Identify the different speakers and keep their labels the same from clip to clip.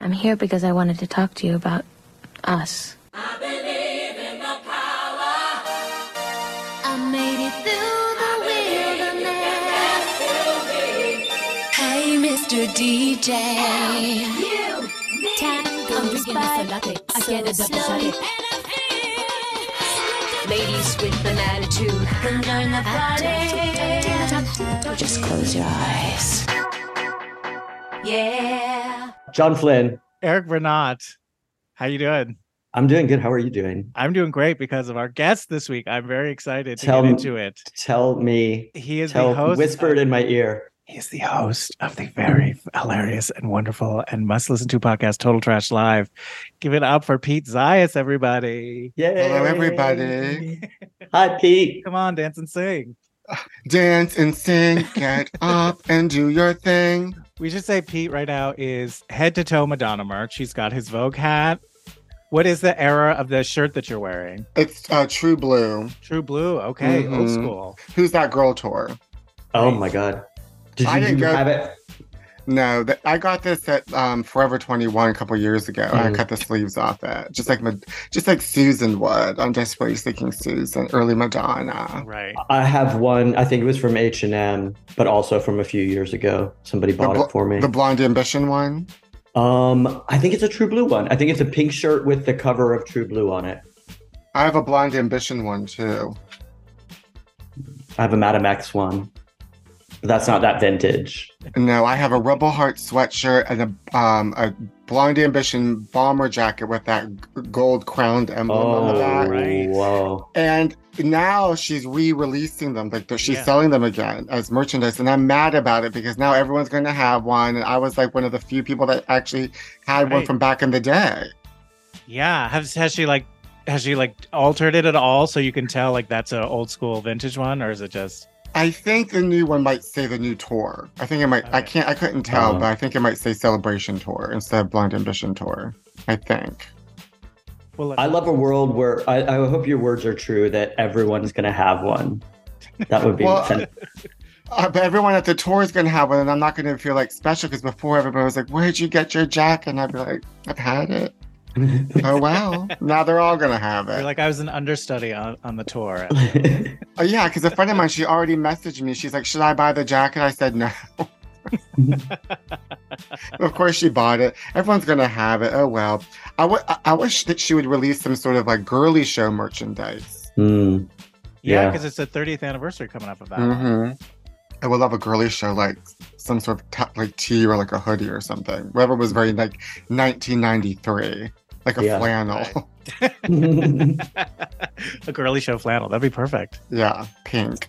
Speaker 1: I'm here because I wanted to talk to you about us.
Speaker 2: I made it through the wilderness. Hey, Mr. DJ. Time comes by
Speaker 3: I get a
Speaker 2: so
Speaker 3: double shot
Speaker 2: slowly.
Speaker 3: it. Ladies with an attitude can join the party.
Speaker 1: Just close your eyes.
Speaker 3: Yeah.
Speaker 4: John Flynn,
Speaker 5: Eric Bernat. How you doing?
Speaker 4: I'm doing good. How are you doing?
Speaker 5: I'm doing great because of our guest this week. I'm very excited to
Speaker 4: Tell
Speaker 5: get
Speaker 4: me-
Speaker 5: into it.
Speaker 4: Tell me,
Speaker 5: He is the
Speaker 4: tell
Speaker 5: host.
Speaker 4: whispered in my ear.
Speaker 5: He is the host of the very hilarious and wonderful and must listen to podcast Total Trash Live. Give it up for Pete Zayas, everybody.
Speaker 4: Yay.
Speaker 6: Hello, everybody.
Speaker 4: Hi, Pete.
Speaker 5: Come on, dance and sing.
Speaker 6: Dance and sing, get up and do your thing.
Speaker 5: We should say Pete right now is head to toe Madonna merch. He's got his Vogue hat. What is the era of the shirt that you're wearing?
Speaker 6: It's uh, True Blue.
Speaker 5: True blue. Okay, old
Speaker 6: Mhm.
Speaker 5: school.
Speaker 6: Who's that girl tour?
Speaker 4: Oh my God. Did you,
Speaker 6: I didn't
Speaker 4: you
Speaker 6: go-
Speaker 4: have it?
Speaker 6: No, that I got this at um, Forever 21 a couple years ago. I
Speaker 4: Mm.
Speaker 6: cut the sleeves off it, just like Ma- just like Susan would. I'm desperately seeking Susan, early Madonna.
Speaker 5: Right.
Speaker 4: I have one. I think it was from H and M, but also from a few years ago. Somebody bought
Speaker 6: bl-
Speaker 4: it for me.
Speaker 6: The Blonde Ambition one.
Speaker 4: um, I think it's a True Blue one. I think it's a pink shirt with the cover of True Blue on it.
Speaker 6: I have a Blonde Ambition one too.
Speaker 4: I have a Madame X one. But that's not that vintage.
Speaker 6: No, I have a Rebel Heart sweatshirt and a um, a Blonde Ambition bomber jacket with that g- gold crowned emblem on the
Speaker 4: Oh,
Speaker 6: back.
Speaker 5: right.
Speaker 4: whoa.
Speaker 6: And now she's re-releasing them. Like she's
Speaker 5: Yeah.
Speaker 6: selling them again as merchandise. And I'm mad about it because now everyone's going to have one. And I was like one of the few people that actually had one
Speaker 5: Right.
Speaker 6: from back in the day.
Speaker 5: Yeah. Has has she like has she like altered it at all so you can tell like that's an old school vintage one or is it just
Speaker 6: I think the new one might say the new tour. I think it might. I
Speaker 5: Okay.
Speaker 6: can't. I couldn't tell,
Speaker 4: Oh.
Speaker 6: but I think it might say Celebration Tour instead of Blind Ambition Tour. I think.
Speaker 5: well look,
Speaker 4: I love a world where I, I hope your words are true that everyone's going to have one. That would be
Speaker 6: Well,
Speaker 4: fan-
Speaker 6: Uh, but everyone at the tour is going to have one, and I'm not going to feel like special because before everybody was like, "Where'd you get your jacket?" And I'd be like, "I've had it." oh wow! Now they're all going to have it.
Speaker 5: you're like I was an understudy on, on the tour.
Speaker 6: Oh, yeah, because a friend of mine, she already messaged me. She's like, Should I buy the jacket? I said, No. of course, she bought it. Everyone's going to have it. Oh, well. I w- I I wish that she would release some sort of like girly show merchandise.
Speaker 4: Hmm.
Speaker 5: yeah,
Speaker 4: Yeah.
Speaker 5: because it's the 30th anniversary coming up of that. one.
Speaker 6: hmm I would love a girly show, like some sort of t- like tee or like a hoodie or something. Whatever was very like 1993, like a
Speaker 4: Yeah.
Speaker 6: flannel.
Speaker 5: Right. a girly show flannel. That'd be perfect.
Speaker 6: yeah, pink.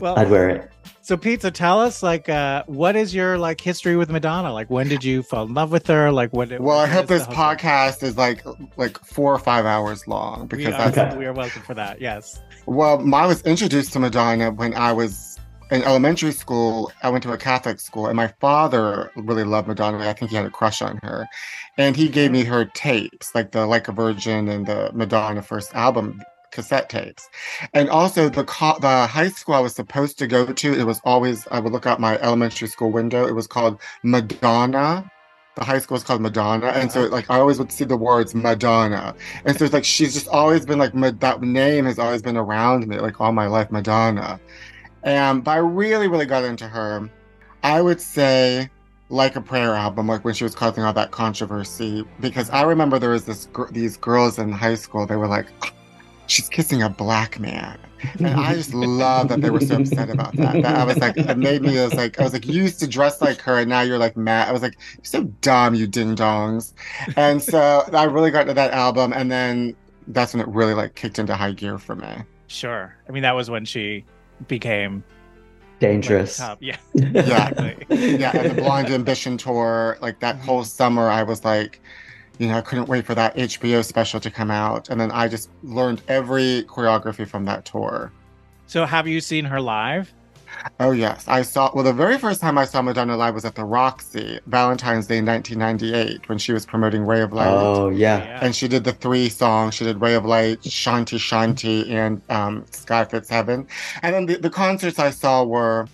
Speaker 5: Well,
Speaker 4: I'd wear it.
Speaker 5: so Pete, so tell us like uh, what is your like history with Madonna? Like when did you fall in love with her? Like what?
Speaker 6: Well, I
Speaker 5: what
Speaker 6: hope
Speaker 5: is the
Speaker 6: this
Speaker 5: whole-
Speaker 6: podcast is like like four or five hours long
Speaker 5: We
Speaker 6: because
Speaker 5: are,
Speaker 6: that's
Speaker 4: that's-
Speaker 5: we are welcome for that. Yes.
Speaker 6: Well, I was introduced to Madonna when I was in elementary school. I went to a Catholic school, and my father really loved Madonna. I think he had a crush on her. And he gave me her tapes, like the Like a Virgin and the Madonna first album cassette tapes. And also the co- the high school I was supposed to go to, it was always I would look out my elementary school window. It was called Madonna. The high school was called Madonna, and so like I always would see the words Madonna, and so it's like she's just always been like Ma- that name has always been around me like all my life, Madonna. And but I really really got into her. I would say like a prayer album, like when she was causing all that controversy, because I remember there was this gr- these girls in high school. They were like, "Ah, she's kissing a black man. And I just love that they were so upset about that. that I was like, it made me, I was like, I was like, you used to dress like her and now you're like mad. I was like, you're so dumb, you ding dongs. And so I really got into that album. And then that's when it really like kicked into high gear for me.
Speaker 5: Sure. I mean, that was when she became like,
Speaker 4: Dangerous.
Speaker 5: top. Yeah.
Speaker 6: Yeah.
Speaker 5: Exactly.
Speaker 6: Yeah. And the Blonde Ambition tour, like that whole summer, I was like, you know, I couldn't wait for that HBO special to come out. And then I just learned every choreography from that tour.
Speaker 5: So have you seen her live?
Speaker 6: Oh yes, I saw. Well, the very first time I saw Madonna live was at the Roxy, Valentine's Day, 1998, when she was promoting Ray of Light,
Speaker 4: Oh yeah.
Speaker 5: Yeah.
Speaker 6: and she did the three songs. She did Ray of Light, Shanti Shanti, and um, Sky Fits Heaven. And then the, the concerts I saw were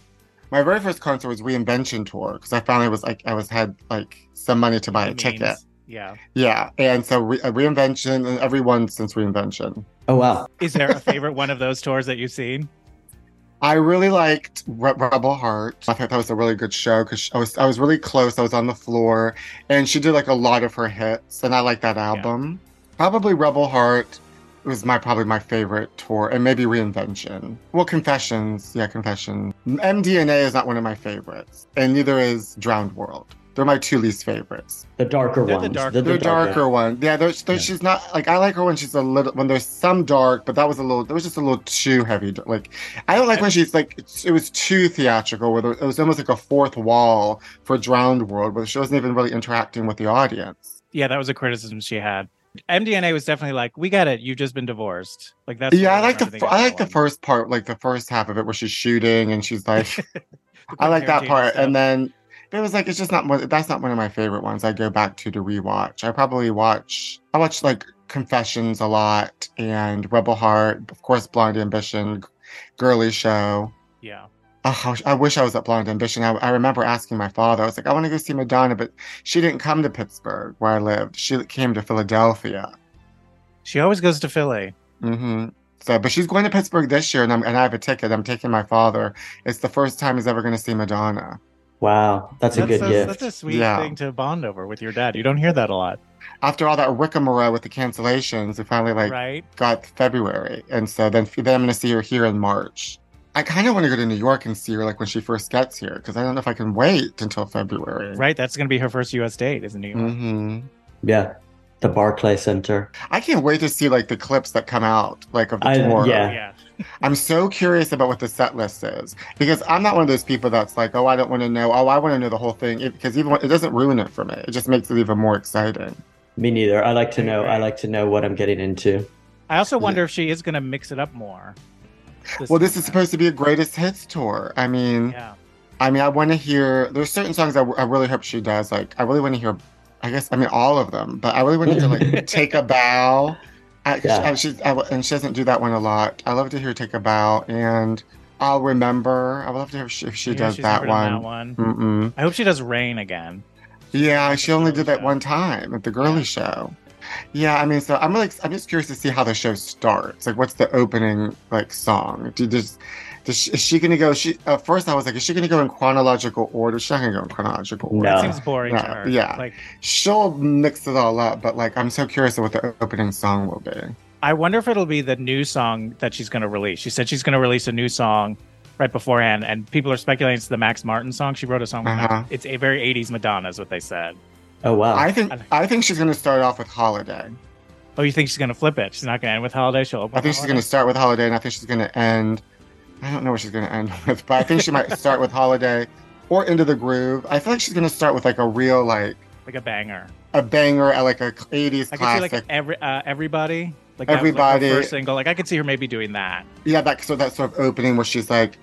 Speaker 6: my very first concert was Reinvention Tour because I finally was like I was had like some money to buy a
Speaker 5: That means-
Speaker 6: ticket.
Speaker 5: Yeah.
Speaker 6: Yeah, and so re- a reinvention and everyone since reinvention.
Speaker 4: Oh wow.
Speaker 5: Is there a favorite one of those tours that you've seen?
Speaker 6: I really liked Re- Rebel Heart. I thought that was a really good show because I was I was really close. I was on the floor, and she did like a lot of her hits, and I like that album. Probably Rebel Heart was my probably my favorite tour, and maybe Reinvention. Well, Confessions, yeah, Confession. MDNA is not one of my favorites, and neither is Drowned World. They're my two least favorites.
Speaker 4: The darker
Speaker 5: They're the
Speaker 4: ones.
Speaker 5: dark-
Speaker 4: They're
Speaker 6: The, darker one, yeah. There's, there's,
Speaker 4: Yeah.
Speaker 6: she's not like I like her when she's a little when there's some dark, but that was a little. That was just a little too heavy. Like I don't like when she's like it's- it was too theatrical. Where there, it was almost like a fourth wall for Drowned World, where she wasn't even really interacting with the audience.
Speaker 5: Yeah, that was a criticism she had. MDNA was definitely like, we got it. You've just been divorced. Like that's.
Speaker 6: yeah, I
Speaker 5: really
Speaker 6: like the
Speaker 5: everything
Speaker 6: fir-
Speaker 5: about
Speaker 6: I like
Speaker 5: that
Speaker 6: the
Speaker 5: one.
Speaker 6: first part, like the first half of it, where she's shooting and she's like,
Speaker 5: The
Speaker 6: I like that
Speaker 5: Tarantino
Speaker 6: part,
Speaker 5: stuff.
Speaker 6: and then. It was like it's just not one. That's not one of my favorite ones. I go back to to rewatch. I probably watch. I watch like Confessions a lot and Rebel Heart, of course, Blonde Ambition, Girly Show.
Speaker 5: yeah,
Speaker 6: Oh, I wish- I wish I was at Blonde Ambition. I, I remember asking my father. I was like, I want to go see Madonna, but she didn't come to Pittsburgh where I lived. She came to Philadelphia.
Speaker 5: she always goes to Philly.
Speaker 6: hmm So, but she's going to Pittsburgh this year, and I'm and I have a ticket. I'm taking my father. It's the first time he's ever going to see Madonna.
Speaker 4: Wow, that's, a good gift.
Speaker 5: That's a sweet
Speaker 6: Yeah.
Speaker 5: thing to bond over with your dad. You don't hear that a lot,
Speaker 6: after all that rigmarole with the cancellations, we finally like
Speaker 5: right?
Speaker 6: got February, and so then then I'm gonna see her here in March. I kind of want to go to New York and see her like when she first gets here because I don't know if I can wait until February.
Speaker 5: Right. That's going to be her first U.S. date, isn't it?
Speaker 6: hmm
Speaker 4: Yeah, the Barclay Center.
Speaker 6: I can't wait to see like the clips that come out like of the
Speaker 4: I-
Speaker 6: tour.
Speaker 4: yeah.
Speaker 5: Yeah.
Speaker 6: I'm so curious about what the set list is because I'm not one of those people that's like, oh, I don't want to know. Oh, I want to know the whole thing It- because even when- it doesn't ruin it for me. It just makes it even more exciting.
Speaker 4: Me neither. I like to know.
Speaker 5: Right.
Speaker 4: I like to know what I'm getting into.
Speaker 5: I also wonder if she is going to mix it up more.
Speaker 6: Well, this is
Speaker 5: time around.
Speaker 6: supposed to be a greatest hits tour. I mean.
Speaker 5: Yeah.
Speaker 6: I mean, I want to hear. There's certain songs I, I really hope she does. Like, I really want to hear. I guess I mean all of them, but I really want to hear like "Take a Bow." I,
Speaker 4: Yeah.
Speaker 6: I- she, I, and she doesn't do that one a lot. I love to hear "Take a Bow" and "I'll Remember." I would love to hear if she, if she
Speaker 5: Yeah,
Speaker 6: does
Speaker 5: she's
Speaker 6: that
Speaker 5: never done
Speaker 6: one.
Speaker 5: that one.
Speaker 6: Mm-mm.
Speaker 5: I hope she does rain again.
Speaker 6: Yeah,
Speaker 5: That's
Speaker 6: she
Speaker 5: a
Speaker 6: only
Speaker 5: girly
Speaker 6: did that
Speaker 5: show.
Speaker 6: one time at the girly show. Yeah, I mean, so I'm really, I'm just curious to see how the show starts. Like, what's the opening like song? Do does, does she, is she gonna go? She at first I was like, is she gonna go in chronological order? She's not gonna go in chronological order.
Speaker 4: No.
Speaker 5: That seems boring to
Speaker 6: Yeah,
Speaker 5: her.
Speaker 6: yeah.
Speaker 5: Like
Speaker 6: She'll mix it all up, but like, I'm so curious of what the opening song will be.
Speaker 5: I wonder if it'll be the new song that she's going to release. She said she's going to release a new song right beforehand, and people are speculating it's the Max Martin song. She wrote a song. with Max-
Speaker 6: Uh-huh.
Speaker 5: It's a very '80s Madonna, is what they said.
Speaker 4: Oh wow.
Speaker 6: I think,
Speaker 5: I-
Speaker 6: I think she's gonna start off with Holiday.
Speaker 5: Oh, you think she's going to flip it? She's not going to end with Holiday. She'll open.
Speaker 6: I think she's
Speaker 5: Holiday.
Speaker 6: gonna start with Holiday, and I think she's gonna end. I don't know what she's gonna end with, but I think she might start with Holiday or Into the Groove. I feel like she's gonna start with like a real like.
Speaker 5: like a banger.
Speaker 6: a banger at like a 80s
Speaker 5: I could see
Speaker 6: classic.
Speaker 5: like every uh, everybody. Like that was, like, her
Speaker 6: Everybody.
Speaker 5: first single. Like I could see her maybe doing that.
Speaker 6: yeah, that so that sort of opening where she's like,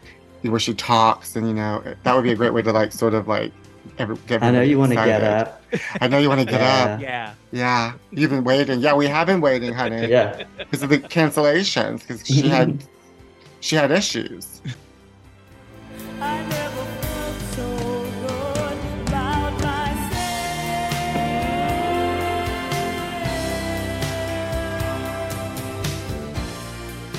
Speaker 6: where she talks, and you know, that would be a great way to like sort of like. Every, get
Speaker 4: I know
Speaker 6: everybody
Speaker 4: you want to get
Speaker 6: excited.
Speaker 4: up.
Speaker 6: I know you want to get
Speaker 4: Yeah.
Speaker 6: up.
Speaker 5: Yeah.
Speaker 6: Yeah, you've been waiting. Yeah, we have been waiting, honey.
Speaker 4: Yeah.
Speaker 6: because of the cancellations. Because she had, she had issues.
Speaker 2: I never felt so good about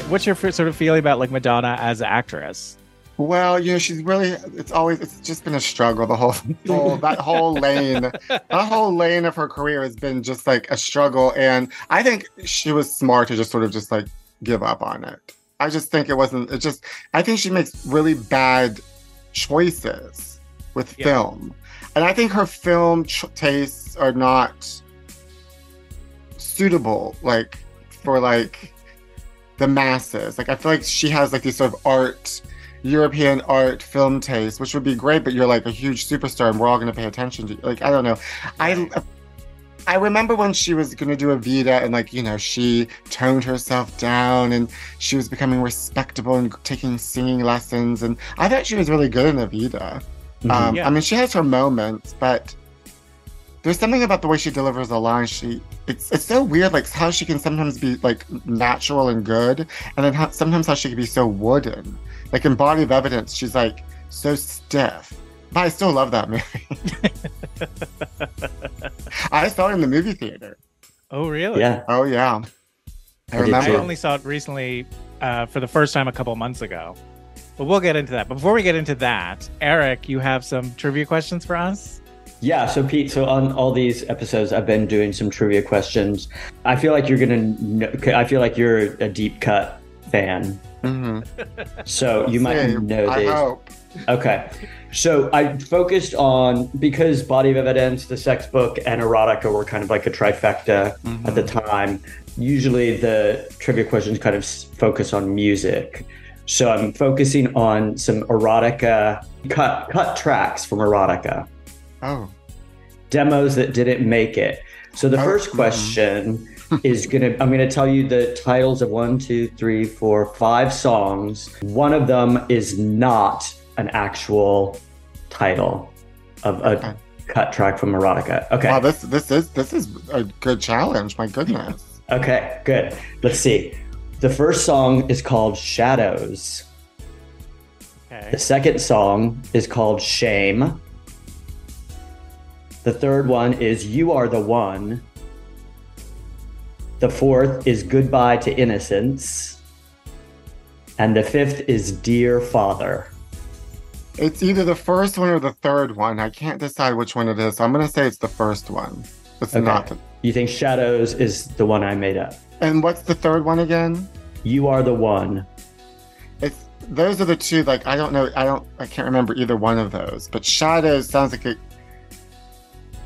Speaker 5: What's your f- sort of feeling about like Madonna as an actress?
Speaker 6: Well, you know, she's really. It's always. It's just been a struggle. The whole, whole that whole lane, that whole lane of her career has been just like a struggle. And I think she was smart to just sort of just like give up on it. I just think it wasn't. It just. I think she makes really bad choices with
Speaker 5: Yeah.
Speaker 6: film, and I think her film ch- tastes are not suitable. Like for like the masses. Like I feel like she has like these sort of art, European art film taste, which would be great, but you're like a huge superstar and we're all gonna pay attention to you. Like I don't know. I I remember when she was gonna do Evita and like, you know, she toned herself down and she was becoming respectable and taking singing lessons and I thought she was really good in Evita. Um,
Speaker 4: Mm-hmm.
Speaker 5: Yeah.
Speaker 6: I mean, she has her moments, but there's something about the way she delivers a line. She it's it's so weird, like how she can sometimes be like natural and good, and then how, sometimes how she can be so wooden. Like in Body of Evidence, she's like so stiff, But I still love that movie. I saw it in the movie theater.
Speaker 5: Oh,
Speaker 4: Mm-hmm.
Speaker 5: really?
Speaker 4: Yeah.
Speaker 6: Oh yeah,
Speaker 4: I did
Speaker 5: I
Speaker 6: I
Speaker 4: too.
Speaker 6: remember.
Speaker 5: only saw it recently uh, for the first time a couple months ago. But we'll get into that. Before we get into that, Eric, you have some trivia questions for us?
Speaker 4: Yeah, so Pete, so on all these episodes, I've been doing some trivia questions. I feel like you're gonna. Know, I feel like you're a deep cut fan,
Speaker 6: Mhm.
Speaker 4: so you might
Speaker 6: Same.
Speaker 4: know
Speaker 6: I
Speaker 4: these.
Speaker 6: hope.
Speaker 4: Okay, so I focused on because Body of Evidence, the Sex Book, and Erotica were kind of like a trifecta at the time. Usually, the trivia questions kind of s- focus on music. So I'm focusing on some erotica cut cut tracks from erotica
Speaker 6: Oh,
Speaker 4: demos that didn't make it. So the
Speaker 6: Oh,
Speaker 4: first
Speaker 6: mhm.
Speaker 4: question is gonna I'm gonna tell you the titles of one, two, three, four, five songs. One of them is not an actual title of a
Speaker 6: Okay.
Speaker 4: cut track from erotica. Okay.
Speaker 6: wow! This this is this is a good challenge. My goodness.
Speaker 4: Okay, good. Let's see. The first song is called Shadows.
Speaker 5: Okay.
Speaker 4: The second song is called Shame. The third one is You Are the One. The fourth is Goodbye to Innocence. And the fifth is Dear Father.
Speaker 6: It's either the first one or the third one. I can't decide which one it is. So I'm gonna say it's the first one. It's
Speaker 4: Okay.
Speaker 6: not. The,
Speaker 4: You think Shadows is the one I made up?
Speaker 6: and what's the third one again?
Speaker 4: You Are the One.
Speaker 6: It's those are the two. Like I don't know. I don't. I can't remember either one of those. But Shadows sounds like it.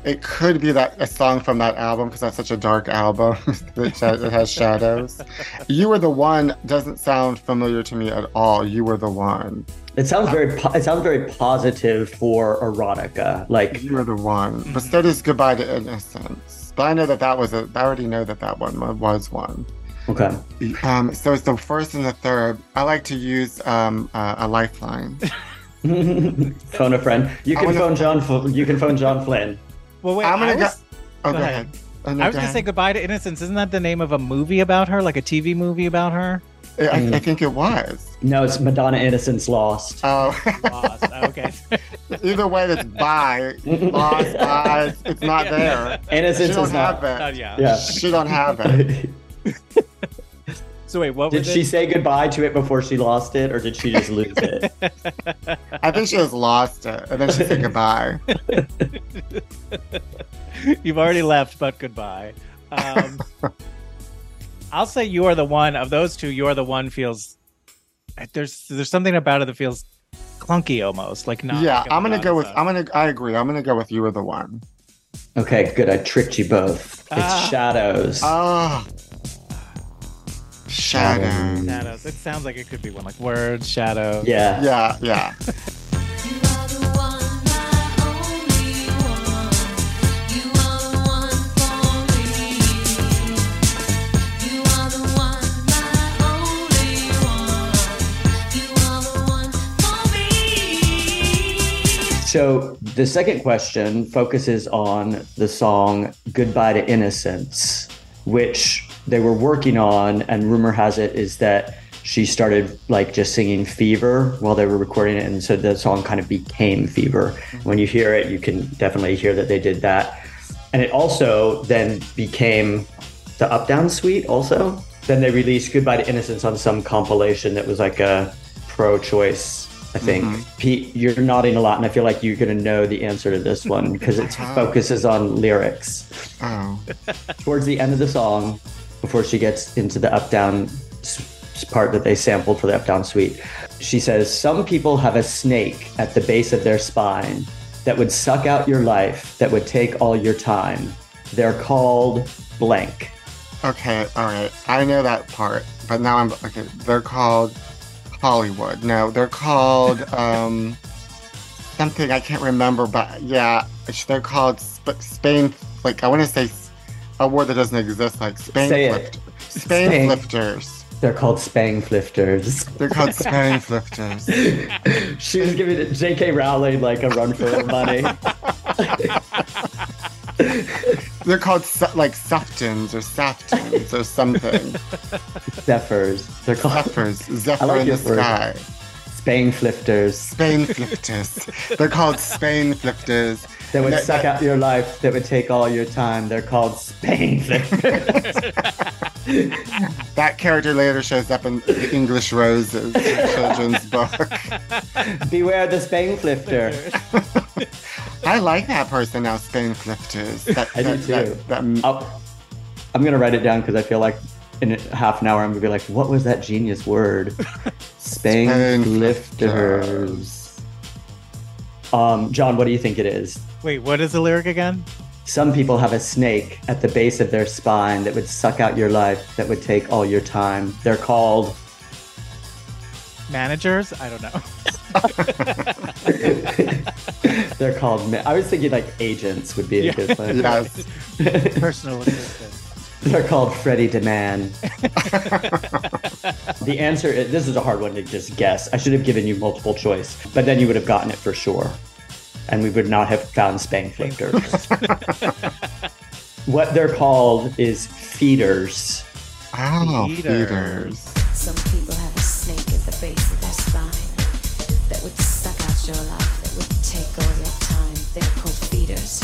Speaker 6: It could be that a song from that album because that's such a dark album that sha- it has shadows. you were the one doesn't sound familiar to me at all. You were the one.
Speaker 4: It sounds very po- it sounds very positive for erotica. Like
Speaker 6: You were the one.
Speaker 5: Mm-hmm.
Speaker 6: But so does goodbye to innocence. But I know that that was a. I already know that that one wa- was one.
Speaker 4: okay.
Speaker 6: Um, so it's the first and the third. I like to use um, uh, a lifeline.
Speaker 4: phone a friend. You
Speaker 6: I
Speaker 4: can
Speaker 6: wanna-
Speaker 4: phone John Fl- you can phone John Flynn.
Speaker 5: Well, wait.
Speaker 6: I'm gonna
Speaker 5: I
Speaker 6: go-
Speaker 5: was,
Speaker 6: Oh,
Speaker 5: Go
Speaker 6: go,
Speaker 5: ahead.
Speaker 6: ahead. Oh, no,
Speaker 5: I was going
Speaker 6: go
Speaker 5: to
Speaker 6: ahead.
Speaker 5: say Goodbye to Innocence. Isn't that the name of a movie about her, like a TV movie about her?
Speaker 6: I, I- I
Speaker 4: Mm.
Speaker 6: think it was.
Speaker 4: No, it's Madonna Innocence Lost.
Speaker 6: Oh,
Speaker 5: Lost. okay.
Speaker 6: either way, it's by lost by. It's, it's not
Speaker 5: Yeah.
Speaker 6: there. She
Speaker 4: Innocence
Speaker 6: don't
Speaker 4: is
Speaker 6: have
Speaker 4: not.
Speaker 5: Oh,
Speaker 6: it.
Speaker 5: yeah.
Speaker 4: Yeah.
Speaker 6: She don't have it.
Speaker 4: Did
Speaker 5: So wait, what was
Speaker 4: she
Speaker 5: it?
Speaker 4: say goodbye to it before she lost it, or did she just lose it?
Speaker 6: I think she has lost it, and then she said goodbye.
Speaker 5: You've already left, but goodbye. Um, I'll say you are the one of those two. You are the one feels there's there's something about it that feels clunky almost like not.
Speaker 6: yeah,
Speaker 5: like a
Speaker 6: I'm gonna go with.
Speaker 5: Madonna
Speaker 6: I'm gonna. I agree. I'm gonna go with you were the one.
Speaker 4: Okay, good. I tricked you both. It's
Speaker 5: Ah.
Speaker 4: shadows.
Speaker 6: Oh, shadow.
Speaker 4: Shadow.
Speaker 5: song. shadows. It sounds like it could be one like words, shadows.
Speaker 4: yeah.
Speaker 6: Yeah, yeah.
Speaker 3: You are the one, my only one. You are the one for me. You are the one, my only one. You are the one for me.
Speaker 4: So the second question focuses on the song "Goodbye to Innocence," which they were working on, and rumor has it is that she started like just singing "Fever" while they were recording it, and so the song kind of became "Fever." When you hear it, you can definitely hear that they did that, and it also then became the Up Down Suite. Also, then they released "Goodbye to Innocence" on some compilation that was like a pro-choice. I think Pete, you're nodding a lot, and I feel like you're going to know the answer to this one because it focuses on lyrics
Speaker 6: Oh,
Speaker 4: towards the end of the song, before she gets into the up down part that they sampled for the up down suite, she says, Some people have a snake at the base of their spine that would suck out your life, that would take all your time. They're called blank.
Speaker 6: okay. All right. I know that part, but now I'm okay. They're called Hollywood. No, they're called um something I can't remember. But yeah, it's- they're called Sp- Spain. Like I want to say s- a word that doesn't exist, like Spain
Speaker 4: Say it.
Speaker 6: flipped. Spain,
Speaker 4: Spain.
Speaker 6: flifters.
Speaker 4: They're called spang flifters.
Speaker 6: They're called Spain flifters.
Speaker 4: she was giving it J.K. Rowling like a run for her money.
Speaker 6: They're called su- like Suftons or Saftons or something.
Speaker 4: Zephyrs. They're called
Speaker 6: Zephyrs, Zephyr
Speaker 4: like
Speaker 6: in the
Speaker 4: your word.
Speaker 6: sky.
Speaker 4: Spainflifters
Speaker 6: Spain flifters. They're called Spain flifters.
Speaker 4: that would
Speaker 6: That-
Speaker 4: suck out your life, that would take all your time. They're called Spainflifters.
Speaker 6: That character later shows up in the English Roses the children's book.
Speaker 4: Beware the Spainflifter.
Speaker 6: I like that person now, Spain flifters. That,
Speaker 4: I do
Speaker 6: that-
Speaker 4: too.
Speaker 6: That, that,
Speaker 4: I'll, I'm going to write it down because I feel like in half an hour I'm going to be like, what was that genius word? Spainflifters. Um, John, what do you think it is?
Speaker 5: Wait, what is the lyric again?
Speaker 4: Some people have a snake at the base of their spine that would suck out your life, that would take all your time. They're called.
Speaker 5: Managers? I don't know.
Speaker 4: They're called. ma- I was thinking like agents would be a
Speaker 5: Yeah.
Speaker 4: good one.
Speaker 6: yes.
Speaker 5: Personal assistant.
Speaker 4: They're called Freddy Demand. the answer is this is a hard one to just guess. I should have given you multiple choice, but then you would have gotten it for sure. And we would not have found Spankflifters. what they're called is feeders.
Speaker 6: Oh,
Speaker 5: Feeders.
Speaker 6: feeders.
Speaker 3: Some people have a snake at the base of their spine that would suck out your life, that would take all your time. They're called feeders.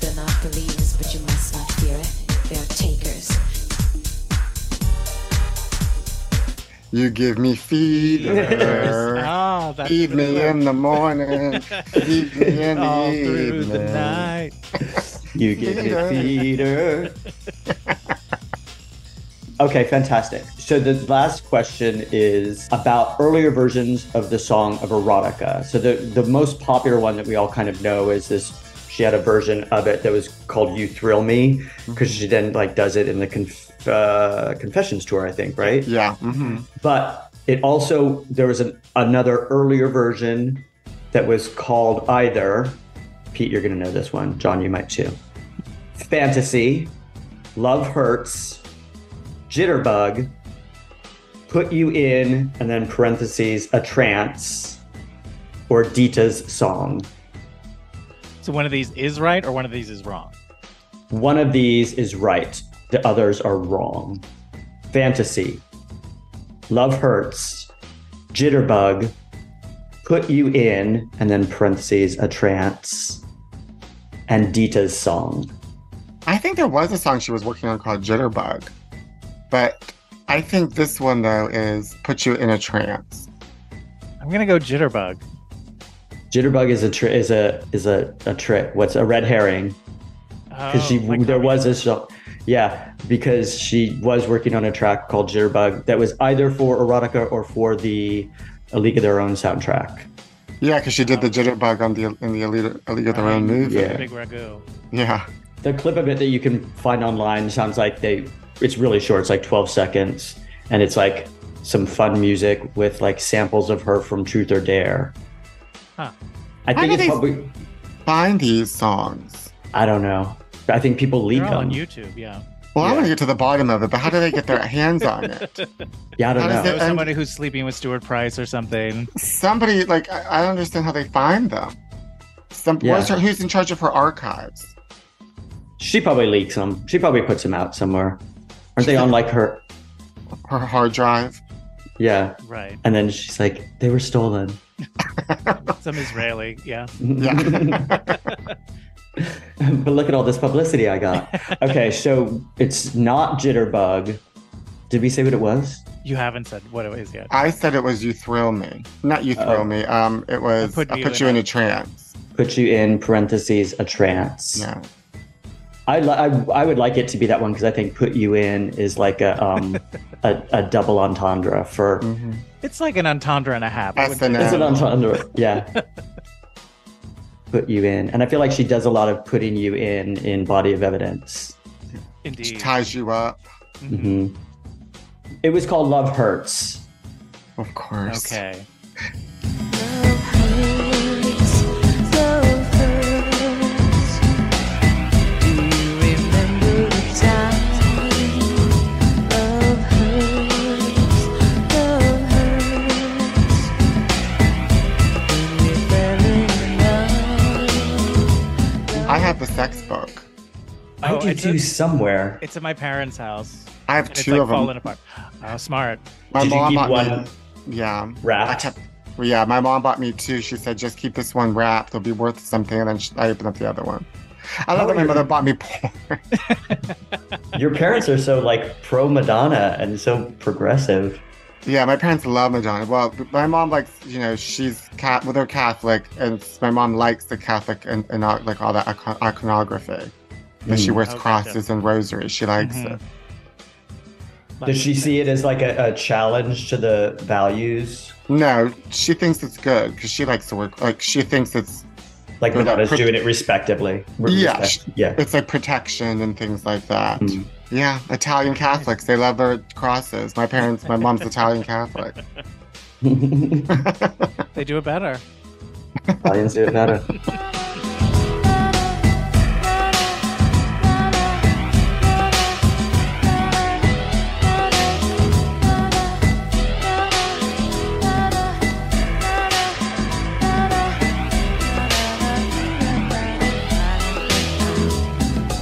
Speaker 3: They're not believers, but you must not fear it. They're takers.
Speaker 6: You give me feeders.
Speaker 5: Oh, that's
Speaker 6: Feed me in the morning. Feed me in
Speaker 5: all
Speaker 6: the
Speaker 5: through the
Speaker 6: evening.
Speaker 5: night.
Speaker 4: You get a feeder. Okay, fantastic. So the last question is about earlier versions of the song of erotica. So the the most popular one that we all kind of know is this. She had a version of it that was called "You Thrill Me" because she then like does it in the conf- uh, Confessions tour, I think, right?
Speaker 6: Yeah. hmm
Speaker 4: But it also there was an, another earlier version that was called either Pete, you're gonna know this one. John, you might too. Fantasy, Love Hurts, Jitterbug, Put You In, and then parentheses a trance, or Dita's song.
Speaker 5: So one of these is right or one of these is wrong.
Speaker 4: One of these is right, the others are wrong. Fantasy, Love Hurts, Jitterbug, Put You In, and then parentheses, a trance, and Dita's song.
Speaker 6: I think there was a song she was working on called Jitterbug. But I think this one, though, is Put You in a Trance.
Speaker 5: I'm gonna go jitterbug.
Speaker 4: Jitterbug is a tri- is a is a, a trick. What's a red herring? Because
Speaker 5: Oh,
Speaker 4: she
Speaker 5: like
Speaker 4: there
Speaker 5: how we-
Speaker 4: was a song, yeah, because she was working on a track called Jitterbug that was either for erotica or for the A League of Their Own soundtrack.
Speaker 6: Yeah, because she did the Jitterbug on the in the Elite, Elite of Their Own movie.
Speaker 4: Oh, Yeah.
Speaker 5: big ragu.
Speaker 6: yeah.
Speaker 4: The clip of it that you can find online sounds like they it's really short, it's like 12 seconds and it's like some fun music with like samples of her from Truth or Dare.
Speaker 5: Huh.
Speaker 4: I
Speaker 6: Why
Speaker 4: think
Speaker 6: do
Speaker 4: it's
Speaker 6: they-
Speaker 4: probably
Speaker 6: Find these songs.
Speaker 4: I don't know. I think people leak
Speaker 5: They're all
Speaker 4: them.
Speaker 5: on YouTube, yeah.
Speaker 6: Well, I
Speaker 4: Yeah.
Speaker 6: want to get to the bottom of it, but how do they get their hands on it?
Speaker 4: Yeah, I don't
Speaker 6: How does
Speaker 4: know.
Speaker 5: There was
Speaker 6: And-
Speaker 5: somebody who's sleeping with Stuart Price or something.
Speaker 6: Somebody, like, I, I don't understand how they find them. Some,
Speaker 4: Yeah.
Speaker 6: what's her- who's in charge of her archives?
Speaker 4: She probably leaks them. She probably puts them out somewhere. Aren't they on like her?
Speaker 6: Her hard drive?
Speaker 4: Yeah.
Speaker 5: Right.
Speaker 4: And then she's like, they were stolen.
Speaker 5: Some Israeli, yeah.
Speaker 6: Yeah.
Speaker 4: but look at all this publicity I got. Okay, so it's not Jitterbug. Did we say what it was?
Speaker 5: You haven't said what it is yet.
Speaker 6: I said it was You Thrill Me. Not You Thrill
Speaker 4: Oh.
Speaker 6: Me. Um, It was I Put, you, in a, Trance.
Speaker 4: Put you in parentheses a trance.
Speaker 6: Yeah.
Speaker 4: I, li- I I would like it to be that one because I think put you in is like a um a, a double entendre for
Speaker 5: Mm-hmm.
Speaker 6: hmm
Speaker 5: It's like an entendre and a half. I
Speaker 6: That's the
Speaker 5: wouldn't-
Speaker 4: it's an
Speaker 6: name.
Speaker 4: entendre. Yeah. put you in, and I feel like she does a lot of putting you in in body of evidence.
Speaker 6: She
Speaker 5: Indeed.
Speaker 6: ties you up.
Speaker 5: Mhm.
Speaker 4: hmm Mm-hmm. It was called Love Hurts.
Speaker 6: Of course.
Speaker 5: Okay.
Speaker 6: I have the sex book.
Speaker 4: I
Speaker 5: Oh,
Speaker 4: do
Speaker 5: it's,
Speaker 4: too
Speaker 5: a-
Speaker 4: somewhere.
Speaker 5: it's at my parents' house.
Speaker 6: I have
Speaker 5: And it's
Speaker 6: two
Speaker 5: like
Speaker 6: of them.
Speaker 5: falling apart. Oh, smart.
Speaker 6: My
Speaker 4: Did you
Speaker 6: mom
Speaker 4: keep
Speaker 6: bought me-
Speaker 4: one
Speaker 6: Yeah. I
Speaker 4: wrapped?
Speaker 6: kept Well, yeah, my mom bought me two. She said, just keep this one wrapped. It'll be worth something. And then she, I opened up the other one. I
Speaker 4: How
Speaker 6: love that my
Speaker 4: are your-
Speaker 6: mother bought me porn.
Speaker 4: Your parents are so like pro Madonna and so progressive.
Speaker 6: Yeah, my parents love Madonna. Well, my mom likes, you know, she's cat. Well, they're Catholic, and my mom likes the Catholic and, and all- like all that icon- iconography. That she
Speaker 4: Mm.
Speaker 6: wears
Speaker 5: Okay.
Speaker 6: crosses and rosaries. She likes
Speaker 5: Mhm.
Speaker 6: it.
Speaker 4: Does she see it as like a, a challenge to the values?
Speaker 6: No, she thinks it's good because she likes to work. Like she thinks it's
Speaker 4: Like
Speaker 6: Or that
Speaker 4: Madonna's
Speaker 6: pro-
Speaker 4: doing it respectively.
Speaker 6: Yeah,
Speaker 4: Respect- Yeah.
Speaker 6: it's like protection and things like that.
Speaker 4: Mm.
Speaker 6: Yeah, Italian Catholics they love their crosses. My parents, my mom's Italian Catholic.
Speaker 5: They do it better.
Speaker 4: Italians do it better.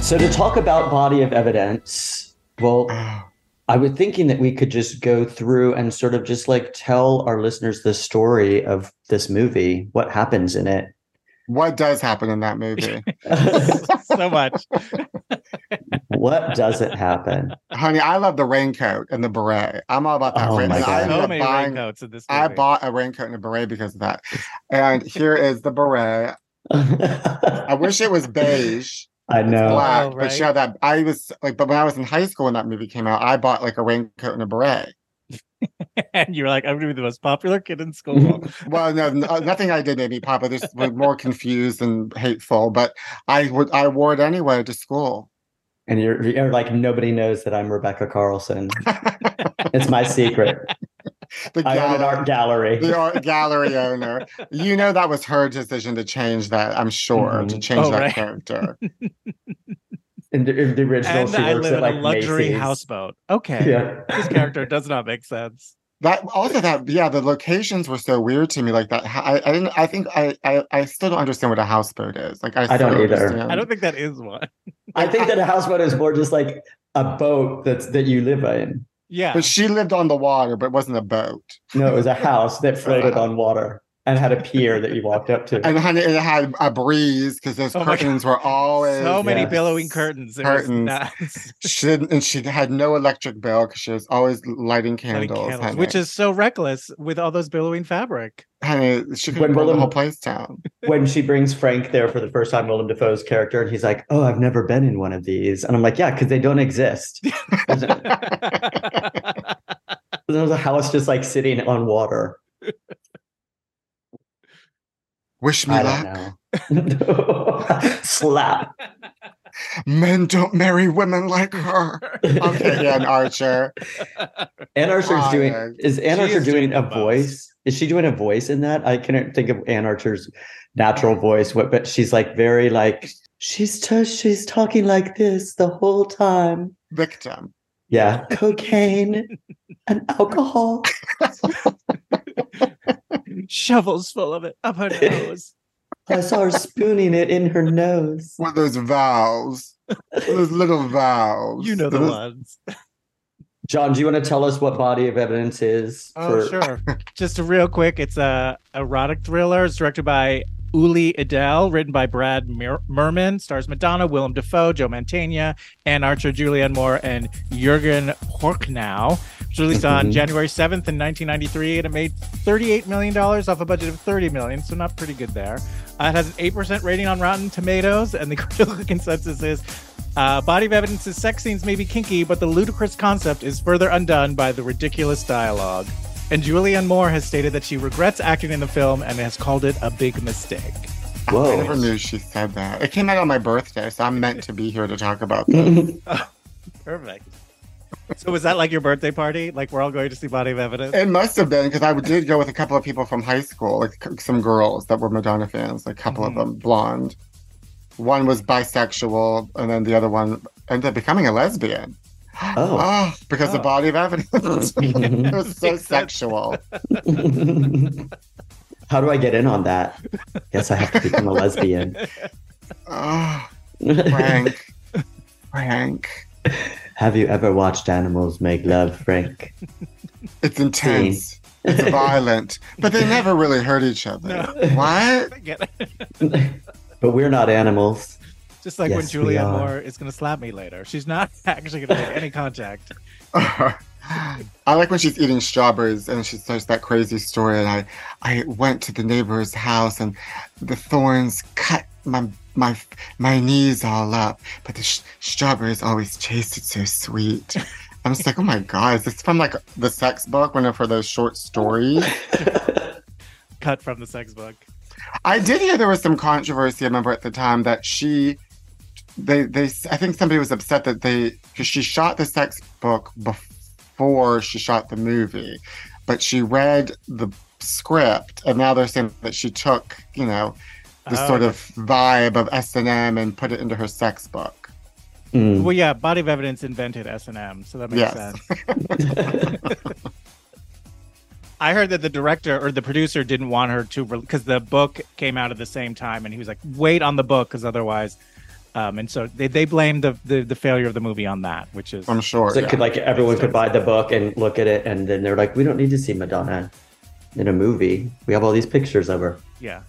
Speaker 4: So to talk about body of evidence, well, I was thinking that we could just go through and sort of just like tell our listeners the story of this movie, what happens in it.
Speaker 6: What does happen in that movie?
Speaker 5: so much.
Speaker 4: what doesn't happen?
Speaker 6: Honey, I love the raincoat and the beret. I'm all about that.
Speaker 4: Oh
Speaker 6: rain-
Speaker 4: my
Speaker 6: and I
Speaker 4: God.
Speaker 6: ended
Speaker 5: So
Speaker 6: up
Speaker 5: many
Speaker 6: buying-
Speaker 5: raincoats in this movie.
Speaker 6: I bought a raincoat and a beret because of that. And here is the beret. I
Speaker 4: I
Speaker 6: wish it was beige,
Speaker 4: know.
Speaker 6: black,
Speaker 5: Oh,
Speaker 6: but she
Speaker 5: right.
Speaker 6: had that. I was like, but when I was in high school when that movie came out, I bought like a raincoat and a beret.
Speaker 5: and you were like, I'm gonna be the most popular kid in school.
Speaker 6: Well, no, no- nothing I did made me pop. I just was more confused and hateful. But I would, I wore it anyway to school.
Speaker 4: And you're, you're like, nobody knows that I'm Rebecca Carlson. it's my secret.
Speaker 6: The
Speaker 4: I own an
Speaker 6: gallery,
Speaker 4: art gallery.
Speaker 6: the art gallery owner. You know that was her decision to change that. I'm sure to
Speaker 4: Mhm.
Speaker 6: change
Speaker 5: Oh,
Speaker 6: that
Speaker 5: right.
Speaker 6: character.
Speaker 4: In the, in the original,
Speaker 5: and
Speaker 4: she
Speaker 5: I
Speaker 4: works
Speaker 5: live
Speaker 4: at
Speaker 5: in
Speaker 4: like
Speaker 5: a luxury
Speaker 4: Macy's.
Speaker 5: houseboat. Okay.
Speaker 4: Yeah.
Speaker 5: This character does not make sense.
Speaker 6: That also that yeah, the locations were so weird to me. Like that, I, I didn't. I think I, I I still don't understand what a houseboat is. Like I,
Speaker 4: I don't
Speaker 6: still
Speaker 4: either.
Speaker 6: understand.
Speaker 5: I don't think that is one.
Speaker 4: I think that a houseboat is more just like a boat that's that you live in.
Speaker 5: Yeah.
Speaker 6: But she lived on the water, but it wasn't a boat.
Speaker 4: No, it was a house that floated on water and had a pier that you walked up to.
Speaker 6: And honey, it had a breeze because those
Speaker 5: Oh my God.
Speaker 6: curtains were always
Speaker 5: so many
Speaker 4: yes.
Speaker 5: billowing curtains. It
Speaker 6: Curtains.
Speaker 5: Was
Speaker 6: She didn't, and she had no electric bill because she was always lighting
Speaker 5: nuts.
Speaker 6: candles, honey.
Speaker 5: which is so reckless with all those billowing fabric.
Speaker 6: honey, she
Speaker 4: When
Speaker 6: could burn the
Speaker 4: Willem-
Speaker 6: whole place down.
Speaker 4: when she brings Frank there for the first time, Willem Dafoe's character, and he's like, "Oh, I've never been in one of these," and I'm like, "Yeah, because they don't exist." There's a house just like sitting on water.
Speaker 6: Wish me
Speaker 4: I
Speaker 6: luck.
Speaker 4: don't know. Slap.
Speaker 6: Men don't marry women like her. Okay, Ann Archer.
Speaker 4: Ann Archer's
Speaker 6: Wild.
Speaker 4: doing is Ann
Speaker 5: She
Speaker 4: Archer
Speaker 5: is
Speaker 4: doing
Speaker 5: doing
Speaker 4: a
Speaker 5: the most.
Speaker 4: voice? Is she doing a voice in that? I can't think of Ann Archer's natural voice, what- but she's like very like she's t- she's talking like this the whole time.
Speaker 6: Victim.
Speaker 4: Yeah, cocaine and alcohol.
Speaker 5: Shovels full of it up her nose.
Speaker 4: I saw her spooning it in her nose.
Speaker 6: With those vowels. Those little vowels.
Speaker 5: You know the
Speaker 6: Those-
Speaker 5: ones.
Speaker 4: John, do you want to tell us what body of evidence is?
Speaker 5: Oh, sure. Just a real quick, it's a erotic thriller. It's directed by Uli Adele, written by Brad Mer- Merman, stars Madonna, Willem Dafoe, Joe Mantegna, Ann Archer, Julianne Moore, and Jurgen Horknow. It was released on
Speaker 4: Mhm.
Speaker 5: January 7th in 1993, and it made $38 million off a budget of $30 million, so not pretty good there. Uh, it has an 8% rating on Rotten Tomatoes, and the critical consensus is uh, Body of Evidence's sex scenes may be kinky, but the ludicrous concept is further undone by the ridiculous dialogue. And Julianne Moore has stated that she regrets acting in the film and has called it a big mistake.
Speaker 6: I
Speaker 4: Whoa.
Speaker 6: never knew she said that. It came out on my birthday, so I'm meant to be here to talk about this.
Speaker 4: Mhm.
Speaker 5: Perfect. So was that like your birthday party? Like we're all going to see Body of Evidence?
Speaker 6: It must have been because I did go with a couple of people from high school, like c- some girls that were Madonna fans, like a couple
Speaker 5: Mhm.
Speaker 6: of them blonde. One was bisexual, and then the other one ended up becoming a lesbian.
Speaker 4: Oh.
Speaker 6: Ah, because the
Speaker 5: Oh.
Speaker 6: body of evidence. it was so
Speaker 5: Makes sense.
Speaker 6: sexual.
Speaker 4: How do I get in on that? Guess I have to become a lesbian.
Speaker 6: Oh, Frank. Frank.
Speaker 4: have you ever watched animals make love, Frank?
Speaker 6: It's intense. It's violent, but they never really hurt each other. What?
Speaker 5: I get it.
Speaker 4: but we're not animals.
Speaker 5: Just like when
Speaker 4: Yes, we
Speaker 5: Julianne
Speaker 4: are.
Speaker 5: Moore is going to slap me later. She's not actually going to make any contact.
Speaker 6: I like when she's eating strawberries and she starts that crazy story. And I, I went to the neighbor's house and the thorns cut my my my knees all up, but the sh- strawberries always tasted so sweet. I'm just like, oh my god, is this from like the sex book? One of her those short stories.
Speaker 5: Cut from the sex book.
Speaker 6: I did hear there was some controversy. I remember at the time that she, they, they, I think somebody was upset that they, because she shot the sex book before she shot the movie, but she read the script, and now they're saying that she took, you know, the
Speaker 5: Oh,
Speaker 6: sort of vibe of S and M and put it into her sex book.
Speaker 4: Mm.
Speaker 5: Well, yeah, Body of Evidence invented S&M, so that makes
Speaker 6: Yes.
Speaker 5: sense. I heard that the director or the producer didn't want her to because the book came out at the same time, and he was like, "Wait on the book, because otherwise." Um, and so they, they blamed the, the the failure of the movie on that, which is
Speaker 6: I'm sure.
Speaker 4: So it
Speaker 6: yeah.
Speaker 4: could like everyone could buy the book and look at it, and then they're like, we don't need to see Madonna in a movie. We have all these pictures of her.
Speaker 5: yeah.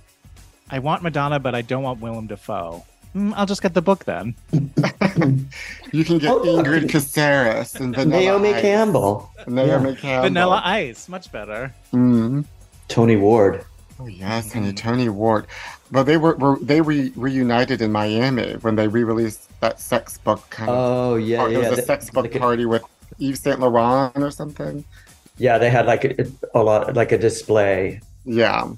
Speaker 5: I want Madonna, but I don't want Willem Dafoe. Mm, I'll just get the book then.
Speaker 6: you can get
Speaker 4: Oh, look.
Speaker 6: Ingrid Caceres and Vanilla
Speaker 4: Naomi
Speaker 6: Ice.
Speaker 4: Campbell,
Speaker 6: Naomi Campbell.
Speaker 5: Vanilla Ice, much better.
Speaker 6: Mhm.
Speaker 4: Tony Ward.
Speaker 6: Oh yes, honey, Tony Ward. But they were, were they re- reunited in Miami when they re-released that sex book kind of.
Speaker 4: Oh yeah,
Speaker 6: or
Speaker 4: yeah.
Speaker 6: it was
Speaker 4: yeah.
Speaker 6: a sex book
Speaker 4: Like a-
Speaker 6: party with Yves Saint Laurent or something.
Speaker 4: yeah, they had like a, a lot, like a display,
Speaker 6: Yeah,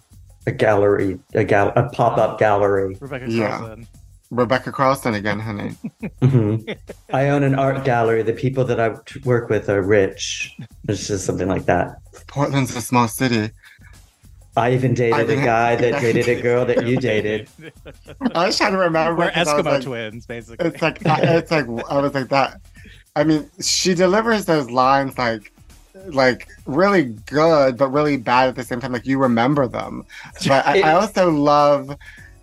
Speaker 4: a gallery, a gal, a pop up gallery.
Speaker 5: Rebecca
Speaker 6: Yeah.
Speaker 5: Carlson.
Speaker 6: Rebecca Carlson again, honey.
Speaker 4: Mhm. I own an art gallery. The people that I t- work with are rich. It's just something like that.
Speaker 6: Portland's a small city.
Speaker 4: I even dated
Speaker 6: I
Speaker 4: a
Speaker 6: didn't-
Speaker 4: guy that dated a girl that you dated.
Speaker 6: I was trying to remember.
Speaker 5: We're
Speaker 6: 'cause I was
Speaker 5: Eskimo
Speaker 6: like,
Speaker 5: twins, basically.
Speaker 6: It's like I, it's like I was like that. I mean, she delivers those lines like like really good, but really bad at the same time. Like you remember them. But I, I also love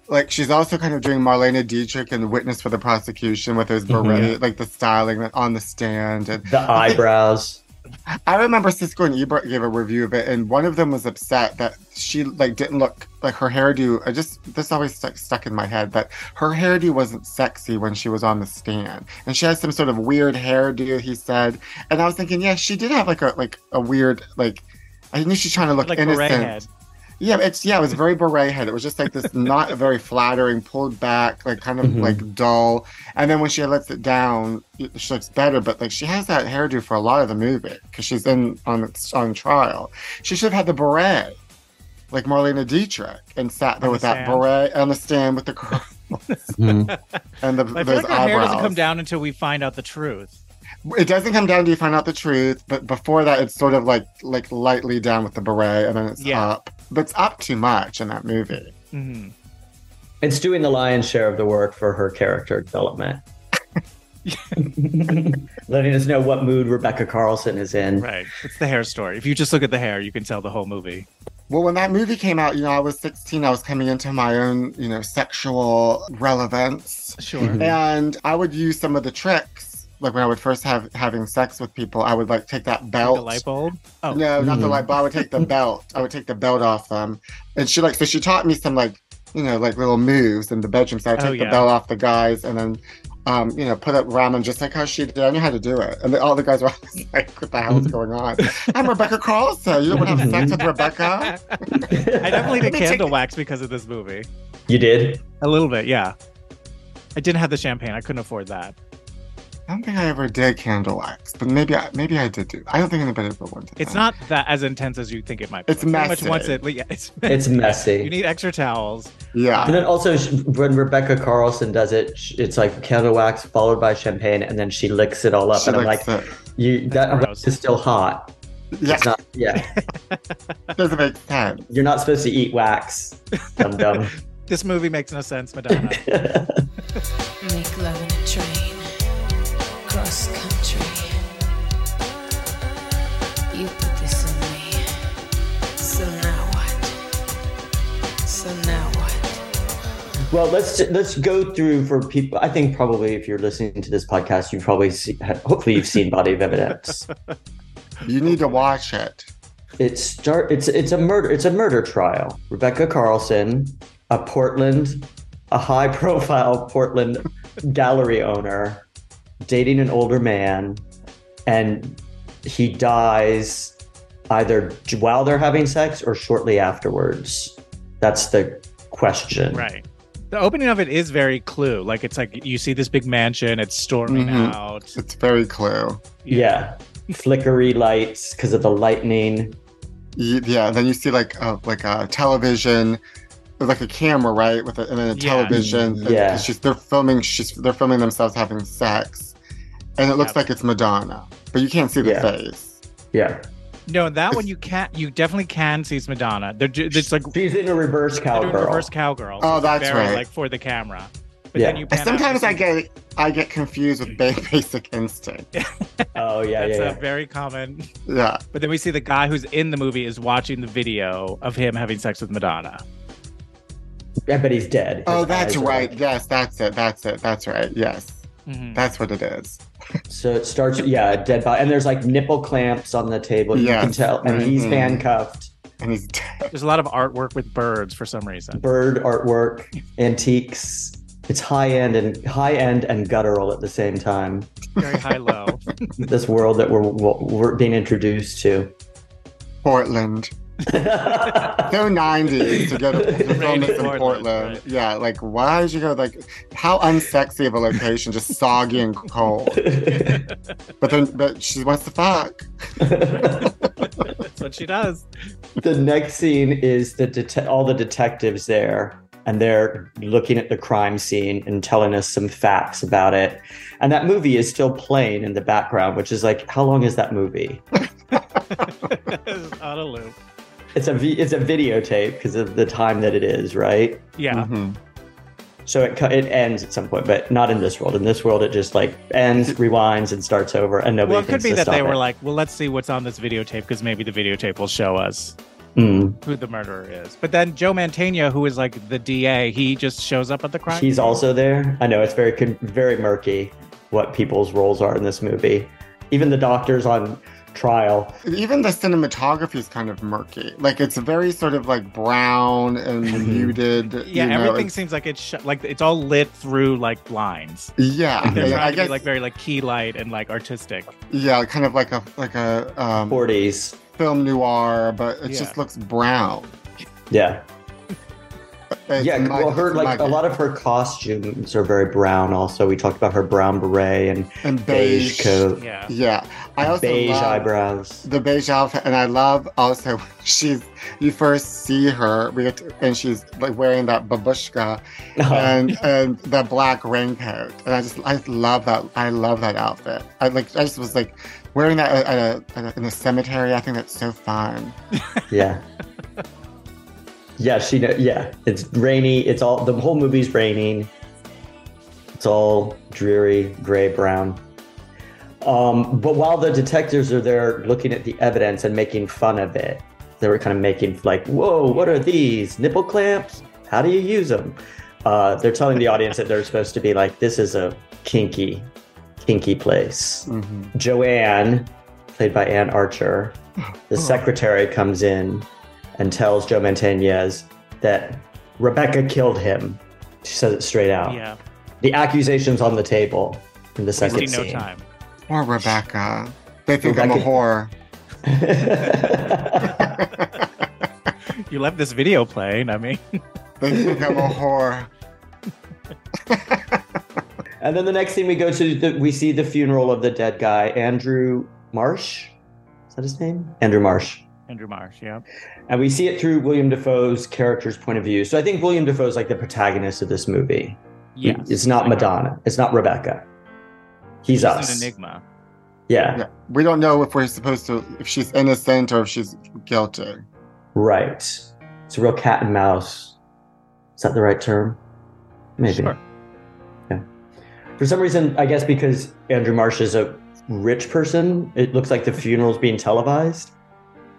Speaker 6: like she's also kind of doing Marlena Dietrich and Witness for the Prosecution with those beret, like the styling on the stand and
Speaker 4: The eyebrows.
Speaker 6: I remember Cisco and Ebert gave a review of it, and one of them was upset that she like didn't look like her hairdo. I just this always stuck stuck in my head that her hairdo wasn't sexy when she was on the stand, and she had some sort of weird hairdo. He said, and I was thinking, yeah, she did have like a like a weird like. I knew she's trying to look
Speaker 5: like
Speaker 6: innocent.
Speaker 5: beret head.
Speaker 6: Yeah, it's yeah, it was very beret head. It was just like this not very flattering, pulled back, like kind of
Speaker 4: Mhm.
Speaker 6: like dull. And then when she lets it down, she looks better. But like she has that hairdo for a lot of the movie because she's in on on trial. She should have had the beret, like Marlena Dietrich, and sat there
Speaker 5: On
Speaker 6: with
Speaker 5: the
Speaker 6: that
Speaker 5: stand.
Speaker 6: beret on the stand with the curl
Speaker 4: Mhm.
Speaker 6: and the
Speaker 5: I feel
Speaker 6: those
Speaker 5: like our hair doesn't
Speaker 6: eyebrows.
Speaker 5: come down until we find out the truth.
Speaker 6: It doesn't come down till you find out the truth, but before that, it's sort of like like lightly down with the beret, and then it's
Speaker 5: Yeah.
Speaker 6: up. But it's up too much in that movie.
Speaker 5: Mhm.
Speaker 4: It's doing the lion's share of the work for her character development. Letting us know what mood Rebecca Carlson is in.
Speaker 5: Right. It's the hair story. If you just look at the hair, you can tell the whole movie.
Speaker 6: Well, when that movie came out, you know, I was 16. I was coming into my own, you know, sexual relevance.
Speaker 4: Mm-hmm.
Speaker 5: Sure.
Speaker 6: And I would use some of the tricks. Like when I would first have having sex with people, I would like take that belt.
Speaker 5: The light bulb. Oh,
Speaker 6: No, not the
Speaker 4: Mhm.
Speaker 6: light bulb. I would take the belt. I would take the belt off them. And she like, so she taught me some like, you know, like little moves in the bedroom. So I would
Speaker 5: Oh,
Speaker 6: take
Speaker 5: yeah.
Speaker 6: the belt off the guys and then, um, you know, put up around them just like how she did. I knew how to do it. And then all the guys were always like, what the
Speaker 5: Hmm.
Speaker 6: hell is going on? I'm Rebecca Carlson. You don't want to have sex with Rebecca?
Speaker 5: I definitely did
Speaker 6: Let me take
Speaker 5: candle
Speaker 6: it.
Speaker 5: wax because of this movie.
Speaker 4: You did?
Speaker 5: A little bit, yeah. I didn't have the champagne. I couldn't afford that.
Speaker 6: I don't think I ever did candle wax, but maybe I maybe I did do. I don't think anybody ever went to.
Speaker 5: It's not that as intense as you think it might be.
Speaker 6: It's
Speaker 5: Pretty
Speaker 6: messy.
Speaker 5: Much once it, yeah, it's,
Speaker 4: It's messy.
Speaker 5: you need extra towels.
Speaker 6: Yeah,
Speaker 4: And then also sh- when Rebecca Carlson does it, sh- it's like candle wax followed by champagne, and then she licks it all up.
Speaker 6: She
Speaker 4: and I'm like,
Speaker 6: likes it.
Speaker 4: you that
Speaker 5: gross.
Speaker 4: is still hot.
Speaker 6: yeah,
Speaker 4: It's not. Yeah,
Speaker 6: doesn't make sense.
Speaker 4: you're not supposed to eat wax. Dum dum.
Speaker 5: This movie makes no sense, Madonna.
Speaker 3: Make love in a train, cross country. You put this on me. So now what? So now what?
Speaker 4: well, let's let's go through for people. I think probably if you're listening to this podcast, you probably see, hopefully you've seen Body of Evidence.
Speaker 6: You need to watch it.
Speaker 4: It start. It's it's a murder. It's a murder trial. Rebecca Carlson, a Portland, a high-profile Portland gallery owner, dating an older man, and he dies either while they're having sex or shortly afterwards. That's the question.
Speaker 5: Right. The opening of it is very clue. Like it's like you see this big mansion, it's storming
Speaker 6: Mhm.
Speaker 5: out.
Speaker 6: It's very clue.
Speaker 4: Mm-hmm. Yeah. Flickery lights because of the lightning.
Speaker 6: Y- Yeah, then you see like a like a television, like a camera, right? With a, and then a
Speaker 5: Yeah.
Speaker 6: television. and-
Speaker 4: Yeah.
Speaker 6: 'cause she's they're filming. She's they're filming themselves having sex, and it looks
Speaker 5: Yeah.
Speaker 6: like it's Madonna, but you can't see the
Speaker 4: Yeah.
Speaker 6: face.
Speaker 4: Yeah.
Speaker 5: No, that one you can't. You definitely can see it's Madonna. They're ju- it's like
Speaker 4: She's in a reverse
Speaker 5: they're doing
Speaker 4: cowgirl.
Speaker 5: reverse cowgirl. so
Speaker 6: Oh,
Speaker 5: it's
Speaker 6: that's
Speaker 5: very,
Speaker 6: right.
Speaker 5: Like for the camera. But
Speaker 4: Yeah.
Speaker 5: then you
Speaker 6: And
Speaker 5: pan out,
Speaker 6: sometimes
Speaker 5: you
Speaker 6: I
Speaker 5: see-
Speaker 6: get I get confused with ba- Basic Instinct.
Speaker 4: Oh yeah,
Speaker 5: That's
Speaker 4: yeah,
Speaker 5: a
Speaker 4: yeah.
Speaker 5: very common.
Speaker 6: Yeah,
Speaker 5: But then we see the guy who's in the movie is watching the video of him having sex with Madonna.
Speaker 4: yeah. But he's dead. His
Speaker 6: Oh, that's
Speaker 4: eyes are
Speaker 6: right.
Speaker 4: dead.
Speaker 6: Yes, that's it. That's it. That's right. Yes,
Speaker 5: Mhm.
Speaker 6: that's what it is.
Speaker 4: So it starts. Yeah, a dead body, and there's like nipple clamps on the table. You can
Speaker 6: Yes.
Speaker 4: tell, and he's
Speaker 6: Mhm.
Speaker 4: handcuffed.
Speaker 6: And he's dead.
Speaker 5: There's a lot of artwork with birds for some reason.
Speaker 4: Bird artwork, antiques. It's high end and high end and guttural at the same time.
Speaker 5: Very high low.
Speaker 4: This world that we're we're being introduced to.
Speaker 6: Portland. So 90s to go to, to film
Speaker 5: Rainy
Speaker 6: this in
Speaker 5: Portland,
Speaker 6: Portland.
Speaker 5: right.
Speaker 6: Yeah, like why did you go like how unsexy of a location, just soggy and cold. But then but she wants to fuck.
Speaker 5: That's what she does.
Speaker 4: the next scene is the det- all the detectives there and they're looking at the crime scene and telling us some facts about it and that movie is still playing in the background which is like how long is that movie
Speaker 5: On a loop.
Speaker 4: it's a vi- it's a videotape because of the time that it is right
Speaker 5: Yeah.
Speaker 6: Mhm.
Speaker 4: so it cu- it ends at some point but not in this world in this world it just like ends rewinds and starts over and nobody
Speaker 5: Well, it could
Speaker 4: thinks
Speaker 5: be
Speaker 4: to
Speaker 5: that
Speaker 4: stop
Speaker 5: they were
Speaker 4: it.
Speaker 5: like, well, let's see what's on this videotape because maybe the videotape will show us
Speaker 4: Mm.
Speaker 5: who the murderer is. But then Joe Mantegna, who is like the DA, he just shows up at the crime.
Speaker 4: he's
Speaker 5: scene.
Speaker 4: also there i know it's very con- very murky what people's roles are in this movie even the doctors on trial
Speaker 6: Even the cinematography is kind of murky. Like it's very sort of like brown and
Speaker 4: Mhm.
Speaker 6: muted.
Speaker 5: Yeah,
Speaker 6: you know,
Speaker 5: everything
Speaker 6: it's-
Speaker 5: seems like it's sh- like it's all lit through like blinds.
Speaker 6: Yeah,
Speaker 5: They're
Speaker 6: and
Speaker 5: trying
Speaker 6: I
Speaker 5: to
Speaker 6: guess
Speaker 5: be like very like key light and like artistic.
Speaker 6: yeah, kind of like a like a um,
Speaker 4: 40s
Speaker 6: film noir, but it
Speaker 5: Yeah.
Speaker 6: just looks brown.
Speaker 4: yeah
Speaker 6: It's
Speaker 4: yeah
Speaker 6: muggy,
Speaker 4: well her
Speaker 6: it's
Speaker 4: like a
Speaker 6: muggy.
Speaker 4: lot of her costumes are very brown also we talked about her brown beret and
Speaker 6: and
Speaker 4: beige, coat
Speaker 5: Yeah.
Speaker 6: Yeah, I also
Speaker 4: beige
Speaker 6: love
Speaker 4: eyebrows
Speaker 6: the beige outfit, and I love also when she's you first see her, we get to, and she's like wearing that babushka
Speaker 4: Uh-huh.
Speaker 6: and and the black raincoat, and I just I just love that I love that outfit. I like I just was like wearing that at a, at a, in a cemetery. I think that's so fun.
Speaker 4: yeah yeah she kn- yeah it's rainy it's all the whole movie's raining it's all dreary gray brown um, but while the detectives are there looking at the evidence and making fun of it they were kind of making like whoa what are these nipple clamps how do you use them uh, they're telling the audience that they're supposed to be like this is a kinky kinky place
Speaker 6: hmm
Speaker 4: Joanne, played by Ann Archer, the secretary comes in and tells Joe Mantegna's that Rebecca killed him. She says it straight out.
Speaker 5: Yeah.
Speaker 4: The accusation's on the table in the second
Speaker 5: Wasting no
Speaker 4: scene.
Speaker 5: time.
Speaker 6: Poor Rebecca. They think I'm a
Speaker 4: Rebecca-
Speaker 6: whore.
Speaker 5: You left this video playing. I mean,
Speaker 6: They think I'm a whore.
Speaker 4: and then the next thing we go to, the, we see the funeral of the dead guy, Andrew Marsh. Is that his name? Andrew Marsh.
Speaker 5: Andrew Marsh. Yeah.
Speaker 4: And we see it through William Defoe's character's point of view. So I think William Defoe's like the protagonist of this movie.
Speaker 5: Yeah.
Speaker 4: It's not Madonna. It's not Rebecca. He's
Speaker 5: an
Speaker 4: us.
Speaker 5: enigma.
Speaker 4: yeah.
Speaker 6: Yeah. We don't know if we're supposed to if she's innocent or if she's guilty.
Speaker 4: Right. It's a real cat and mouse. Is that the right term? Maybe.
Speaker 5: Sure.
Speaker 4: Yeah. For some reason, I guess because Andrew Marsh is a rich person, it looks like the funeral's being televised.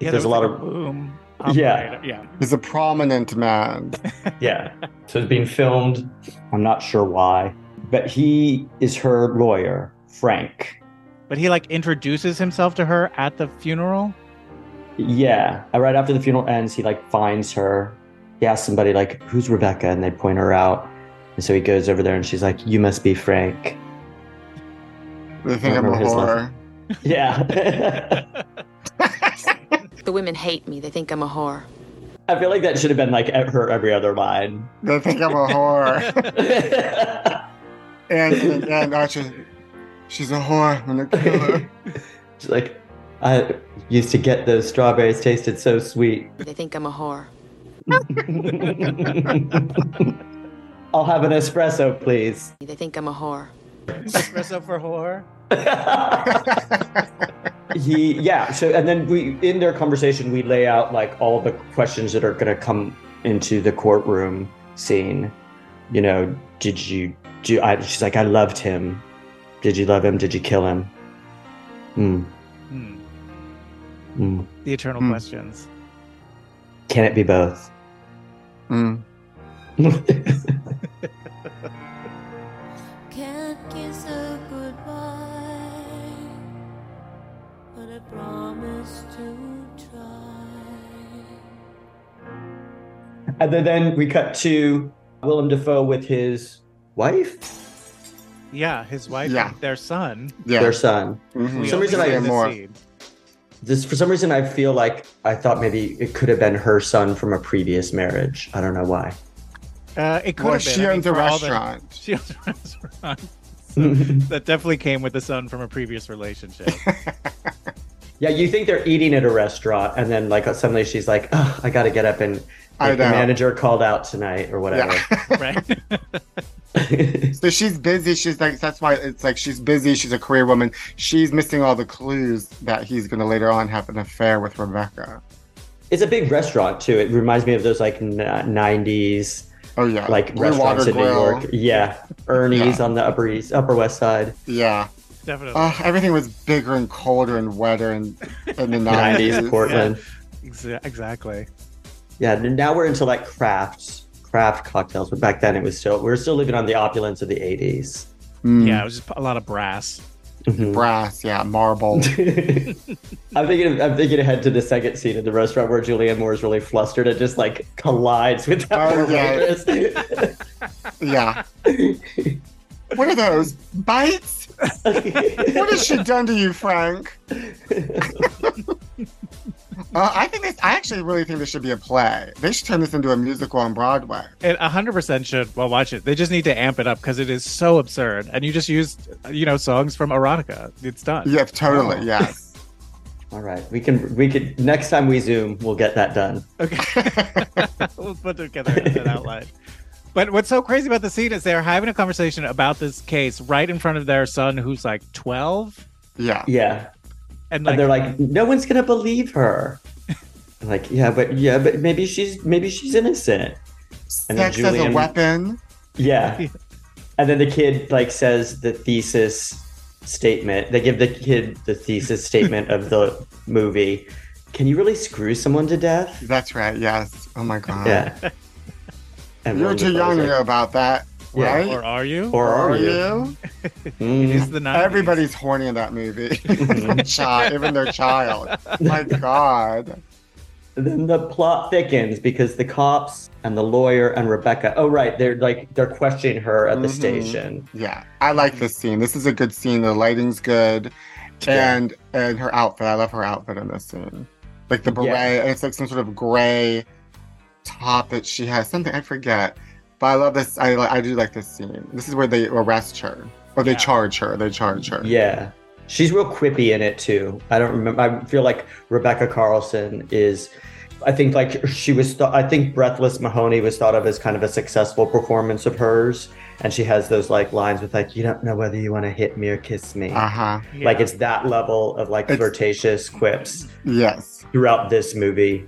Speaker 5: Yeah,
Speaker 4: there's a
Speaker 5: there
Speaker 4: lot
Speaker 5: was
Speaker 4: of
Speaker 5: like boom.
Speaker 4: Yeah.
Speaker 5: operator. Yeah.
Speaker 6: He's a prominent man.
Speaker 4: Yeah. So it's being filmed. I'm not sure why. But he is her lawyer, Frank.
Speaker 5: But he like introduces himself to her at the funeral.
Speaker 4: Yeah, Uh, right after the funeral ends, he like finds her. He asks somebody like, "Who's Rebecca?" and they point her out. And so he goes over there, and she's like, "You must be Frank."
Speaker 6: The thing of
Speaker 4: Remember his
Speaker 6: horror.
Speaker 4: Yeah,
Speaker 7: The women hate me. They think I'm a whore.
Speaker 4: I feel like that should have been like at her every other line.
Speaker 6: They think I'm a whore.
Speaker 4: she's
Speaker 6: and and, and Archie, she's a whore. I'm gonna kill her.
Speaker 4: like, "I used to get those strawberries tasted so sweet."
Speaker 7: They think I'm a whore.
Speaker 4: I'll have an espresso, please.
Speaker 7: They think I'm a whore.
Speaker 5: Espresso for whore.
Speaker 4: he yeah so and then we in their conversation we lay out like all the questions that are going to come into the courtroom scene you know did you do I, she's like i loved him did you love him did you kill him Hmm.
Speaker 5: Hmm.
Speaker 4: Hmm.
Speaker 5: The eternal
Speaker 6: Hmm.
Speaker 5: questions.
Speaker 4: can it be both
Speaker 6: Mm.
Speaker 3: Can't kiss her goodbye, but I promise to try.
Speaker 4: and then, then we cut to willem dafoe with his wife
Speaker 5: Yeah, his wife,
Speaker 6: Yeah.
Speaker 5: and their son.
Speaker 6: Yeah.
Speaker 4: their son
Speaker 6: Mhm.
Speaker 5: We
Speaker 4: some reason
Speaker 5: only
Speaker 4: I-
Speaker 5: see the
Speaker 6: More.
Speaker 5: seed.
Speaker 4: this for some reason i feel like i thought maybe it could have been her son from a previous marriage i don't know why
Speaker 5: Uh, it could
Speaker 6: Well,
Speaker 5: have been.
Speaker 6: she
Speaker 5: I mean,
Speaker 6: owns a
Speaker 5: for all the-
Speaker 6: restaurant.
Speaker 5: she owns a restaurant. That definitely came with the son from a previous relationship.
Speaker 4: Yeah, you think they're eating at a restaurant, and then like suddenly she's like, "Oh, I got to get up and
Speaker 6: I
Speaker 4: like, the
Speaker 6: know.
Speaker 4: manager called out tonight or whatever."
Speaker 6: Yeah.
Speaker 5: right?
Speaker 6: so she's busy. She's like that's why it's like she's busy. She's a career woman. She's missing all the clues that he's gonna later on have an affair with Rebecca.
Speaker 4: it's a big restaurant too. It reminds me of those like n- '90s
Speaker 6: Oh yeah,
Speaker 4: like
Speaker 6: Blue
Speaker 4: restaurants
Speaker 6: Water
Speaker 4: in New
Speaker 6: Grill.
Speaker 4: York. Yeah, Ernie's on the upper east, upper west side.
Speaker 6: Yeah,
Speaker 5: Definitely.
Speaker 6: oh, everything was bigger and colder and wetter in, in the
Speaker 4: '90s
Speaker 6: nineties.
Speaker 4: Portland.
Speaker 5: Exa- exactly.
Speaker 4: Yeah. and now we're into like crafts, craft cocktails, but back then it was still we were still living on the opulence of the '80s.
Speaker 6: Hmm.
Speaker 5: Yeah, it was just a lot of brass.
Speaker 6: Mm-hmm.
Speaker 4: Mhm.
Speaker 6: Mm. brass. Yeah, marble.
Speaker 4: I'm thinking. I'm thinking ahead to the second scene in the restaurant where Julianne Moore is really flustered and just like collides with that
Speaker 6: Oh,
Speaker 4: poor
Speaker 6: yeah.
Speaker 4: waitress.
Speaker 6: yeah. What are those bites? What has she done to you, Frank? uh, I think this. I actually really think this should be a play. They should turn this into a musical on Broadway.
Speaker 5: It 100% should, well, watch it. They just need to amp it up because it is so absurd. And you just used, you know, songs from erotica. It's done.
Speaker 6: Yep, totally.
Speaker 4: Oh.
Speaker 6: Yes.
Speaker 4: All right, we can. We could. Next time we zoom, we'll get that done.
Speaker 5: Okay. we'll put together an outline. But what's so crazy about the scene is they're having a conversation about this case right in front of their son, who's like 12.
Speaker 6: Yeah.
Speaker 4: Yeah, and
Speaker 5: And like,
Speaker 4: they're like, no one's gonna believe her. I'm like, yeah, but yeah, but maybe she's maybe she's innocent. And then
Speaker 6: Sex as
Speaker 4: Julian-
Speaker 6: a weapon.
Speaker 4: Yeah. And then the kid like says the thesis statement. They give the kid the thesis statement of the movie. Can you really screw someone to death?
Speaker 6: That's right. Yes. Oh my god.
Speaker 4: Yeah. And
Speaker 6: You're
Speaker 4: Willem
Speaker 6: too
Speaker 4: Dafoe's
Speaker 6: young to
Speaker 4: like,
Speaker 6: know about that,
Speaker 4: Yeah,
Speaker 6: right?
Speaker 5: or are you?
Speaker 4: Or are you?
Speaker 5: it
Speaker 4: Mm.
Speaker 5: is the 90s.
Speaker 6: Everybody's horny in that movie. child, even their child. My God.
Speaker 4: Then the plot thickens because the cops and the lawyer and Rebecca. Oh right, they're like they're questioning her at the
Speaker 6: Mhm.
Speaker 4: station.
Speaker 6: Yeah, I like this scene. This is a good scene. The lighting's good,
Speaker 4: Yeah.
Speaker 6: and and her outfit. I love her outfit in this scene. Like the beret,
Speaker 4: Yeah.
Speaker 6: and it's like some sort of gray top that she has. Something I forget, but I love this. I li- I do like this scene. This is where they arrest her, or they
Speaker 5: Yeah.
Speaker 6: charge her. They charge her.
Speaker 4: Yeah. She's real quippy in it too. I don't remember. I feel like Rebecca Carlson is. I think like she was. Th- I think Breathless Mahoney was thought of as kind of a successful performance of hers, and she has those like lines with like, "You don't know whether you want to hit me or kiss me."
Speaker 6: Uh huh.
Speaker 5: Yeah.
Speaker 4: Like it's that level of like
Speaker 6: It's-
Speaker 4: flirtatious quips
Speaker 6: Yes.
Speaker 4: throughout this movie.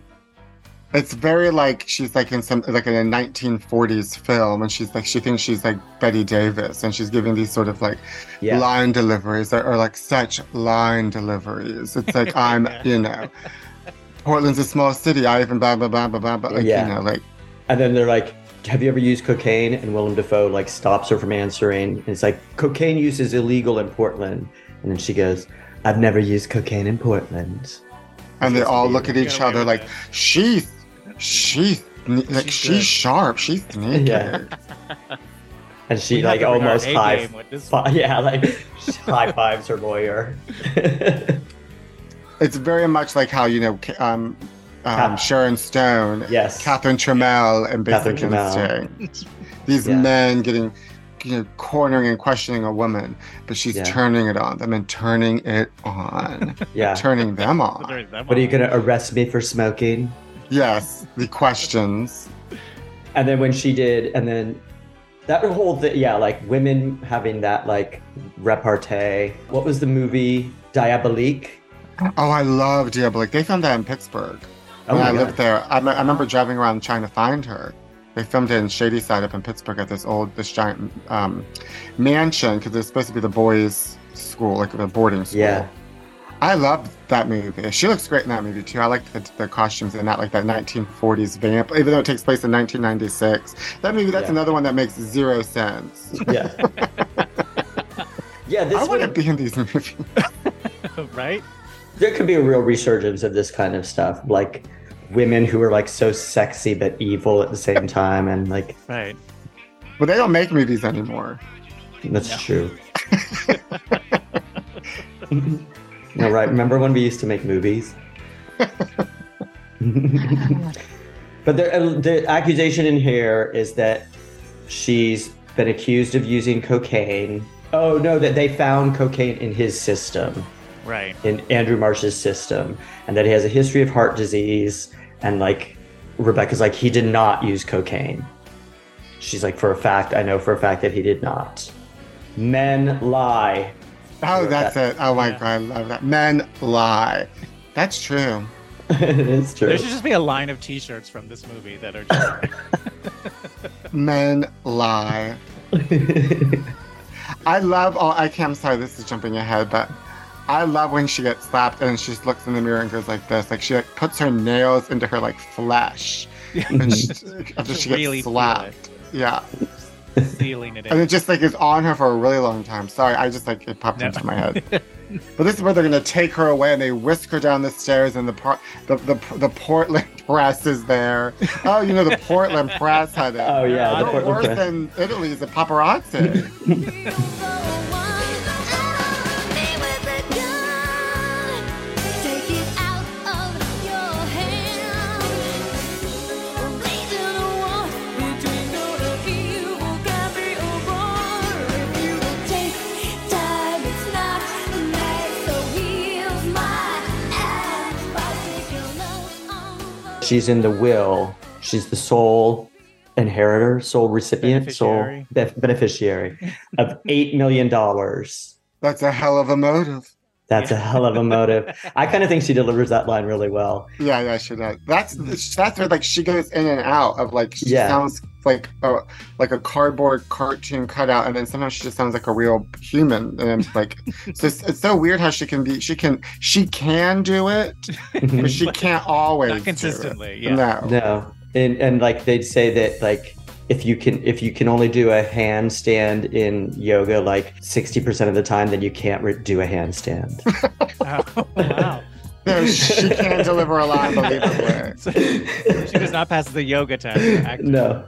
Speaker 6: It's very like she's like in some like in a 1940s film, and she's like she thinks she's like Betty Davis, and she's giving these sort of like
Speaker 4: Yeah.
Speaker 6: line deliveries that are like such line deliveries. It's like I'm, you know, Portland's a small city. I even blah blah blah blah blah. blah. Like,
Speaker 4: Yeah.
Speaker 6: You know, like
Speaker 4: And then they're like, "Have you ever used cocaine?" And Willem Dafoe like stops her from answering, and it's like, "Cocaine use is illegal in Portland." And then she goes, "I've never used cocaine in Portland."
Speaker 6: and they all look at
Speaker 5: Get
Speaker 6: each
Speaker 5: away
Speaker 6: other
Speaker 5: with
Speaker 6: like
Speaker 5: it.
Speaker 6: she's she's sne- like
Speaker 5: She's
Speaker 6: she's,
Speaker 5: good.
Speaker 6: sharp she's sneaky
Speaker 4: Yeah. And she
Speaker 5: We have
Speaker 4: like
Speaker 5: to bring our
Speaker 4: almost
Speaker 5: A
Speaker 4: high,
Speaker 5: game with this
Speaker 4: fi- yeah, like high fives her lawyer.
Speaker 6: it's very much like how you know Ca- um,
Speaker 4: Ca-
Speaker 6: um, Sharon Stone,
Speaker 4: yes,
Speaker 6: Catherine Trammell, and Basic
Speaker 4: Catherine Trammell.
Speaker 6: Instinct. These
Speaker 4: Yeah.
Speaker 6: men getting you know cornering and questioning a woman, but she's
Speaker 4: Yeah.
Speaker 6: turning it on them and turning it on,
Speaker 4: yeah.
Speaker 6: turning them on.
Speaker 5: There's that
Speaker 4: What are you
Speaker 5: one.
Speaker 4: gonna arrest me for smoking?
Speaker 6: Yes, the questions.
Speaker 4: And then when she did, and then that whole thing, yeah, like women having that like repartee. What was the movie Diabolique?
Speaker 6: Oh, I love Diabolique. They filmed that in Pittsburgh.
Speaker 4: Oh
Speaker 6: when
Speaker 4: my
Speaker 6: I
Speaker 4: God.
Speaker 6: lived there, I, me- I remember driving around trying to find her. They filmed it in Shady Side up in Pittsburgh at this old, this giant um, mansion because it's supposed to be the boys' school, like the boarding school.
Speaker 4: Yeah.
Speaker 6: I loved that movie. She looks great in that movie too. I like the, the costumes in that, like that 1940s vamp, even though it takes place in 1996. That movie, that's
Speaker 4: Yeah.
Speaker 6: another one that makes zero sense.
Speaker 4: Yeah. yeah,
Speaker 6: I
Speaker 4: this
Speaker 6: want to
Speaker 4: would,
Speaker 6: be in these movies.
Speaker 5: right?
Speaker 4: there could be a real resurgence of this kind of stuff, like women who are like so sexy but evil at the same time, and like
Speaker 5: Right.
Speaker 6: but they don't make movies anymore.
Speaker 4: that's
Speaker 5: No.
Speaker 4: true. no, right. Remember when we used to make movies? But the, the accusation in here is that she's been accused of using cocaine. Oh no, that they found cocaine in his system,
Speaker 5: Right.
Speaker 4: in Andrew Marsh's system, and that he has a history of heart disease. And like Rebecca's like, he did not use cocaine. She's like, for a fact, I know for a fact that he did not. Men lie.
Speaker 6: Oh,
Speaker 4: Yeah,
Speaker 6: that's it. Oh my
Speaker 5: yeah.
Speaker 6: God, I love that. Men lie. That's true.
Speaker 4: it's true.
Speaker 5: There should just be a line of T-shirts from this movie that are just
Speaker 6: Men lie. I love all. I can't. I'm sorry. This is jumping ahead, but I love when she gets slapped and she just looks in the mirror and goes like this. Like she like puts her nails into her like flesh when she, after she gets
Speaker 5: Really feel
Speaker 6: slapped. Yeah,
Speaker 5: sealing it
Speaker 6: and
Speaker 5: in.
Speaker 6: it just like is on her for a really long time. Sorry, I just like it popped
Speaker 5: No.
Speaker 6: into my head. But this is where they're gonna take her away and they whisk her down the stairs and the par- the, the the Portland press is there. Oh, you know the Portland press had it.
Speaker 4: oh yeah,
Speaker 5: I
Speaker 4: the
Speaker 5: don't
Speaker 6: No,
Speaker 4: Portland
Speaker 6: worse
Speaker 4: press.
Speaker 6: than Italy is the paparazzi.
Speaker 4: She's in the will. She's the sole inheritor, sole recipient,
Speaker 5: Beneficiary.
Speaker 4: sole bef- beneficiary of eight million dollars.
Speaker 6: That's a hell of a motive.
Speaker 4: That's a hell of a motive. I kind of think she delivers that line really well.
Speaker 6: Yeah, yeah, she does. That's that's where like she goes in and out of like she
Speaker 4: Yeah.
Speaker 6: sounds like a like a cardboard cartoon cutout, and then sometimes she just sounds like a real human. And it's like, so it's, it's so weird how she can be. She can she can do it, but she can't always. do
Speaker 5: Not
Speaker 6: it.
Speaker 5: consistently. Yeah.
Speaker 6: No.
Speaker 4: no, and and like they'd say that like if you can if you can only do a handstand in yoga like sixty percent of the time, then you can't re- do a handstand.
Speaker 5: Oh, wow.
Speaker 6: No, she can't deliver a line believably.
Speaker 5: So she does not pass the yoga test. actually.
Speaker 4: no.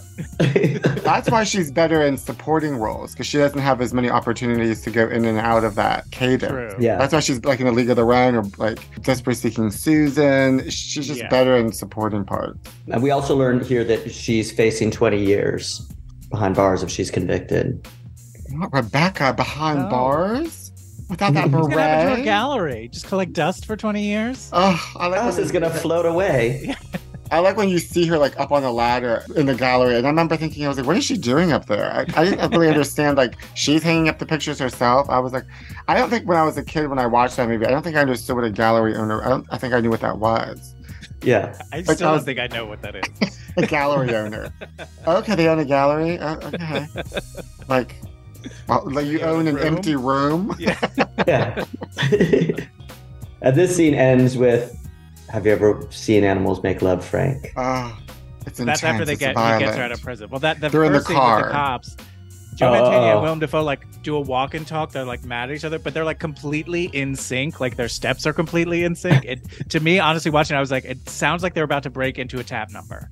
Speaker 6: That's why she's better in supporting roles because she doesn't have as many opportunities to go in and out of that cadence.
Speaker 5: True.
Speaker 4: yeah.
Speaker 6: That's why she's like in the League of Their Own or like Desperate Seeking Susan. She's just
Speaker 5: Yeah.
Speaker 6: better in supporting part.
Speaker 4: And we also learned here that she's facing 20 years behind bars if she's convicted.
Speaker 6: Not Rebecca behind
Speaker 5: No.
Speaker 6: bars without that
Speaker 5: What's gonna happen to her
Speaker 6: beret.
Speaker 5: gallery? Just collect dust for twenty years?
Speaker 6: Oh, I like,
Speaker 4: House
Speaker 6: when,
Speaker 4: is gonna float away.
Speaker 6: I like when you see her like up on the ladder in the gallery, and I remember thinking, I was like, "What is she doing up there?" I, I didn't really understand. Like, she's hanging up the pictures herself. I was like, I don't think when I was a kid when I watched that movie, I don't think I understood what a gallery owner. I don't. I think I knew what that was.
Speaker 4: Yeah.
Speaker 5: I
Speaker 6: Like,
Speaker 5: still
Speaker 6: uh,
Speaker 5: don't think I know what that is.
Speaker 6: A gallery owner. Okay, they own a gallery. Oh, okay, like, well, like you
Speaker 5: They own
Speaker 6: own
Speaker 5: a
Speaker 6: an
Speaker 5: room?
Speaker 6: empty room.
Speaker 4: Yeah. and this scene ends with Have you ever seen animals make love, Frank?
Speaker 6: Oh, it's intense.
Speaker 5: That's after they
Speaker 6: it's
Speaker 5: get he
Speaker 6: violent.
Speaker 5: gets her out of prison. Well, that the
Speaker 6: They're in the
Speaker 5: first scene with
Speaker 6: car.
Speaker 5: the cops. Joe Mantegna
Speaker 4: Oh.
Speaker 5: and Willem Dafoe like do a walk and talk. They're like mad at each other, but they're like completely in sync. Like their steps are completely in sync. It to me, honestly, watching, I was like, it sounds like they're about to break into a tap number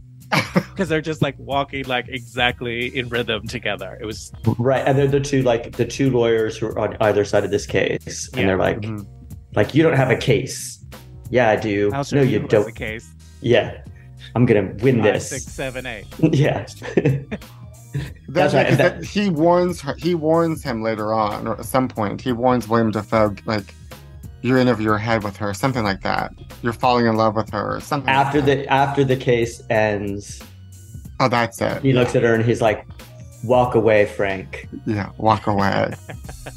Speaker 5: because they're just like walking like exactly in rhythm together. It was
Speaker 4: Right, and they're the two like the two lawyers who are on either side of this case,
Speaker 5: Yeah. Mm-hmm.
Speaker 4: and they're like,
Speaker 6: Mhm.
Speaker 4: like you don't have a case. Yeah, I do.
Speaker 5: how
Speaker 4: no,
Speaker 5: certain
Speaker 4: you
Speaker 5: was
Speaker 4: don't.
Speaker 5: The case
Speaker 4: Yeah, I'm gonna win
Speaker 5: Five,
Speaker 4: this.
Speaker 5: six, seven, eight.
Speaker 4: yeah,
Speaker 6: That's
Speaker 4: That's
Speaker 6: right.
Speaker 4: right,
Speaker 6: 'cause
Speaker 4: that-
Speaker 6: Mm-hmm. that- he warns her. He warns him later on, or at some point, he warns William Defoe like, "You're in over your head with her," something like that. You're falling in love with her, or something. like
Speaker 4: after
Speaker 6: that.
Speaker 4: the after the case ends,
Speaker 6: oh, that's it.
Speaker 4: he looks at her and he's like, "Walk away, Frank,"
Speaker 6: Yeah, walk away.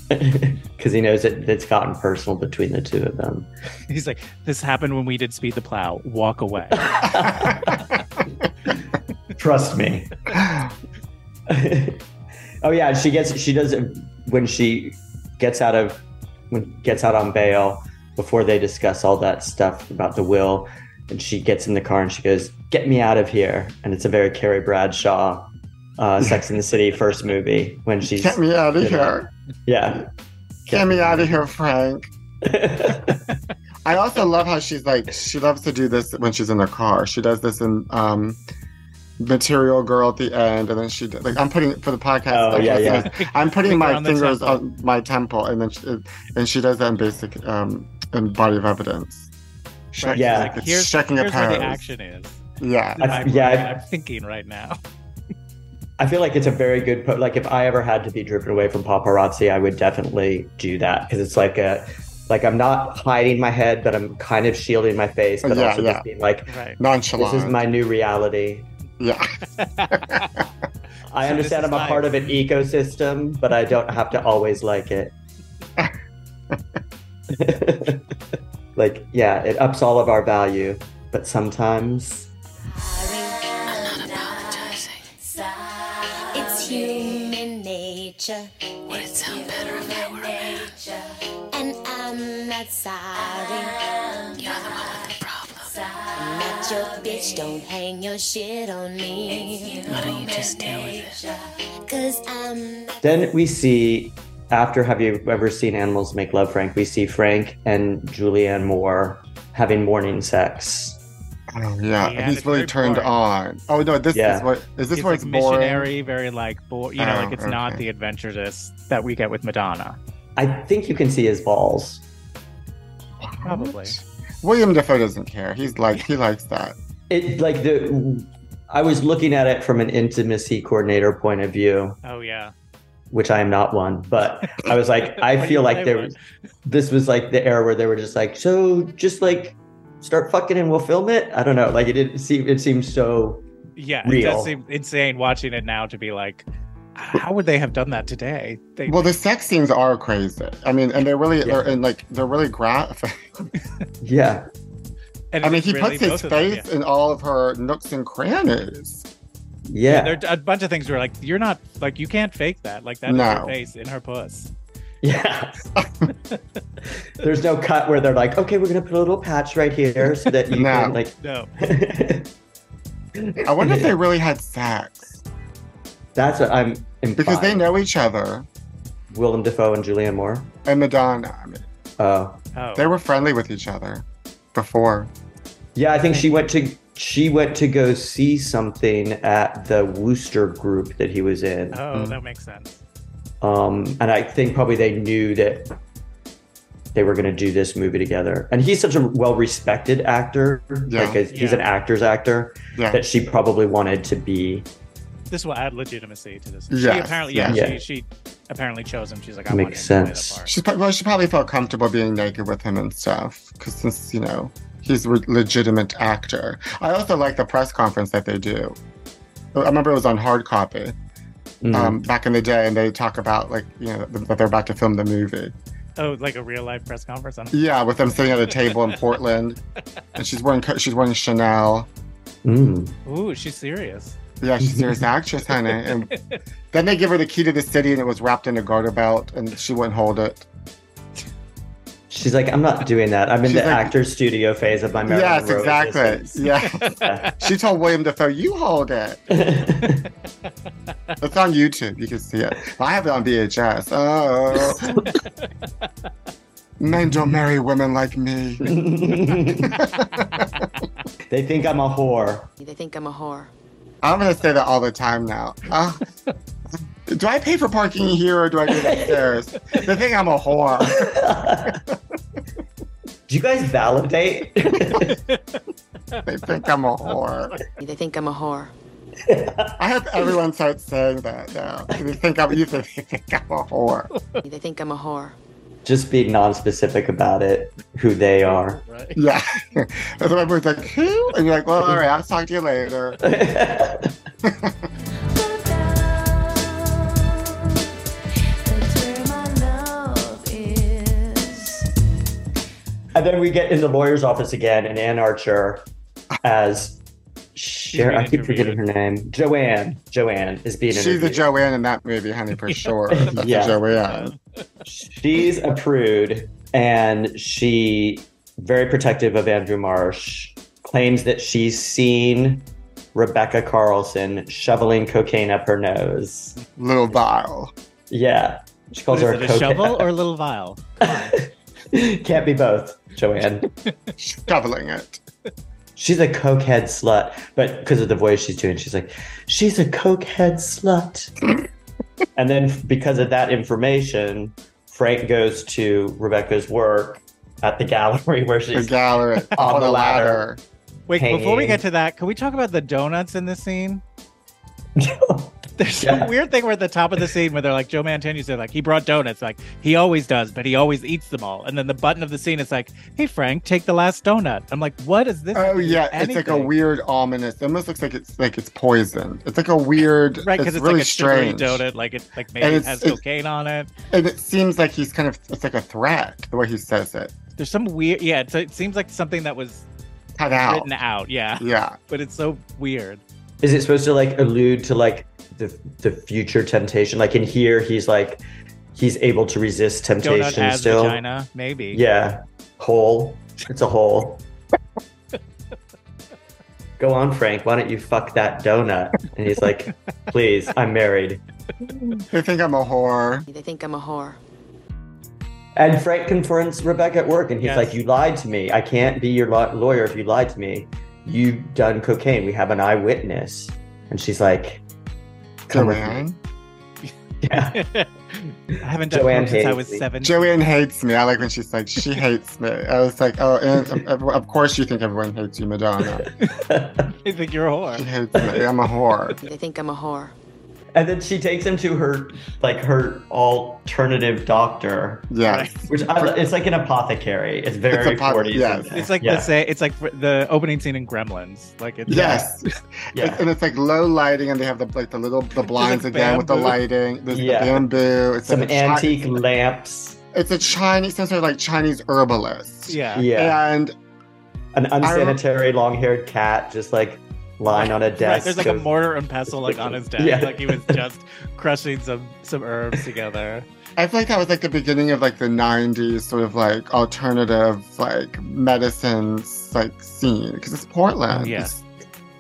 Speaker 4: because he knows that it's gotten personal between the two of them.
Speaker 5: He's like, this happened when we did Speed the Plow. Walk away.
Speaker 4: Trust me. oh yeah, and she gets she does when she gets out of when gets out on bail before they discuss all that stuff about the will, and she gets in the car and she goes, "Get me out of here!" And it's a very Carrie Bradshaw, uh, Sex in the City first movie when she's
Speaker 6: Get me out of
Speaker 4: Yeah.
Speaker 6: here.
Speaker 4: yeah
Speaker 6: Get me out of here, Frank.
Speaker 4: yeah
Speaker 6: I also love how she's like she loves to do this when she's in the car. She does this in um Material Girl at the end, and then she d- like I'm putting for the podcast.
Speaker 4: Oh, yeah, yeah.
Speaker 6: I'm putting
Speaker 5: Finger
Speaker 6: my
Speaker 5: on the
Speaker 6: fingers
Speaker 5: temple.
Speaker 6: on my temple, and then she, and she does that in basic um in Body of Evidence. Check-
Speaker 4: Yeah.
Speaker 5: She's like,
Speaker 6: it's
Speaker 5: here's,
Speaker 6: checking a
Speaker 5: here's where
Speaker 6: pose.
Speaker 5: the action is.
Speaker 6: Yeah,
Speaker 4: I-
Speaker 5: I'm,
Speaker 4: yeah, I-
Speaker 5: I'm thinking right now.
Speaker 4: I feel like it's a very good po- like if I ever had to be driven away from paparazzi, I would definitely do that because it's like a like I'm not hiding my head, but I'm kind of shielding my face, but
Speaker 6: Yeah,
Speaker 4: also
Speaker 6: yeah.
Speaker 4: just being like,
Speaker 5: Right.
Speaker 6: nonchalant.
Speaker 4: this is my new reality.
Speaker 6: yeah.
Speaker 4: I
Speaker 5: So this
Speaker 4: understand
Speaker 5: is
Speaker 4: I'm a
Speaker 5: life.
Speaker 4: part of an ecosystem, but I don't have to always like it. like, yeah, it ups all of our value, but sometimes
Speaker 3: I'm not apologizing. It's human nature. Would it sound better if I were a man? And I'm not sorry. You're the one with the problem. I'm not your bitch. Don't hang your shit on me. Why don't you just deal with it? Cause I'm not
Speaker 4: Then we see, after Have You Ever Seen Animals Make Love, Frank? We see Frank and Julianne Moore having morning sex.
Speaker 6: Oh,
Speaker 5: Yeah,
Speaker 6: yeah, and he's
Speaker 5: it's
Speaker 6: really
Speaker 5: very
Speaker 6: turned
Speaker 5: boring.
Speaker 6: on. Oh no, this
Speaker 4: Yeah.
Speaker 6: is what is this
Speaker 5: He's
Speaker 6: where
Speaker 5: like
Speaker 6: it's boring?
Speaker 5: missionary, very like, bo- you know,
Speaker 6: Oh,
Speaker 5: like it's not
Speaker 6: okay.
Speaker 5: the adventurous that we get with Madonna.
Speaker 4: I think you can see his balls.
Speaker 5: Probably.
Speaker 6: William Defoe doesn't care. He's like he likes that.
Speaker 4: It like the. I was looking at it from an intimacy coordinator point of view,
Speaker 5: Oh yeah.
Speaker 4: which I am not one, but I was like, I
Speaker 5: Why
Speaker 4: feel
Speaker 5: you
Speaker 4: like
Speaker 5: play
Speaker 4: there
Speaker 5: one?
Speaker 4: was, this was like the era where they were just like, so just like start fucking and we'll film it. I don't know. Like it didn't seem, it seemed so,
Speaker 5: Yeah, it
Speaker 4: Real.
Speaker 5: does seem insane watching it now to be like, how would they have done that today? They,
Speaker 6: Well, the sex scenes are crazy. I mean, and they're really
Speaker 4: Yeah.
Speaker 6: they're and like they're really graphic.
Speaker 4: yeah.
Speaker 5: and
Speaker 6: I mean,
Speaker 5: it's
Speaker 6: he
Speaker 5: really both
Speaker 6: puts his
Speaker 5: of them, yeah.
Speaker 6: face in all of her nooks and crannies.
Speaker 4: Yeah.
Speaker 5: There are a bunch of things where like you're not like you can't fake that. Like that's
Speaker 6: No.
Speaker 5: her face in her puss.
Speaker 4: Yeah. There's no cut where they're like, okay, we're gonna put a little patch right here so that you
Speaker 6: No.
Speaker 4: can like.
Speaker 5: No.
Speaker 6: I wonder if they really had sex
Speaker 4: That's what I'm implying.
Speaker 6: because they know each other
Speaker 4: Willem Dafoe and Julianne Moore.
Speaker 6: and Madonna. I mean,
Speaker 4: Oh,
Speaker 5: Oh.
Speaker 6: they were friendly with each other before.
Speaker 4: yeah. I think she went to she went to go see something at the Wooster group that he was in.
Speaker 5: oh, that makes sense.
Speaker 4: Um, and I think probably they knew that they were gonna do this movie together. And he's such a well respected actor.
Speaker 6: Yeah.
Speaker 4: Like a, he's
Speaker 5: Yeah.
Speaker 4: an actor's actor
Speaker 6: Yeah.
Speaker 4: that she probably wanted to be
Speaker 5: This will add legitimacy to this. she
Speaker 6: Yes,
Speaker 5: apparently
Speaker 6: yes.
Speaker 5: yeah,
Speaker 4: Yeah.
Speaker 5: She, she apparently chose him. She's like, I
Speaker 4: Makes
Speaker 5: want him
Speaker 4: sense.
Speaker 5: To play
Speaker 6: She's prob- well, she probably felt comfortable being naked with him and stuff because since you know he's a re- legitimate actor. I also like the press conference that they do. I remember it was on hard copy
Speaker 4: Mhm.
Speaker 6: um, back in the day, and they talk about like you know th- that they're about to film the movie.
Speaker 5: the part. Oh, like a real life press conference. On-
Speaker 6: Yeah, with them sitting at a table in Portland, and she's wearing co- she's wearing Chanel.
Speaker 4: Mm.
Speaker 5: Ooh, she's serious.
Speaker 6: Yeah, she's a serious actress, honey. And then they give her the key to the city, and it was wrapped in a garter belt, and she wouldn't hold it.
Speaker 4: She's like, I'm not doing that. I'm in
Speaker 6: She's
Speaker 4: the
Speaker 6: like-
Speaker 4: actor's studio phase of my marriage.
Speaker 6: yes, exactly. Yeah. she told William Defoe, "You hold it." It's on YouTube. You can see it. I have it on VHS. Oh. Men don't marry women like me.
Speaker 4: they think I'm a whore.
Speaker 7: They think I'm a whore.
Speaker 6: I'm gonna say that all the time now. Uh, do I pay for parking here or do I do it upstairs? they think I'm a whore.
Speaker 4: Do you guys validate?
Speaker 6: They think I'm a whore.
Speaker 7: They think I'm a whore.
Speaker 6: I hope everyone starts saying that now. They think I'm you think they think I'm a whore.
Speaker 7: They think I'm a whore.
Speaker 4: Just be non-specific about it. Who they are.
Speaker 5: Right.
Speaker 6: Yeah. and so everyone's like, who? And you're like, well, all right, I'll talk to you later.
Speaker 4: And then we get in the lawyer's office again, and Ann Archer as Sharon. I keep forgetting her name. Joanne. Joanne is being
Speaker 6: She's a
Speaker 4: interviewed.
Speaker 6: Joanne in that movie, honey, for sure. That's
Speaker 4: Yeah.
Speaker 6: a Joanne.
Speaker 4: She's a prude, and she very protective of Andrew Marsh. Claims that she's seen Rebecca Carlson shoveling cocaine up her nose.
Speaker 6: Little vile.
Speaker 4: Yeah, she
Speaker 5: What
Speaker 4: calls
Speaker 5: is
Speaker 4: her
Speaker 5: it,
Speaker 4: a
Speaker 5: a
Speaker 4: cocaine.
Speaker 5: shovel or a little vial?
Speaker 4: Can't be both, Joanne.
Speaker 6: Shoveling it.
Speaker 4: She's a cokehead slut, but because of the voice she's doing, she's like, she's a cokehead slut. and then because of that information, Frank goes to Rebecca's work at the gallery where
Speaker 6: The
Speaker 4: she's
Speaker 6: gallery.
Speaker 4: On the ladder.
Speaker 5: Wait, before we
Speaker 4: Hanging.
Speaker 5: get to that, can we talk about the donuts in this scene? There's
Speaker 4: Yeah.
Speaker 5: some weird thing where at the top of the scene where they're like, Joe Mantegna said, like, he brought donuts. Like, he always does, but he always eats them all. And then the button of the scene is like, hey, Frank, take the last donut. I'm like, what is this?
Speaker 6: Oh yeah, it's like a
Speaker 5: Anything.
Speaker 6: weird ominous. It almost looks like it's like it's poison. It's like a weird.
Speaker 5: Right,
Speaker 6: it's,
Speaker 5: because it's,
Speaker 6: really
Speaker 5: like a sugary
Speaker 6: strange.
Speaker 5: donut. Like, it like maybe
Speaker 6: it's-
Speaker 5: has
Speaker 6: it's-
Speaker 5: cocaine on it.
Speaker 6: And it seems like he's kind of it's like a threat the way he says it.
Speaker 5: There's some weird, yeah, it's, it seems like something that was
Speaker 6: Cut out.
Speaker 5: written out. Yeah,
Speaker 6: Yeah,
Speaker 5: but it's so weird.
Speaker 4: Is it supposed to like allude to like the the future temptation? Like in here, he's like he's able to resist
Speaker 5: Donut
Speaker 4: temptation
Speaker 5: has
Speaker 4: still.
Speaker 5: vagina, maybe.
Speaker 4: Yeah, hole. It's a hole. Go on, Frank. Why don't you fuck that donut? And he's like, please, I'm married.
Speaker 6: they think I'm a whore.
Speaker 7: They think I'm a whore.
Speaker 4: And Frank confronts Rebecca at work, and he's
Speaker 5: Yes.
Speaker 4: like, "You lied to me. I can't be your law- lawyer if you lied to me. You've done cocaine. We have an eyewitness." And she's like, "Come with me."
Speaker 6: Joanne.
Speaker 4: Yeah.
Speaker 5: I haven't done
Speaker 4: Joanne
Speaker 5: Joanne since I
Speaker 4: hates
Speaker 5: was
Speaker 4: me.
Speaker 5: seven.
Speaker 6: Joanne hates me. I like when she's like she hates me. I was like, oh, and of, of course you think everyone hates you, Madonna.
Speaker 5: I think you're a
Speaker 6: She
Speaker 5: whore.
Speaker 6: hates me. I'm a whore.
Speaker 7: They think I'm a whore.
Speaker 4: And then she takes him to her like her alternative doctor,
Speaker 6: Yes.
Speaker 4: which I, it's like an apothecary. It's very
Speaker 6: It's apoth-
Speaker 4: 40s.
Speaker 6: yes.
Speaker 5: It's like
Speaker 4: Yeah.
Speaker 5: the say, it's like the opening scene in Gremlins. Like it's
Speaker 6: Yes.
Speaker 4: Yeah.
Speaker 6: It's- and it's like low lighting, and they have the like the little the blinds
Speaker 5: like
Speaker 6: again with the
Speaker 5: bamboo.
Speaker 6: lighting. There's
Speaker 4: Yeah.
Speaker 6: the bamboo. It's
Speaker 4: some
Speaker 6: like a chi-
Speaker 4: antique lamps.
Speaker 6: it's a Chinese, some sort of like Chinese herbalist.
Speaker 5: yeah.
Speaker 4: Yeah,
Speaker 6: And
Speaker 4: an unsanitary long-haired cat just like lying on a desk.
Speaker 5: Right, there's like a
Speaker 4: of-
Speaker 5: mortar and pestle like on his desk,
Speaker 4: Yeah.
Speaker 5: like he was just crushing some some herbs together.
Speaker 6: I feel like that was like the beginning of like the 90s sort of like alternative like medicines like scene because it's Portland.
Speaker 5: Yeah.
Speaker 6: It's-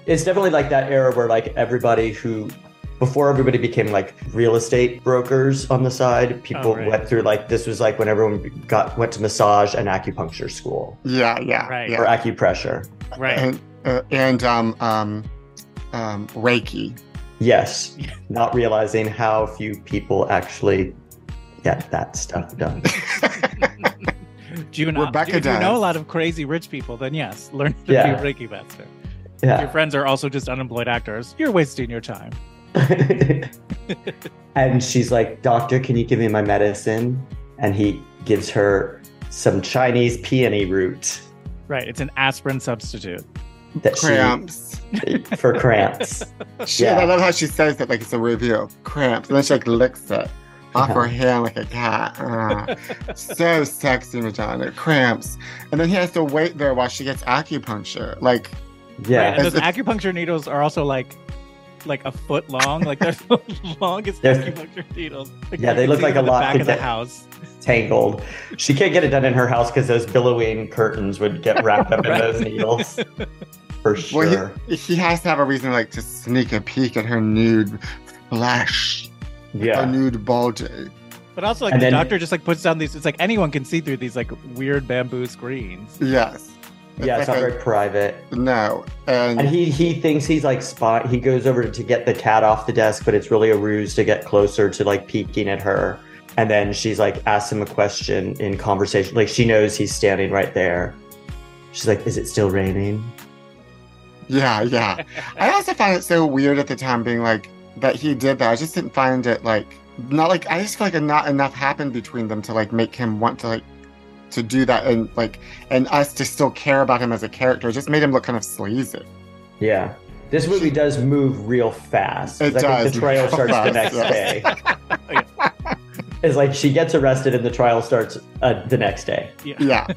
Speaker 4: it's definitely like that era where like everybody who before everybody became like real estate brokers on the side, people
Speaker 5: Oh, right.
Speaker 4: went through like this was like when everyone got went to massage and acupuncture school
Speaker 6: Yeah. Yeah.
Speaker 5: Right.
Speaker 4: or
Speaker 6: Yeah. acupressure.
Speaker 5: Right.
Speaker 6: And, uh, and um, um, um, Reiki.
Speaker 4: Yes, not realizing how few people actually get that stuff done.
Speaker 5: Do you not,
Speaker 6: Rebecca
Speaker 5: do you, if you know a
Speaker 6: does.
Speaker 5: lot of crazy rich people, then yes, learn to
Speaker 4: Yeah.
Speaker 5: be a Reiki master. If your
Speaker 4: Yeah.
Speaker 5: friends are also just unemployed actors, you're wasting your time.
Speaker 4: and she's like, "Doctor, can you give me my medicine?" And he gives her some Chinese peony root
Speaker 5: Right. It's an aspirin substitute.
Speaker 4: that
Speaker 6: Cramps.
Speaker 4: she for cramps.
Speaker 6: She,
Speaker 4: Yeah.
Speaker 6: I love how she says it like it's a review. Cramps. And then she like licks it off
Speaker 4: Uh-huh.
Speaker 6: her hand like a cat. Ah, so sexy, Madonna. Cramps. And then he has to wait there while she gets acupuncture. Like,
Speaker 4: Yeah.
Speaker 5: Right, and
Speaker 6: It's-
Speaker 5: those acupuncture needles are also like like a foot long. Like they're the longest
Speaker 4: They're-
Speaker 5: acupuncture needles. Like,
Speaker 4: Yeah,
Speaker 5: you
Speaker 4: they
Speaker 5: can
Speaker 4: look
Speaker 5: see
Speaker 4: like
Speaker 5: them
Speaker 4: a
Speaker 5: in the
Speaker 4: lot
Speaker 5: back of the
Speaker 4: content-
Speaker 5: house.
Speaker 4: tangled. She can't get it done in her house because those billowing curtains would get wrapped up in those needles. For sure.
Speaker 6: Well, he, he has to have a reason, like, to sneak a peek at her nude flesh, her
Speaker 4: yeah.
Speaker 6: nude bulges.
Speaker 5: But also, like
Speaker 4: And
Speaker 5: the
Speaker 4: then-
Speaker 5: doctor just like puts down these. It's like anyone can see through these like weird bamboo screens.
Speaker 6: Yes.
Speaker 4: Yeah, it's not
Speaker 6: like a-
Speaker 4: very private.
Speaker 6: No. And,
Speaker 4: And he he thinks he's like spot. He goes over to get the cat off the desk, but it's really a ruse to get closer to like peeking at her. And then she's like asks him a question in conversation. Like she knows he's standing right there. She's like, "Is it still raining?"
Speaker 6: yeah, yeah. I also found it so weird at the time being like, that he did that. I just didn't find it, like, not like, I just feel like not enough happened between them to, like, make him want to, like, to do that and, like, and us to still care about him as a character. It just made him look kind of sleazy.
Speaker 4: Yeah. This movie does move real fast. 'cause
Speaker 6: It
Speaker 4: I
Speaker 6: does
Speaker 4: think the trial
Speaker 6: move
Speaker 4: starts the
Speaker 6: fast,
Speaker 4: next
Speaker 6: yes.
Speaker 4: day. it's like she gets arrested and the trial starts uh, the next day.
Speaker 6: Yeah.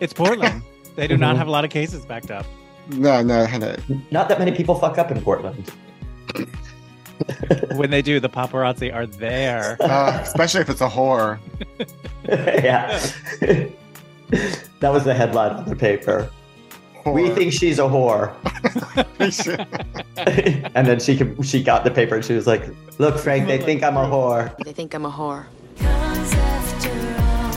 Speaker 5: It's Portland. They do not
Speaker 4: Mhm.
Speaker 5: have a lot of cases backed up.
Speaker 6: No, no, no.
Speaker 4: Not that many people fuck up in Portland.
Speaker 5: When they do, the paparazzi are there.
Speaker 6: Uh, especially if it's a whore.
Speaker 4: yeah. that was the headline on the paper.
Speaker 6: whore.
Speaker 4: We think she's a whore. and then she can, she got the paper and she was like, "Look, Frank, they think I'm a whore."
Speaker 7: They think I'm a whore.
Speaker 3: Cause after all,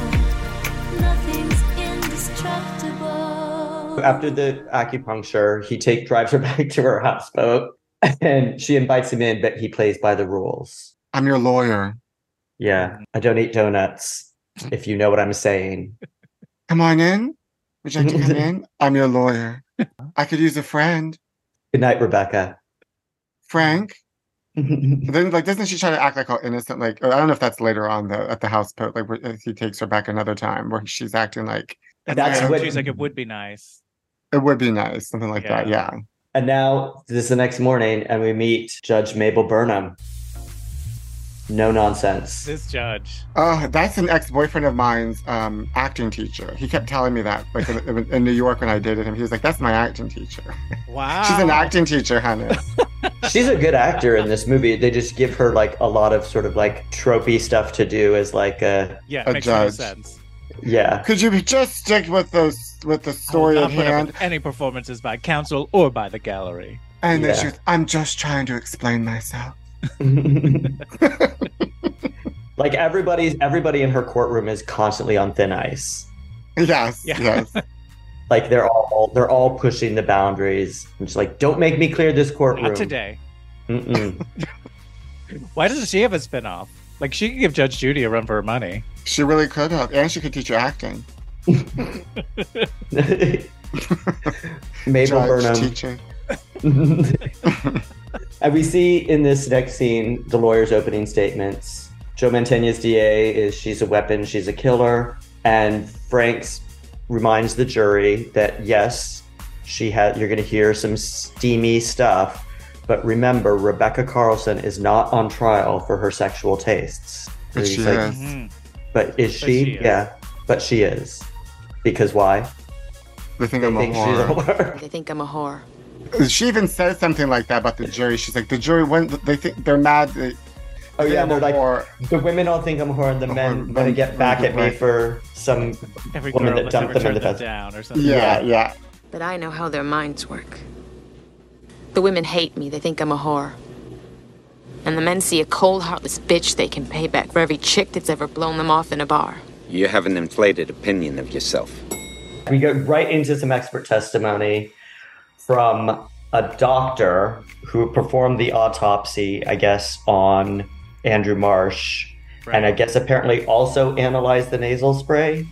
Speaker 3: nothing's indestructible.
Speaker 4: After the acupuncture, he take drives her back to her houseboat, and she invites him in, but he plays by the rules.
Speaker 6: I'm your lawyer.
Speaker 4: Yeah, I don't eat donuts. If you know what I'm saying,
Speaker 6: Come on in. Would you like to come in? I'm your lawyer. I could use a friend.
Speaker 4: good night, Rebecca.
Speaker 6: Frank. Then, like, doesn't she try to act like all innocent? Like, or I don't know if that's later on though, at the houseboat. Like, where if he takes her back another time, where she's acting like
Speaker 4: That's
Speaker 5: And
Speaker 4: what-
Speaker 5: she's like. It would be nice.
Speaker 6: it would be nice, something like that. Yeah.
Speaker 4: and now this is the next morning, and we meet Judge Mabel Burnham. No nonsense.
Speaker 5: This judge.
Speaker 6: Oh, that's an ex-boyfriend of mine's um, acting teacher. He kept telling me that, like, in, in New York when I dated him, he was like, "That's my acting teacher.
Speaker 5: Wow.
Speaker 6: She's an acting teacher, honey."
Speaker 4: She's a good actor in this movie. They just give her like a lot of sort of like tropey stuff to do as like a
Speaker 5: Yeah,
Speaker 6: a
Speaker 5: it makes no
Speaker 6: judge.
Speaker 5: sense.
Speaker 4: yeah.
Speaker 6: Could you just stick with those with the
Speaker 5: I will
Speaker 6: story
Speaker 5: Oh, not
Speaker 6: at
Speaker 5: put up
Speaker 6: hand?
Speaker 5: with any performances by counsel or by the gallery.
Speaker 6: And then
Speaker 4: Yeah.
Speaker 6: she was, I'm just trying to explain myself.
Speaker 4: like everybody's everybody in her courtroom is constantly on thin ice.
Speaker 6: Yes,
Speaker 5: Yeah.
Speaker 6: yes.
Speaker 4: Like they're all they're all pushing the boundaries. And she's like, "Don't make me clear this courtroom."
Speaker 5: Not today.
Speaker 4: Mm-mm.
Speaker 5: Why doesn't she have a spinoff? Like she could give Judge Judy a run for her money.
Speaker 6: She really could have. And she could teach you acting.
Speaker 4: Mabel
Speaker 6: Judge,
Speaker 4: Burnham.
Speaker 6: teacher.
Speaker 4: and we see in this next scene the lawyer's opening statements. Joe Mantegna's DA is she's a weapon, she's a killer. And Franks reminds the jury that yes, she had you're gonna hear some steamy stuff, but remember Rebecca Carlson is not on trial for her sexual tastes. So
Speaker 6: But
Speaker 4: he's
Speaker 6: she
Speaker 4: like,
Speaker 6: is.
Speaker 5: Mm-hmm.
Speaker 4: But is
Speaker 5: But
Speaker 4: she?
Speaker 5: she is.
Speaker 4: Yeah. But she is. Because why?
Speaker 6: They think I'm
Speaker 4: They
Speaker 6: a
Speaker 4: think she's a
Speaker 6: whore.
Speaker 4: whore.
Speaker 7: They think I'm a whore.
Speaker 6: She even says something like that about the jury. She's like, the jury, when they think they're mad. They,
Speaker 4: Oh yeah,
Speaker 6: I'm
Speaker 4: they're
Speaker 6: a
Speaker 4: like
Speaker 6: whore.
Speaker 4: the women all think I'm a whore, and the
Speaker 6: A
Speaker 4: men
Speaker 6: whore,
Speaker 4: want to
Speaker 6: men-
Speaker 4: get back
Speaker 6: men
Speaker 4: at
Speaker 6: get
Speaker 4: me
Speaker 6: back.
Speaker 4: for some.
Speaker 5: Every
Speaker 4: Woman
Speaker 5: girl
Speaker 4: that
Speaker 5: that's
Speaker 4: dumped
Speaker 5: ever
Speaker 4: them in
Speaker 5: turned
Speaker 4: the
Speaker 5: them
Speaker 4: fence.
Speaker 5: down or something.
Speaker 6: Yeah, yeah.
Speaker 7: But I know how their minds work. The women hate me. They think I'm a whore. And the men see a cold, heartless bitch they can pay back for every chick that's ever blown them off in a bar.
Speaker 8: You have an inflated opinion of yourself.
Speaker 4: We go right into some expert testimony from a doctor who performed the autopsy, I guess, on Andrew Marsh, and I guess apparently also analyzed the nasal spray.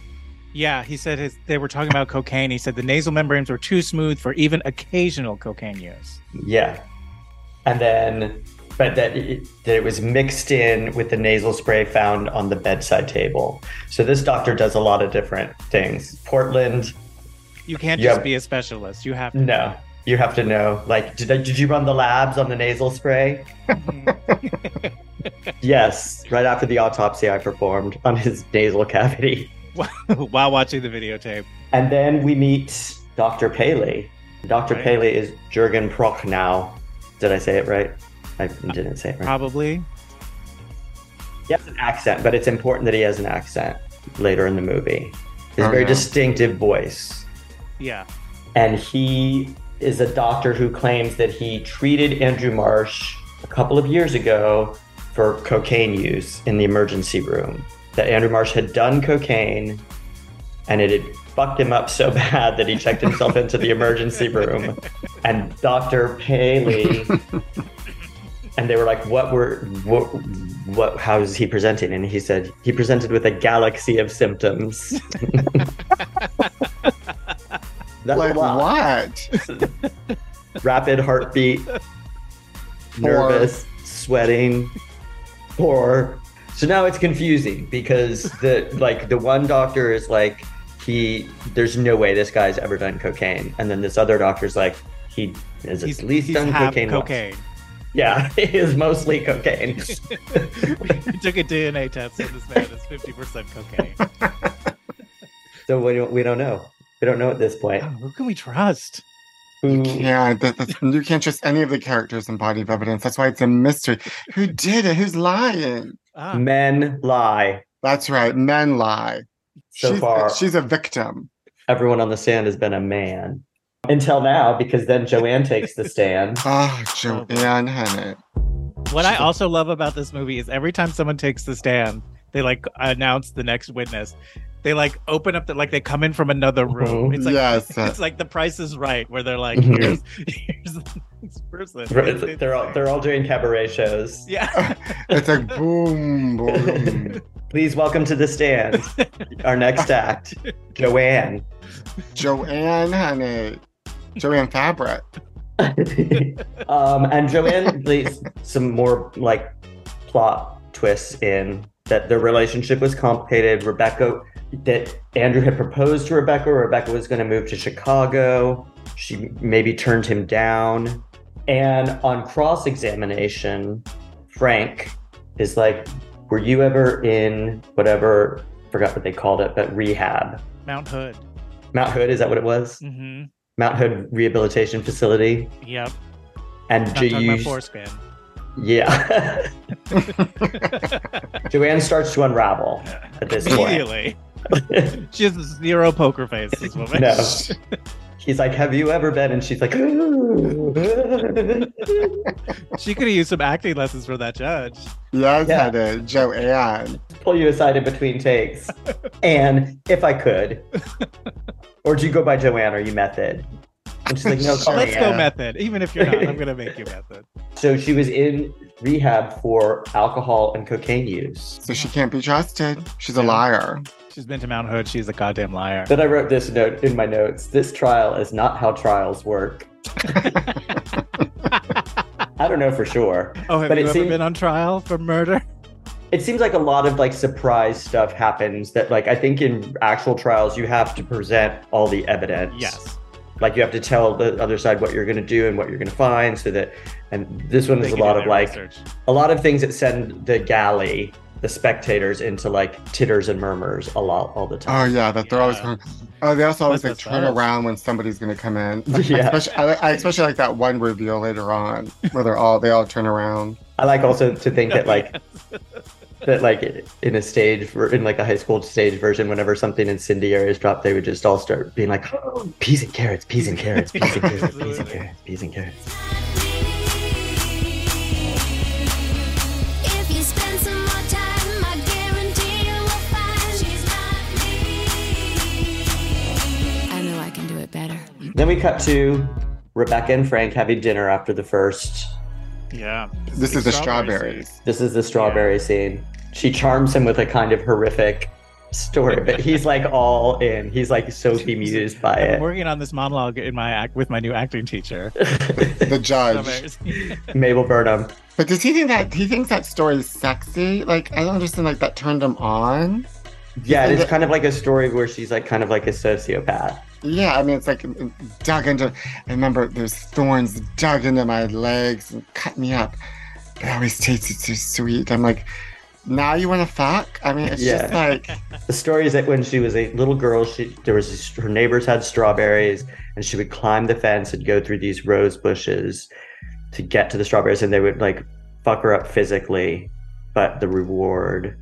Speaker 5: Yeah, he said his, they were talking about cocaine. He said the nasal membranes were too smooth for even occasional cocaine use.
Speaker 4: Yeah, and then, but that it, that it was mixed in with the nasal spray found on the bedside table. So this doctor does a lot of different things. Portland.
Speaker 5: You can't
Speaker 4: Yeah.
Speaker 5: just be a specialist. You have to.
Speaker 4: No, you have to know. Like, did, did you run the labs on the nasal spray? yes, right after the autopsy I performed on his nasal cavity.
Speaker 5: While watching the videotape,
Speaker 4: And then we meet Dr. Paley. Dr.
Speaker 5: Right.
Speaker 4: Paley is Jurgen Prochnow Did I say it right? I didn't say it
Speaker 6: Uh,
Speaker 4: right.
Speaker 5: probably.
Speaker 4: He has an accent, but it's important that he has an accent later in the movie. His
Speaker 6: Oh,
Speaker 4: very
Speaker 6: yeah.
Speaker 4: distinctive voice.
Speaker 5: Yeah.
Speaker 4: and he is a doctor who claims that he treated Andrew Marsh a couple of years ago for cocaine use in the emergency room. That Andrew Marsh had done cocaine and it had fucked him up so bad that he checked himself into the emergency room. And Dr. Paley and they were like, "What were what, what? How is he presenting?" And he said, "He presented with a galaxy of symptoms." That's
Speaker 6: Like
Speaker 4: a lot.
Speaker 6: what?
Speaker 4: Rapid heartbeat, nervous, sweating, poor. So now it's confusing because the like the one doctor is like he there's no way this guy's ever done cocaine, and then this other doctor's like he is
Speaker 5: He's
Speaker 4: at least
Speaker 5: he's
Speaker 4: done
Speaker 5: half
Speaker 4: cocaine. once.
Speaker 5: cocaine.
Speaker 4: Yeah, it is mostly cocaine.
Speaker 5: we took a DNA test and this man is fifty percent cocaine.
Speaker 4: So we don't, we don't know. We don't know at this point.
Speaker 5: Oh, who can we trust?
Speaker 4: Who,
Speaker 6: Yeah, that, that's, you can't trust any of the characters and body of evidence. That's why it's a mystery. Who did it? Who's lying?
Speaker 5: Ah,
Speaker 4: men lie.
Speaker 6: That's right. Men lie.
Speaker 4: So
Speaker 6: she's,
Speaker 4: far,
Speaker 6: she's a victim.
Speaker 4: everyone on the stand has been a man until now, because then Joanne takes the stand.
Speaker 6: Oh,
Speaker 5: Oh, boy.
Speaker 6: Joanne, honey.
Speaker 5: what I also love about this movie is every time someone takes the stand, they like announce the next witness. They like open up the like they come in from another room.
Speaker 4: Mhm.
Speaker 5: It's like
Speaker 6: yes. uh,
Speaker 5: it's like the price is right where they're like,
Speaker 4: Mhm.
Speaker 5: here's here's the next person.
Speaker 4: They're all they're all doing cabaret shows.
Speaker 5: yeah.
Speaker 6: it's like boom, boom.
Speaker 4: Please welcome to the stand. Our next act, Joanne.
Speaker 6: Joanne, honey. Joanne Fabric.
Speaker 4: um, and Joanne leaves some more like plot twists in that their relationship was complicated. Rebecca, that Andrew had proposed to Rebecca. Rebecca was going to move to Chicago. She maybe turned him down. And on cross examination, Frank is like, Were you ever in whatever, forgot what they called it, but rehab?
Speaker 5: Mount Hood.
Speaker 4: Mount Hood, is that what it was?
Speaker 5: Mm-hmm.
Speaker 4: Mount Hood Rehabilitation Facility.
Speaker 5: Yep.
Speaker 4: And
Speaker 5: Not
Speaker 4: do
Speaker 5: talking about
Speaker 4: you
Speaker 5: foreskin.
Speaker 4: Yeah. Joanne starts to unravel at this point.
Speaker 5: Immediately. she has zero poker face, this woman.
Speaker 4: No. He's like, Have you ever been? And she's like,
Speaker 5: She could have used some acting lessons from that judge.
Speaker 6: Yes,
Speaker 4: Yeah.
Speaker 6: honey. Joanne.
Speaker 4: Pull you aside in between takes. And if I could. Or do you go by Joanne? Are you method? And she's like, No, call me
Speaker 5: Let's go
Speaker 4: Ann."
Speaker 5: method. Even if you're not, I'm gonna make you method.
Speaker 4: So she was in rehab for alcohol and cocaine use.
Speaker 6: So she can't be trusted. She's a liar.
Speaker 5: She's been to Mount Hood. She's a goddamn liar.
Speaker 4: Then I wrote this note in my notes. This trial is not how trials work. I don't know for sure.
Speaker 5: Oh, have
Speaker 4: But
Speaker 5: you
Speaker 4: it
Speaker 5: ever
Speaker 4: seems-
Speaker 5: been on trial for murder?
Speaker 4: It seems like a lot of like surprise stuff happens that like I think in actual trials you have to present all the evidence.
Speaker 5: Yes.
Speaker 4: Like you have to tell the other side what you're going to do and what you're going to find so that and this one is
Speaker 5: They
Speaker 4: a
Speaker 5: can do
Speaker 4: lot of
Speaker 5: their
Speaker 4: like
Speaker 5: research.
Speaker 4: a lot of things that send the galley the spectators into like titters and murmurs a lot all the
Speaker 6: Oh,
Speaker 4: time.
Speaker 6: yeah. That they're always
Speaker 5: Yeah.
Speaker 6: going. Oh, they also always like
Speaker 5: That's
Speaker 6: turn
Speaker 5: us.
Speaker 6: around when somebody's going to come in.
Speaker 4: Yeah.
Speaker 6: Especially, I, I especially like that one reveal later on where they're all they all turn around.
Speaker 4: I like also to think that like that like in a stage ver- in like a high school stage version whenever something incendiary is dropped they would just all start being like peas and carrots peas and carrots peas and carrots peas and
Speaker 5: Absolutely.
Speaker 4: carrots peas and carrots
Speaker 3: If you spend some more time, I guarantee you will find she's not me.
Speaker 7: I know I can do it better.
Speaker 4: then we cut to rebecca and frank having dinner after the first
Speaker 5: Yeah.
Speaker 6: This is the strawberries.
Speaker 4: this is the strawberry scene she charms him with a kind of horrific story but he's like all in he's like so bemused by
Speaker 5: I'm
Speaker 4: it
Speaker 5: working on this monologue in my act with my new acting teacher.
Speaker 6: The judge.
Speaker 5: Strawberries.
Speaker 4: mabel burnham
Speaker 6: But does he think that he thinks that story is sexy? Like I don't understand. Like that turned him on.
Speaker 4: yeah it's kind of like a story where she's like kind of like a sociopath
Speaker 6: Yeah, I mean it's like mm, dug into. I remember there's thorns dug into my legs and cut me up. But I always tasted so sweet. I'm like, now you want to fuck? I mean, it's just
Speaker 4: Yeah.
Speaker 6: like
Speaker 4: The story is that when she was a little girl, she there was her neighbors had strawberries, and she would climb the fence and go through these rose bushes, to get to the strawberries and they would like fuck her up physically, but the reward.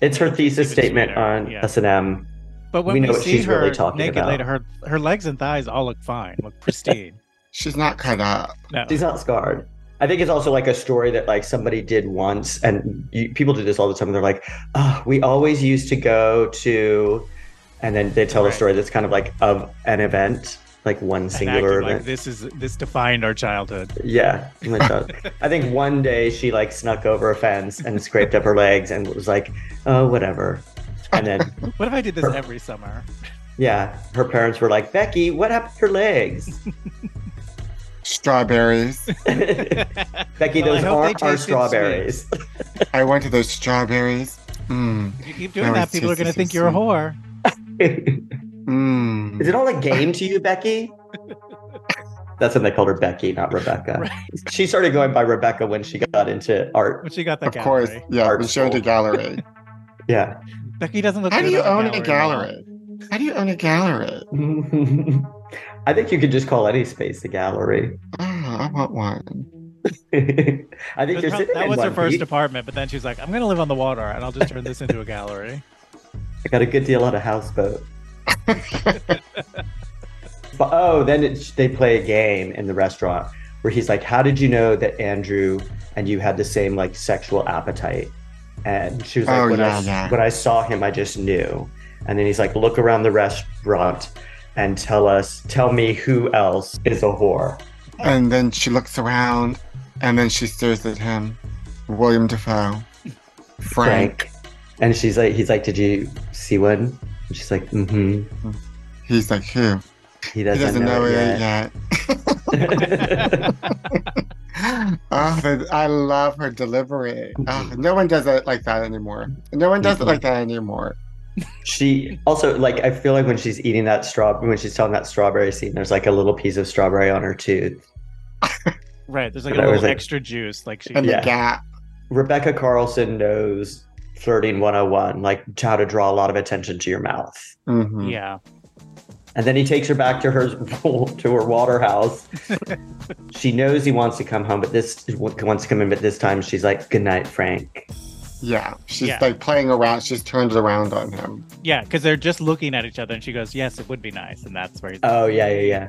Speaker 4: It's her thesis
Speaker 5: Even
Speaker 4: statement
Speaker 5: sweeter,
Speaker 4: on
Speaker 5: yeah.
Speaker 4: S&M.
Speaker 5: But when
Speaker 4: We
Speaker 5: we,
Speaker 4: know what
Speaker 5: see
Speaker 4: she's
Speaker 5: her
Speaker 4: really talking
Speaker 5: naked
Speaker 4: about.
Speaker 5: later, her her legs and thighs all look fine, look pristine.
Speaker 6: She's not cut up.
Speaker 5: No,
Speaker 4: She's not scarred. I think it's also like a story that like somebody did once, and you, people do this all the time. They're like, oh, we always used to go to, and then they tell a
Speaker 5: Right.
Speaker 4: story that's kind of like of an event, like one
Speaker 5: And
Speaker 4: singular
Speaker 5: acted like
Speaker 4: event.
Speaker 5: this is this defined our childhood.
Speaker 4: Yeah, oh my God. I think one day she like snuck over a fence and scraped up her legs and was like, "Oh, whatever." And then,
Speaker 5: What if I did this every summer?
Speaker 4: yeah, her parents were like, "Becky, what happened to your legs?"
Speaker 6: Strawberries.
Speaker 4: Becky,
Speaker 5: Well, I
Speaker 4: those
Speaker 5: hope they
Speaker 4: aren't our
Speaker 5: tasted
Speaker 4: strawberries.
Speaker 6: I went to those strawberries. Mmm.
Speaker 5: If you keep doing
Speaker 6: No,
Speaker 5: that,
Speaker 6: it's
Speaker 5: people are
Speaker 6: tasty,
Speaker 5: going to think you're a
Speaker 6: tasty.
Speaker 5: whore.
Speaker 4: Is
Speaker 6: Mmm.
Speaker 4: it all a game to you, Becky? That's when they called her Becky, not Rebecca.
Speaker 5: Right.
Speaker 4: She started going by Rebecca when she got into art.
Speaker 5: But she got that
Speaker 6: Of course.
Speaker 5: gallery.
Speaker 6: Yeah,
Speaker 4: Art
Speaker 6: we showed a
Speaker 4: school.
Speaker 6: gallery.
Speaker 4: Yeah.
Speaker 5: Becky doesn't look.
Speaker 6: How do
Speaker 5: good
Speaker 6: you
Speaker 5: on
Speaker 6: own a gallery? How do you own a gallery?
Speaker 4: I think you could just call any space a gallery.
Speaker 6: Oh, I want one.
Speaker 4: I think
Speaker 5: It
Speaker 4: you're
Speaker 5: was prob-
Speaker 4: sitting
Speaker 5: that
Speaker 4: in
Speaker 5: was her
Speaker 4: one,
Speaker 5: first
Speaker 4: Pete.
Speaker 5: apartment, but then she's like, "I'm going to live on the water, and I'll just turn this into a gallery."
Speaker 4: I got a good deal on a houseboat. but oh, then it, they play a game in the restaurant where he's like, "How did you know that Andrew and you had the same like sexual appetite?" And she was like,
Speaker 6: Oh,
Speaker 4: when,
Speaker 6: yeah,
Speaker 4: I,
Speaker 6: yeah.
Speaker 4: "When I saw him, I just knew." And then he's like, "Look around the restaurant and tell us, tell me who else is a whore."
Speaker 6: And then she looks around and then she stares at him. William Defoe. Frank.
Speaker 4: And she's like, "He's like, did you see one?" And she's like, "Mm-hmm."
Speaker 6: He's like, who?
Speaker 4: He
Speaker 6: He
Speaker 4: doesn't,
Speaker 6: doesn't know it yet.
Speaker 4: yet.
Speaker 6: Oh, the- I love her delivery. Oh, no one does it like that anymore. No one does it like that anymore.
Speaker 4: She also like I feel like when she's eating that straw when she's telling that strawberry scene, there's like a little piece of strawberry on her tooth.
Speaker 5: Right? There's like a
Speaker 4: That was
Speaker 5: little
Speaker 4: like-
Speaker 5: extra juice, like she.
Speaker 6: And
Speaker 4: Yeah.
Speaker 6: the gap.
Speaker 4: Rebecca Carlson knows flirting 101, like how to draw a lot of attention to your mouth.
Speaker 6: Mhm.
Speaker 5: Yeah.
Speaker 4: And then he takes her back to her to her water house. she knows he wants to come home, but this wants to come in, but this time she's like, "Good night, Frank."
Speaker 6: Yeah. She's
Speaker 5: Yeah.
Speaker 6: like playing around. She's turned it around on him.
Speaker 5: Yeah, because they're just looking at each other, and she goes, "Yes, it would be nice," and that's where. He's,
Speaker 4: Oh yeah, yeah, yeah.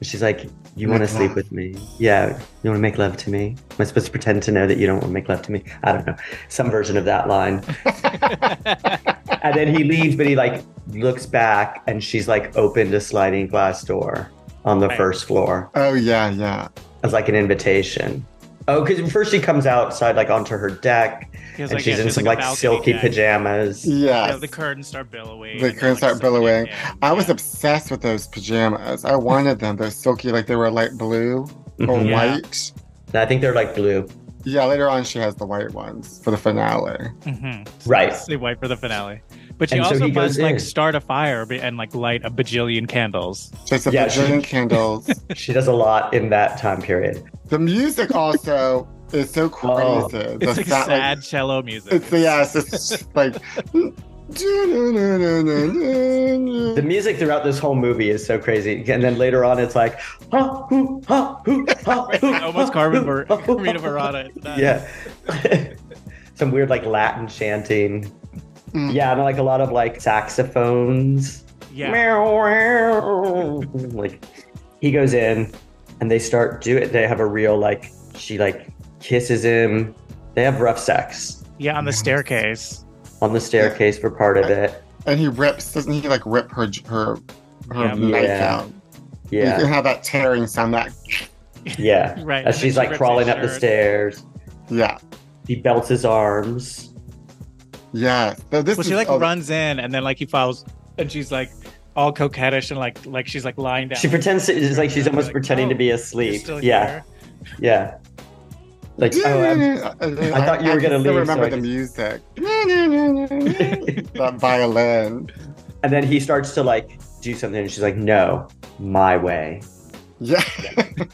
Speaker 4: And She's like, "You want to
Speaker 6: Make
Speaker 4: sleep
Speaker 6: love.
Speaker 4: with me? Yeah, you want to make love to me? Am I supposed to pretend to know that you don't want to make love to me? I don't know, some version of that line." and then he leaves, but he like looks back, and she's like opened a sliding glass door on the
Speaker 5: Right.
Speaker 4: first floor
Speaker 6: Oh, yeah, yeah.
Speaker 4: as like an invitation. Oh, because first she comes outside like onto her deck,
Speaker 5: he was
Speaker 4: and she's
Speaker 5: yeah, she
Speaker 4: in
Speaker 5: has,
Speaker 4: some
Speaker 5: a
Speaker 4: like,
Speaker 5: balcony
Speaker 4: silky
Speaker 5: gag.
Speaker 4: pajamas.
Speaker 5: Yeah,
Speaker 6: Yes.
Speaker 5: the curtains start billowing.
Speaker 6: The
Speaker 5: and they're,
Speaker 6: curtains start
Speaker 5: soaking
Speaker 6: billowing.
Speaker 5: in.
Speaker 6: I was
Speaker 5: Yeah.
Speaker 6: obsessed with those pajamas. I wanted them. They're silky, like they were light blue or
Speaker 4: Mhm.
Speaker 5: Mm-hmm. Yeah.
Speaker 6: white.
Speaker 4: And I think they're like blue.
Speaker 6: Yeah, later on she has the white ones for the finale.
Speaker 5: Mhm.
Speaker 4: Right.
Speaker 5: They wait for the finale, but she
Speaker 4: And so
Speaker 5: also
Speaker 4: he goes
Speaker 5: must like
Speaker 4: in.
Speaker 5: start a fire be- and like light a bajillion candles.
Speaker 6: Just a
Speaker 4: Yeah,
Speaker 6: bajillion
Speaker 4: she-
Speaker 6: candles.
Speaker 4: She does a lot in that time period.
Speaker 6: the music also is so crazy.
Speaker 4: Oh.
Speaker 6: the
Speaker 5: It's like
Speaker 6: sound- like,
Speaker 5: sad cello music.
Speaker 6: It's yes, it's just like
Speaker 4: The music throughout this whole movie is so crazy, and then later on, it's like, ha, hoo, ha, hoo, ha, hoo,
Speaker 5: almost
Speaker 4: ha,
Speaker 5: Carmen
Speaker 4: hoo,
Speaker 5: Ver-
Speaker 4: ha, hoo,
Speaker 5: Carmina
Speaker 4: ha,
Speaker 5: Verona. It's nuts.
Speaker 4: Oh. Yeah, some weird like Latin chanting.
Speaker 6: Mm.
Speaker 4: Yeah, and like a lot of like saxophones.
Speaker 5: yeah.
Speaker 4: Meow, meow. like he goes in, and they start do it. They have a real like she like kisses him. They have rough sex
Speaker 5: Yeah, on the staircase.
Speaker 4: on the staircase for part of it.
Speaker 6: and he rips doesn't he like rip her her her
Speaker 5: Yeah.
Speaker 6: knife
Speaker 4: Yeah.
Speaker 6: out. You
Speaker 4: Yeah,
Speaker 6: can have that tearing sound that
Speaker 4: yeah.
Speaker 5: Right.
Speaker 4: As
Speaker 5: and
Speaker 4: she's
Speaker 5: then
Speaker 4: like
Speaker 5: she rips
Speaker 4: crawling
Speaker 5: his
Speaker 4: up the
Speaker 5: shirt.
Speaker 4: stairs.
Speaker 6: yeah.
Speaker 4: He belts his arms.
Speaker 6: Yes. So this
Speaker 5: Well,
Speaker 6: is
Speaker 5: she like
Speaker 6: oh,
Speaker 5: runs in and then like he follows, and she's like all coquettish and like like she's like lying down.
Speaker 4: She pretends to, it's like she's
Speaker 5: You're
Speaker 4: almost
Speaker 5: like,
Speaker 4: pretending
Speaker 5: "Oh,
Speaker 4: to be
Speaker 5: You're
Speaker 4: asleep.
Speaker 5: still
Speaker 4: Yeah,
Speaker 5: here.
Speaker 4: yeah. Like, oh, I'm- I thought you were gonna
Speaker 6: can still
Speaker 4: leave, so
Speaker 6: remember
Speaker 4: I
Speaker 6: the
Speaker 4: just-
Speaker 6: music. that violin.
Speaker 4: and then he starts to like do something, and she's like, "No, my way."
Speaker 6: Yeah.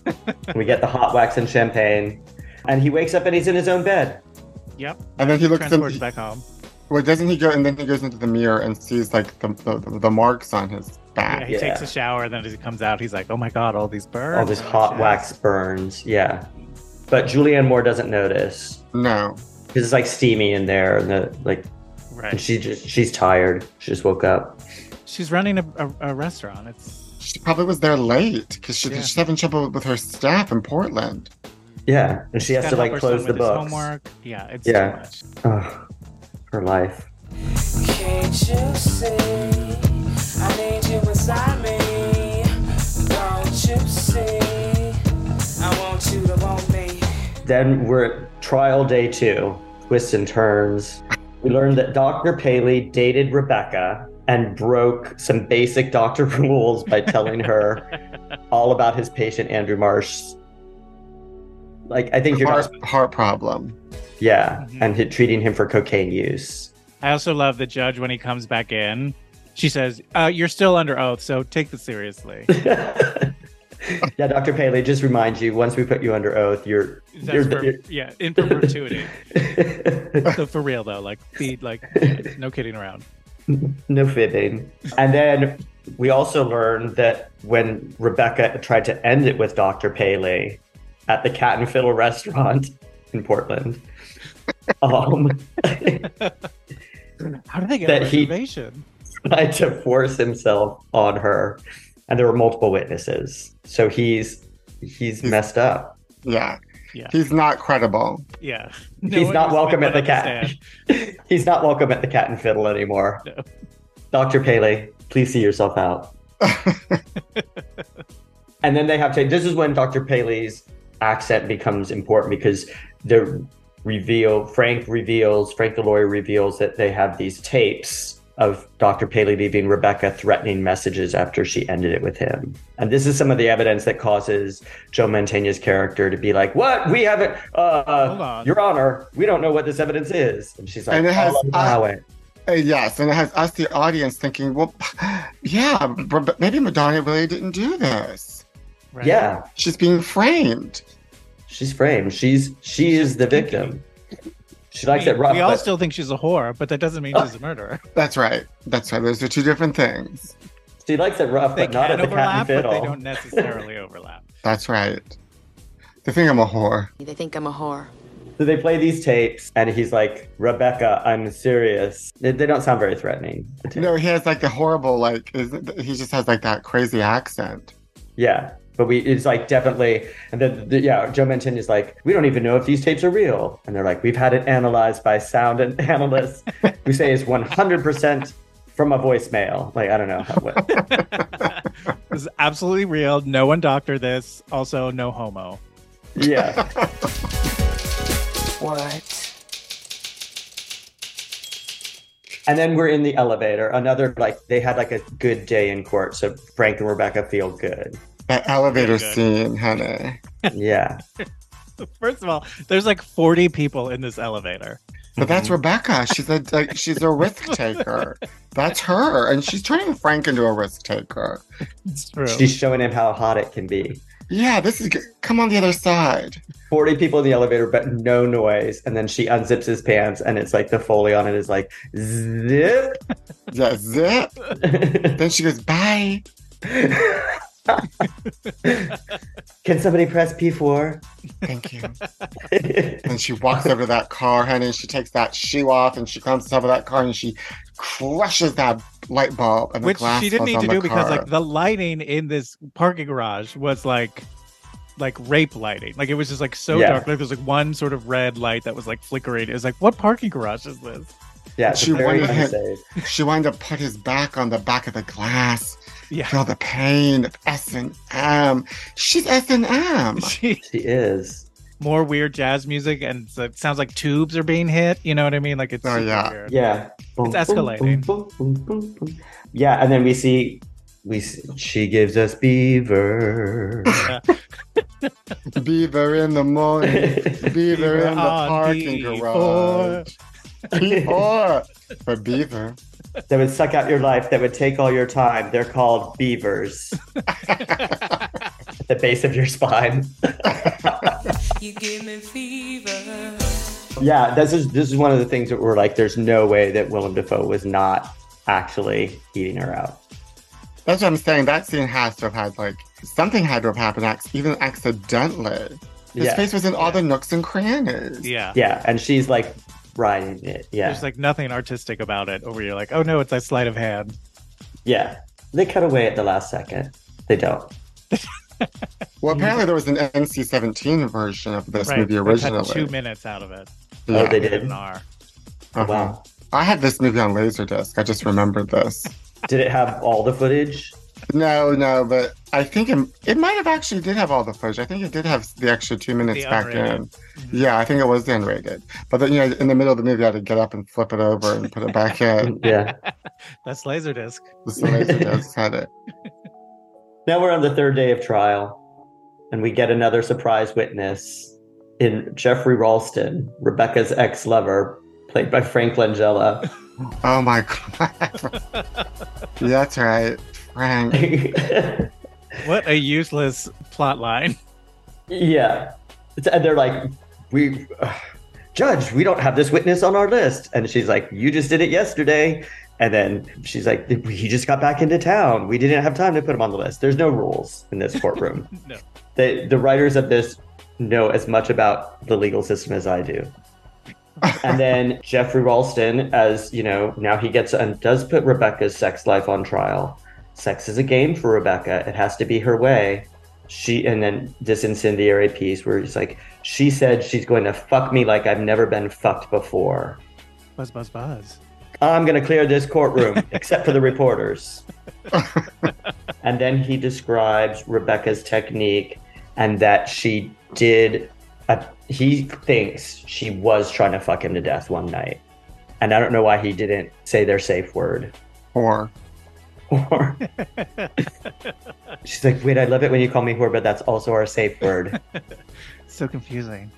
Speaker 4: And we get the hot wax and champagne, and he wakes up and he's in his own bed.
Speaker 5: Yep.
Speaker 6: And then he looks in,
Speaker 5: Transports back home.
Speaker 6: Well, doesn't he go and then he goes into the mirror and sees like the the, the marks on his
Speaker 5: Yeah,
Speaker 6: back?
Speaker 5: he takes
Speaker 4: Ah, Yeah.
Speaker 5: a shower, then as he comes out, he's like, "Oh my god, all these burns!
Speaker 4: All this hot
Speaker 5: Yeah.
Speaker 4: wax burns. Yeah. But Julianne Moore doesn't notice
Speaker 6: No,
Speaker 4: because it's like steamy in there, and the like, and
Speaker 5: Right?
Speaker 4: she just she's tired. She just woke up.
Speaker 5: She's running a, a, a restaurant. It's
Speaker 6: she probably was there late because she,
Speaker 5: Yeah.
Speaker 6: she's having trouble with her staff in Portland.
Speaker 4: Yeah, and she has to
Speaker 5: gotta help
Speaker 4: like
Speaker 5: her
Speaker 4: close
Speaker 5: son
Speaker 4: the
Speaker 5: with his
Speaker 4: books.
Speaker 5: Homework. Yeah, it's
Speaker 4: Yeah.
Speaker 5: too much.
Speaker 4: Ugh, her life.
Speaker 2: Can't you see? I need you inside me. Don't you see? I want you to want me.
Speaker 4: Then we're at trial day two, twists and turns. We learned that Dr. Paley dated Rebecca and broke some basic doctor rules by telling her all about his patient Andrew Marsh. Like I think you're
Speaker 6: Heart,
Speaker 4: not,
Speaker 6: heart problem.
Speaker 4: yeah,
Speaker 5: Mhm.
Speaker 4: and hit, treating him for cocaine use.
Speaker 5: I also love the judge when he comes back in. She says, uh, "You're still under oath, so take this seriously."
Speaker 4: yeah, Dr. Paley, just remind you, once we put you under oath, you're
Speaker 5: That's
Speaker 4: you're,
Speaker 5: for, yeah, in perpetuity.
Speaker 4: you're-
Speaker 5: so for real though, like be like, no kidding around.
Speaker 4: no fibbing. And then we also learned that when Rebecca tried to end it with Dr. Paley at the Cat and Fiddle restaurant in Portland, um,
Speaker 5: How do they get
Speaker 4: That
Speaker 5: a
Speaker 4: he-
Speaker 5: reservation?
Speaker 4: tried to force himself on her, and there were multiple witnesses. So he's he's messed up.
Speaker 6: Yeah.
Speaker 5: Yeah.
Speaker 6: he's not credible.
Speaker 5: Yeah,
Speaker 4: he's not welcome at the
Speaker 5: cat.
Speaker 4: cat. he's not welcome at the cat and fiddle anymore.
Speaker 5: No.
Speaker 4: Dr. Paley, please see yourself out. and then they have to. This is when Dr. Paley's accent becomes important because the reveal Frank reveals Frank the lawyer reveals that they have these tapes of Dr. Paley leaving Rebecca threatening messages after she ended it with him. And this is some of the evidence that causes Joe Mantegna's character to be like, "What? We haven't
Speaker 5: Hold
Speaker 4: uh
Speaker 5: on.
Speaker 4: Your Honor, we don't know what this evidence is." And she's like,
Speaker 6: And it has-
Speaker 4: "I'll allow it."
Speaker 6: Uh, yes, and it has us, the audience, thinking, well, yeah, but maybe Madonna really didn't do this.
Speaker 5: Right.
Speaker 4: Yeah.
Speaker 6: She's being framed.
Speaker 4: She's framed. She's she is the victim. She likes
Speaker 5: we,
Speaker 4: it rough.
Speaker 5: we all
Speaker 4: but-
Speaker 5: still think she's a whore, but that doesn't mean she's a murderer.
Speaker 6: That's right. That's right. Those are two different things.
Speaker 4: she likes it rough,
Speaker 5: They
Speaker 4: but not at
Speaker 5: can
Speaker 4: the cat and
Speaker 5: overlap, but
Speaker 4: fiddle.
Speaker 5: they don't necessarily overlap.
Speaker 6: That's right. They think I'm a whore.
Speaker 7: They think I'm a whore.
Speaker 4: So they play these tapes, and he's like, "Rebecca, I'm serious." They, they don't sound very threatening. the tapes.
Speaker 6: No, he has like the horrible, like, isn't, he just has like that crazy accent.
Speaker 4: Yeah, but we it's like definitely, and then the, yeah, Joe Minton is like, "We don't even know if these tapes are real," and they're like, "We've had it analyzed by sound and analysts. we say it's 100 percent from a voicemail." Like I don't know how. What,
Speaker 5: This is absolutely real. No one doctor this. Also, no homo.
Speaker 4: yeah.
Speaker 2: What?
Speaker 4: And then we're in the elevator. Another like they had like a good day in court, so Frank and Rebecca feel good.
Speaker 6: That elevator
Speaker 5: good.
Speaker 6: scene, honey.
Speaker 4: Yeah,
Speaker 5: First of all, there's like 40 people in this elevator.
Speaker 6: But that's Rebecca. She's a like, she's a risk taker. That's her, and she's turning Frank into a risk taker.
Speaker 5: It's true.
Speaker 4: she's showing him how hot it can be.
Speaker 6: Yeah, this is. good. Come on the other side.
Speaker 4: Forty people in the elevator, but no noise. And then she unzips his pants, and it's like the foley on it is like zip.
Speaker 6: Yeah, zip. Then she goes, bye.
Speaker 4: can somebody press P four?
Speaker 6: Thank you. And she walks over to that car, honey. She takes that shoe off and she climbs over that car and she crushes that light bulb and
Speaker 5: Which
Speaker 6: the glass
Speaker 5: she didn't
Speaker 6: falls
Speaker 5: need to
Speaker 6: on
Speaker 5: do
Speaker 6: the
Speaker 5: because
Speaker 6: car.
Speaker 5: like the lighting in this parking garage was like like rape lighting. Like it was just like so
Speaker 4: Yeah.
Speaker 5: dark. Like there was like one sort of red light that was like flickering. It was like, what parking garage is this?
Speaker 4: yeah, it's
Speaker 6: She
Speaker 4: very
Speaker 6: wanted him-
Speaker 4: unsafe.
Speaker 6: She wanted to put his back on the back of the glass.
Speaker 5: Yeah.
Speaker 6: Feel the pain of S and M. She's S and M.
Speaker 5: She
Speaker 4: She is.
Speaker 5: more weird jazz music and so it sounds like tubes are being hit. You know what I mean? Like it's
Speaker 6: Oh,
Speaker 5: super
Speaker 6: yeah.
Speaker 5: weird.
Speaker 4: Yeah,
Speaker 5: It's escalating.
Speaker 4: boom, boom, boom, boom. Yeah, and then we see we see, she gives us Beaver.
Speaker 6: Beaver in the morning. Beaver, in the
Speaker 5: on
Speaker 6: parking
Speaker 5: the
Speaker 6: garage. Or for Beaver.
Speaker 4: that would suck out your life, that would take all your time. They're called beavers. At the base of your spine.
Speaker 3: You give me fever.
Speaker 4: Yeah, this is this is one of the things that we're like, there's no way that Willem Dafoe was not actually eating her out.
Speaker 6: That's what I'm saying. That scene has to have had like something had to have happened, ac- even accidentally. His
Speaker 4: yeah,
Speaker 6: face was in all the nooks and crannies.
Speaker 5: Yeah.
Speaker 4: yeah, and she's like riding it. Yeah,
Speaker 5: There's like nothing artistic about it over you're like, oh no, it's a sleight of hand.
Speaker 4: yeah. They cut away at the last second. They don't.
Speaker 6: Well, apparently there was an NC-17 version of this movie
Speaker 5: they cut
Speaker 6: originally.
Speaker 5: two minutes out of it.
Speaker 4: Oh, they
Speaker 5: Made it
Speaker 4: did.
Speaker 5: An R.
Speaker 6: Uh-huh.
Speaker 4: Wow.
Speaker 6: I had this movie on Laserdisc. I just remembered this.
Speaker 4: Did it have all the footage?
Speaker 6: No, no, but I think it, it might have actually did have all the footage. I think it did have the extra two minutes
Speaker 5: The
Speaker 6: back
Speaker 5: unrated. Mm-hmm.
Speaker 6: in. Yeah, I think it was the unrated. But then, you know, in the middle of the movie, I had to get up and flip it over and put it back in.
Speaker 4: Yeah.
Speaker 5: That's Laserdisc.
Speaker 6: So Laserdisc had it.
Speaker 4: Now we're on the third day of trial, and we get another surprise witness in Jeffrey Ralston, Rebecca's ex lover, played by Frank Langella.
Speaker 6: Oh my god! Yeah, That's right, Frank.
Speaker 5: What a useless plot line.
Speaker 4: yeah. It's- and they're like, we, uh, Judge, we don't have this witness on our list. And she's like, You just did it yesterday. And then she's like, He just got back into town. We didn't have time to put him on the list. There's no rules in this courtroom.
Speaker 5: No.
Speaker 4: the the writers of this know as much about the legal system as I do. and then Jeffrey Ralston, as you know, now he gets and does put Rebecca's sex life on trial. Sex is a game for Rebecca. It has to be her way. She and then this incendiary piece where he's like, she said she's going to fuck me like I've never been fucked before.
Speaker 5: Buzz, buzz, buzz.
Speaker 4: I'm going to clear this courtroom, except for the reporters. and then he describes Rebecca's technique and that she did, a, he thinks she was trying to fuck him to death one night. And I don't know why he didn't say their safe word.
Speaker 6: Or
Speaker 4: Or she's like, wait, I love it when you call me whore, but that's also our safe word.
Speaker 5: So confusing.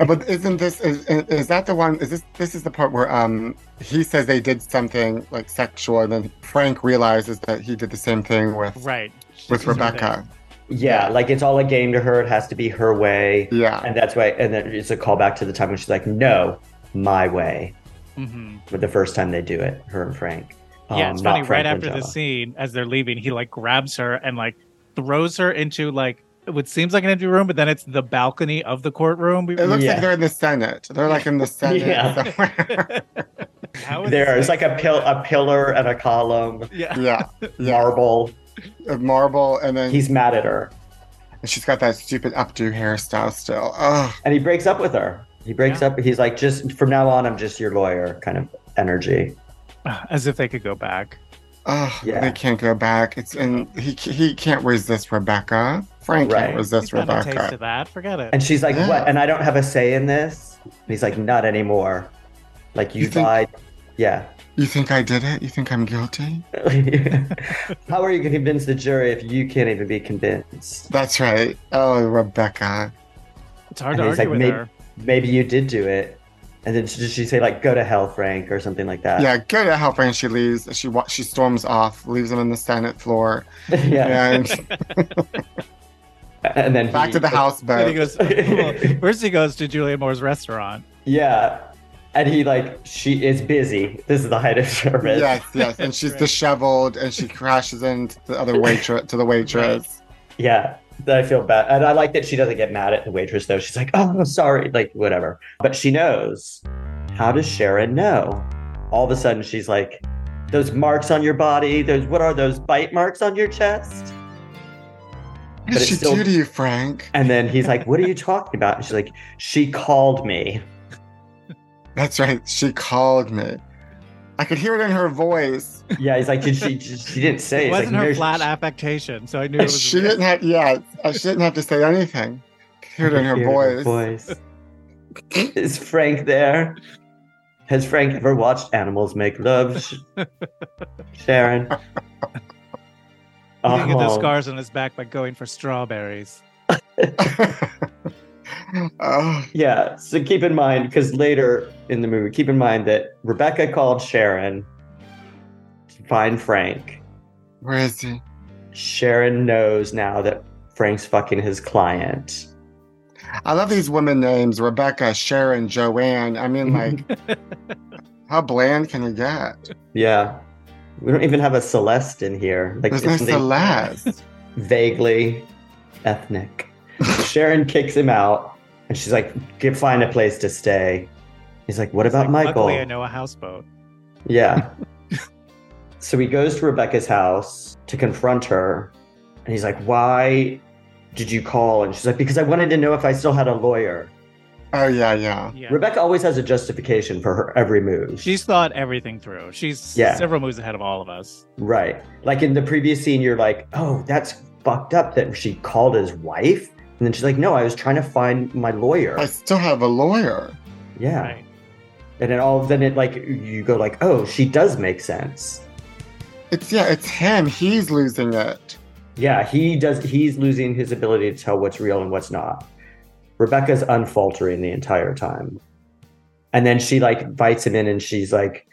Speaker 6: Uh, but isn't this is, is that the one? Is this this is the part where um he says they did something like sexual, and then Frank realizes that he did the same thing with
Speaker 5: Right.
Speaker 6: with Rebecca.
Speaker 4: Yeah, like it's all a game to her. It has to be her way.
Speaker 6: Yeah,
Speaker 4: And that's why, and then it's a callback to the time when she's like, no, my way.
Speaker 5: hmm
Speaker 4: with the first time they do it, her and Frank.
Speaker 5: Yeah,
Speaker 4: Um,
Speaker 5: it's
Speaker 4: not
Speaker 5: funny.
Speaker 4: Frank
Speaker 5: Right after
Speaker 4: Langella.
Speaker 5: the scene, as they're leaving, he like grabs her and like throws her into like what seems like an empty room, but then it's the balcony of the courtroom. We-
Speaker 6: it looks
Speaker 4: Yeah.
Speaker 6: like they're in the Senate. They're like in the Senate
Speaker 4: Yeah.
Speaker 6: somewhere.
Speaker 5: How is
Speaker 4: There, it's
Speaker 5: this-
Speaker 4: like a pill, a pillar and a column,
Speaker 5: yeah.
Speaker 6: yeah, yeah.
Speaker 4: marble.
Speaker 6: Marble, and then
Speaker 4: He's mad at her,
Speaker 6: and she's got that stupid updo hairstyle still. Oh,
Speaker 4: and he breaks up with her. He breaks up. He's like, just from now on, I'm just your lawyer, kind of energy.
Speaker 5: As if they could go back.
Speaker 6: oh,
Speaker 4: Yeah.
Speaker 6: they can't go back. It's and he he can't resist Rebecca. Frank
Speaker 4: Right.
Speaker 6: can't
Speaker 5: He's
Speaker 6: resist
Speaker 5: gotten a taste
Speaker 6: Rebecca.
Speaker 5: of that. Forget it.
Speaker 4: And she's like,
Speaker 6: Yeah.
Speaker 4: what? And I don't have a say in this. And he's like, not anymore. Like you,
Speaker 6: You think-
Speaker 4: lied. Yeah.
Speaker 6: You think I did it? You think I'm guilty?
Speaker 4: How are you going to convince the jury if you can't even be convinced?
Speaker 6: That's right. Oh, Rebecca.
Speaker 5: it's hard to
Speaker 4: and he's like,
Speaker 5: argue with
Speaker 4: maybe-
Speaker 5: her.
Speaker 4: Maybe you did do it. And then did she say like, go to hell, Frank, or something like that?
Speaker 6: Yeah, go to hell, Frank. She leaves. She wa- she storms off, leaves him in the Senate floor,
Speaker 4: yeah.
Speaker 6: and
Speaker 4: and then
Speaker 6: back
Speaker 4: he-
Speaker 6: to the
Speaker 5: And he
Speaker 6: houseboat.
Speaker 5: goes, well, first he goes to Julian Moore's restaurant.
Speaker 4: Yeah, and he like she is busy. This is the height of service.
Speaker 6: Yes, yes, and she's disheveled, and she crashes into the other waitress to the waitress.
Speaker 4: yeah. I feel bad, and I like that she doesn't get mad at the waitress though. She's like, "Oh, I'm sorry," like whatever. But she knows. How does Sharon know? All of a sudden, she's like, "Those marks on your body. Those what are those bite marks on your chest?"
Speaker 6: What did
Speaker 4: it's
Speaker 6: she
Speaker 4: still-
Speaker 6: do to you, Frank?
Speaker 4: And then he's like, "What are you talking about?" And she's like, "She called me."
Speaker 6: That's right. She called me. I could hear it in her voice.
Speaker 4: Yeah, he's like, "Did she? She didn't say."
Speaker 5: It
Speaker 4: It's
Speaker 5: wasn't
Speaker 4: like,
Speaker 5: her
Speaker 4: "No,
Speaker 5: flat
Speaker 4: she-
Speaker 5: affectation, so I knew it was.
Speaker 6: She didn't have. Yeah, I shouldn't have to say anything. I could hear it in her
Speaker 4: Hear
Speaker 6: voice.
Speaker 4: voice. Is Frank there? Has Frank ever watched animals make love? Sh- Sharon.
Speaker 5: You can get the
Speaker 4: Oh.
Speaker 5: scars on his back by going for strawberries.
Speaker 6: oh,
Speaker 4: Yeah. So keep in mind, because later in the movie, keep in mind that Rebecca called Sharon to find Frank.
Speaker 6: where is he?
Speaker 4: Sharon knows now that Frank's fucking his client.
Speaker 6: I love these women names Rebecca, Sharon, Joanne. I mean, like, how bland can you get?
Speaker 4: Yeah. We don't even have a Celeste in here. Like
Speaker 6: There's no
Speaker 4: it's something
Speaker 6: Celeste.
Speaker 4: vaguely ethnic. Sharon kicks him out and she's like, Get find a place to stay. He's like, What about
Speaker 5: Like,
Speaker 4: Michael?
Speaker 5: Luckily, I know a houseboat.
Speaker 4: Yeah. so he goes to Rebecca's house to confront her. And he's like, Why did you call? And she's like, Because I wanted to know if I still had a lawyer.
Speaker 6: Oh, yeah, yeah.
Speaker 5: Yeah.
Speaker 4: Rebecca always has a justification for her every move.
Speaker 5: She's thought everything through. She's
Speaker 4: Yeah.
Speaker 5: several moves ahead of all of us.
Speaker 4: right. Like in the previous scene, you're like, Oh, that's fucked up that she called his wife. And then she's like, No, I was trying to find my lawyer.
Speaker 6: I still have a lawyer.
Speaker 4: yeah.
Speaker 5: Right.
Speaker 4: And then all of a sudden it like you go like, Oh, she does make sense.
Speaker 6: It's, yeah, it's him. He's losing it.
Speaker 4: Yeah, he does. He's losing his ability to tell what's real and what's not. Rebecca's unfaltering the entire time, and then she like bites him in, and she's like,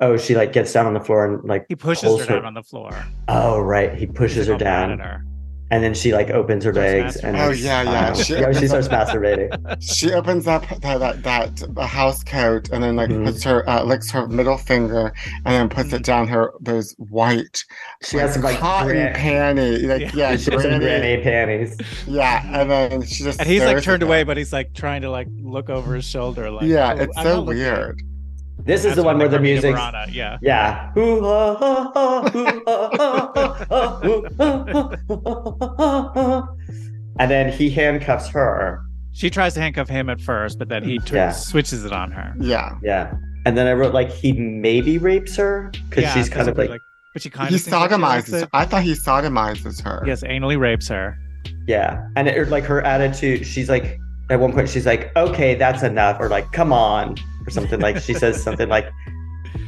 Speaker 4: "Oh, she like gets down on the floor and like,
Speaker 5: He pushes
Speaker 4: Pulls
Speaker 5: her
Speaker 4: her-
Speaker 5: down on the floor.
Speaker 4: oh right." He pushes
Speaker 5: He's
Speaker 4: her
Speaker 5: all mad
Speaker 4: down,
Speaker 5: at her.
Speaker 4: and then she like opens her
Speaker 5: Starts
Speaker 4: legs, and
Speaker 6: masturbating. Oh,
Speaker 4: it's
Speaker 6: yeah, yeah,
Speaker 4: fine.
Speaker 6: she-
Speaker 4: yeah. She starts masturbating.
Speaker 6: She opens up that that, that uh, house coat and then like
Speaker 5: Mm-hmm.
Speaker 4: Mhm.
Speaker 6: puts her uh, licks her middle finger and then puts it down her those white
Speaker 4: She has some like
Speaker 6: cotton
Speaker 4: gran-
Speaker 6: panty like
Speaker 5: Yeah.
Speaker 6: yeah
Speaker 4: she has some
Speaker 6: granny.
Speaker 4: granny panties.
Speaker 6: yeah and then she just
Speaker 5: And he's like
Speaker 6: stares
Speaker 5: turned
Speaker 6: at
Speaker 5: away,
Speaker 6: it.
Speaker 5: but he's like trying to like look over his shoulder. Like,
Speaker 6: yeah
Speaker 5: "Oh,
Speaker 6: it's
Speaker 5: I'm
Speaker 6: so
Speaker 5: not looking."
Speaker 6: weird
Speaker 4: This is
Speaker 5: That's
Speaker 4: the one
Speaker 5: when
Speaker 4: where the
Speaker 5: Carmina
Speaker 4: music.
Speaker 5: Burana- Yeah.
Speaker 4: Yeah. Ooh, ah, ah, ah, ooh, ah, ah, ah, ooh, ah, ah, ah, ah, ah. And then he handcuffs her.
Speaker 5: She tries to handcuff him at first, but then he turns,
Speaker 4: Mm-hmm. Yeah.
Speaker 5: switches it on her.
Speaker 6: yeah
Speaker 4: Yeah. And then I wrote like he maybe rapes her because
Speaker 5: Yeah,
Speaker 4: she's kind of
Speaker 5: we're
Speaker 4: like,
Speaker 5: but she kind
Speaker 6: he
Speaker 5: of thinks that she likes
Speaker 6: sodomizes
Speaker 5: it.
Speaker 6: her. I thought he sodomizes her
Speaker 5: Yes, anally rapes her.
Speaker 4: yeah. And it, or, like her attitude, she's like at one point she's like, okay, that's enough, or like, come on, or something like she says something like,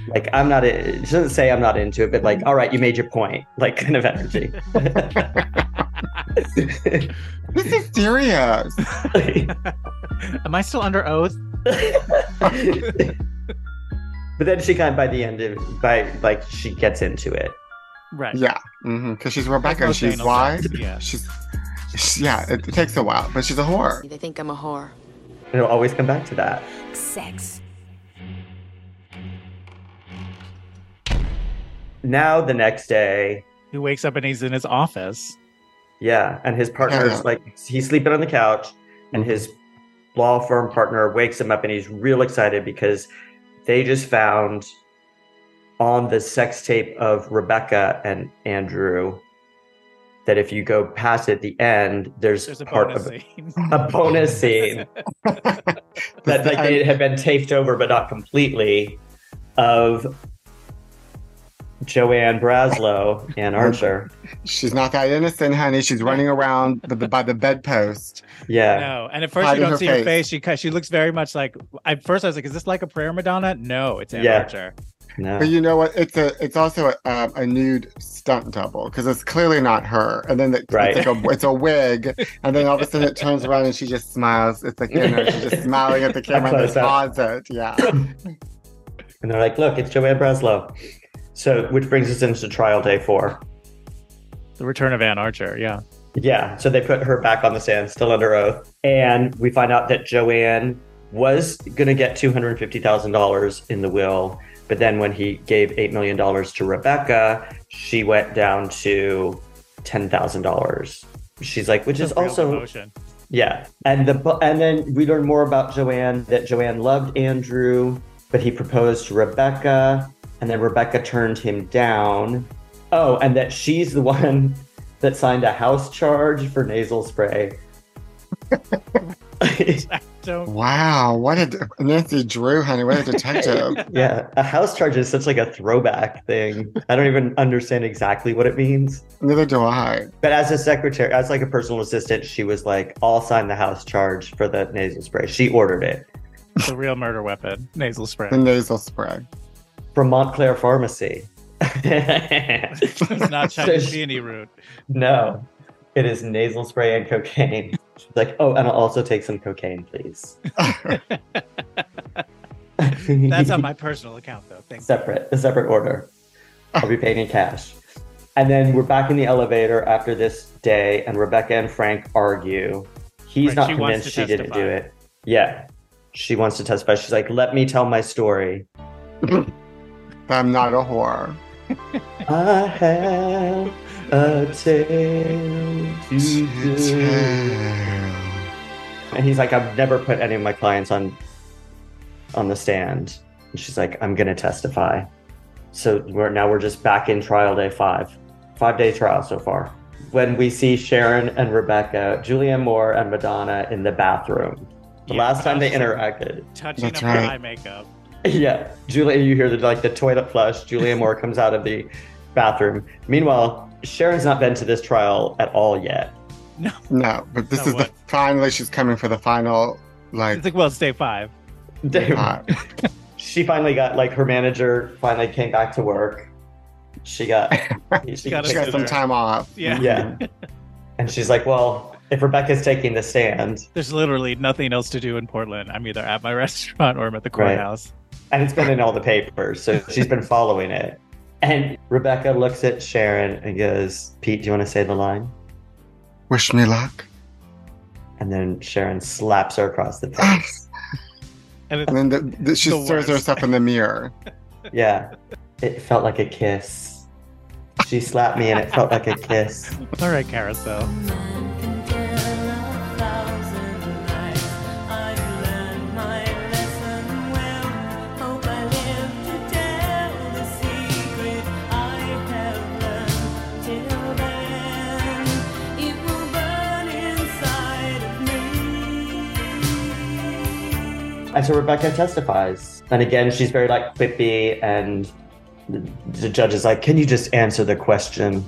Speaker 4: like I'm not. A, she doesn't say I'm not into it, but like, all right, you made your point, like kind of energy.
Speaker 6: this is serious
Speaker 5: Am I still under oath?
Speaker 4: but then she kind of by the end of by like she gets into it.
Speaker 5: Right.
Speaker 6: yeah because she's
Speaker 5: That's
Speaker 6: Rebecca and
Speaker 5: most
Speaker 6: she's
Speaker 5: anal
Speaker 6: wise
Speaker 5: sex, Yeah.
Speaker 6: she's she- yeah it, it takes a while but she's a whore
Speaker 7: They think I'm a whore.
Speaker 4: And it'll always come back to that.
Speaker 1: Sex.
Speaker 4: Now the next day,
Speaker 5: He wakes up and he's in his office.
Speaker 4: yeah, and his partner's
Speaker 6: Yeah.
Speaker 4: like he's sleeping on the couch, and his law firm partner wakes him up, and he's real excited because they just found on the sex tape of Rebecca and Andrew that if you go past at the end, there's,
Speaker 5: There's a
Speaker 4: part
Speaker 5: bonus
Speaker 4: of
Speaker 5: scene.
Speaker 4: a bonus scene. that like they had been taped over but not completely of Joanne Braslow and Archer.
Speaker 6: she's not that innocent honey she's running around the, the, by the bedpost
Speaker 4: Yeah.
Speaker 5: No, and at first
Speaker 6: Hiding
Speaker 5: you don't
Speaker 6: her
Speaker 5: see her
Speaker 6: face.
Speaker 5: face. She cut- she looks very much like. At first I was like, is this like a prayer Madonna? No, it's Ann
Speaker 4: Yeah.
Speaker 5: Archer.
Speaker 4: No.
Speaker 6: But you know what? It's a it's also a, um, a nude stunt double because it's clearly not her. And then the,
Speaker 4: Right.
Speaker 6: it's, like a, it's a wig, and then all of a sudden it turns around and she just smiles. It's like you know, she's just smiling at the camera and
Speaker 4: close
Speaker 6: then
Speaker 4: up.
Speaker 6: pause it. Yeah,
Speaker 4: And they're like, look, it's Joanne Braslow. So which brings us into trial day four.
Speaker 5: The return of Ann Archer. Yeah.
Speaker 4: Yeah. So they put her back on the stand, still under oath. And we find out that Joanne was gonna get two hundred and fifty thousand dollars in the will. But then when he gave eight million dollars to Rebecca, she went down to ten thousand dollars. She's like, which is
Speaker 5: Real
Speaker 4: also
Speaker 5: devotion.
Speaker 4: Yeah, and the bu- and then we learn more about Joanne that Joanne loved Andrew, but he proposed to Rebecca, and then Rebecca turned him down. Oh, and that she's the one that signed a house charge for nasal spray.
Speaker 5: Don't.
Speaker 6: wow, what a de- Nancy Drew, honey, what a detective.
Speaker 4: yeah, a house charge is such like a throwback thing. I don't even understand exactly what it means.
Speaker 6: Neither do I.
Speaker 4: But as a secretary, as like a personal assistant, she was like, "I'll sign the house charge for the nasal spray." She ordered it
Speaker 5: The real murder weapon. Nasal spray.
Speaker 6: The nasal spray.
Speaker 4: from Montclair Pharmacy.
Speaker 5: it's not
Speaker 4: So
Speaker 5: Chinese
Speaker 4: she-
Speaker 5: peony root.
Speaker 4: No, it is nasal spray and cocaine. She's like, oh, and I'll also take some cocaine, please.
Speaker 5: That's on my personal account, though. Thanks.
Speaker 4: separate, a separate order. I'll be paying in cash. And then we're back in the elevator after this day, and Rebecca and Frank argue. He's
Speaker 5: Right,
Speaker 4: not
Speaker 5: she wants
Speaker 4: convinced
Speaker 5: to
Speaker 4: she didn't do
Speaker 5: testify.
Speaker 4: it. Yeah. She wants to testify. She's like, let me tell my story.
Speaker 6: I'm not a whore.
Speaker 4: I have a tale to
Speaker 5: Mm-hmm.
Speaker 4: do. And he's like, I've never put any of my clients on on the stand. And she's like, I'm gonna testify. So we're now we're just back in trial day five. Five day trial so far. When we see Sharon and Rebecca, Julianne Moore and Madonna in the bathroom. The
Speaker 5: Yeah,
Speaker 4: last time they
Speaker 5: touching-
Speaker 4: interacted.
Speaker 5: Touching
Speaker 6: That's
Speaker 5: up her
Speaker 6: right.
Speaker 5: eye makeup.
Speaker 4: Yeah. Julia you hear the like the toilet flush. Julianne Moore comes out of the bathroom. Meanwhile, Sharon's not been to this trial at all yet.
Speaker 6: No, but this
Speaker 5: No,
Speaker 6: is
Speaker 5: what?
Speaker 6: the finally she's coming for the final like
Speaker 5: It's like, well, it's day five.
Speaker 4: They-
Speaker 6: pot.
Speaker 4: she finally got like her manager finally came back to work. She got she
Speaker 5: got
Speaker 4: got
Speaker 5: a-
Speaker 6: she got some time off.
Speaker 5: Yeah.
Speaker 4: yeah, and she's like, well, if Rebecca's taking the stand,
Speaker 5: There's literally nothing else to do in Portland. I'm either at my restaurant or I'm at the
Speaker 4: Right.
Speaker 5: courthouse.
Speaker 4: and it's been in all the papers, so she's been following it. And Rebecca looks at Sharon and goes, "Pete, do you want to say the line?"
Speaker 6: Wish me luck.
Speaker 4: And then Sharon slaps her across the face.
Speaker 5: And
Speaker 6: and
Speaker 5: it's
Speaker 6: then the, the, she
Speaker 5: The
Speaker 6: stares
Speaker 5: worst.
Speaker 6: herself in the mirror.
Speaker 4: yeah, it felt like a kiss. She slapped me, and it felt like a kiss.
Speaker 5: all right, carousel.
Speaker 4: And so Rebecca testifies. And again, she's very like quippy, and the, the judge is like, Can you just answer the question?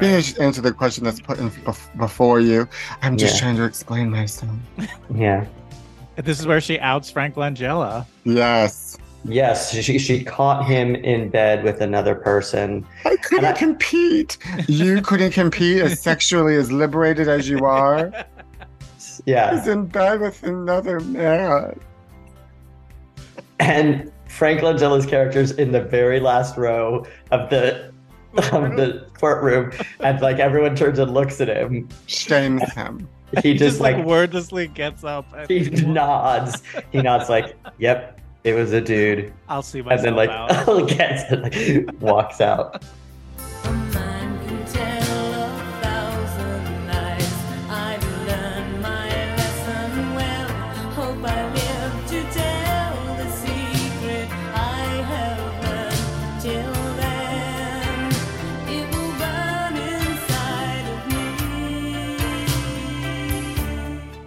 Speaker 6: You know, just answer the question that's put in bef- before you. I'm just
Speaker 4: Yeah.
Speaker 6: trying to explain myself.
Speaker 4: Yeah.
Speaker 5: And This is where she outs Frank Langella.
Speaker 6: Yes.
Speaker 4: Yes, she, she caught him in bed with another person.
Speaker 6: I couldn't
Speaker 4: I-
Speaker 6: compete. You couldn't compete as sexually as liberated as you are. I
Speaker 4: Yeah.
Speaker 6: was in bed with another man.
Speaker 4: And Frank Langella's character's in the very last row of the of the courtroom. And like everyone turns and looks at him.
Speaker 6: Shames him.
Speaker 4: He
Speaker 5: He
Speaker 4: just,
Speaker 5: just like,
Speaker 4: like,
Speaker 5: wordlessly gets up. And
Speaker 4: he nods. He nods like, Yep, it was a dude.
Speaker 5: I'll see
Speaker 4: And
Speaker 5: myself
Speaker 4: then like
Speaker 5: out.
Speaker 4: gets it, like walks out.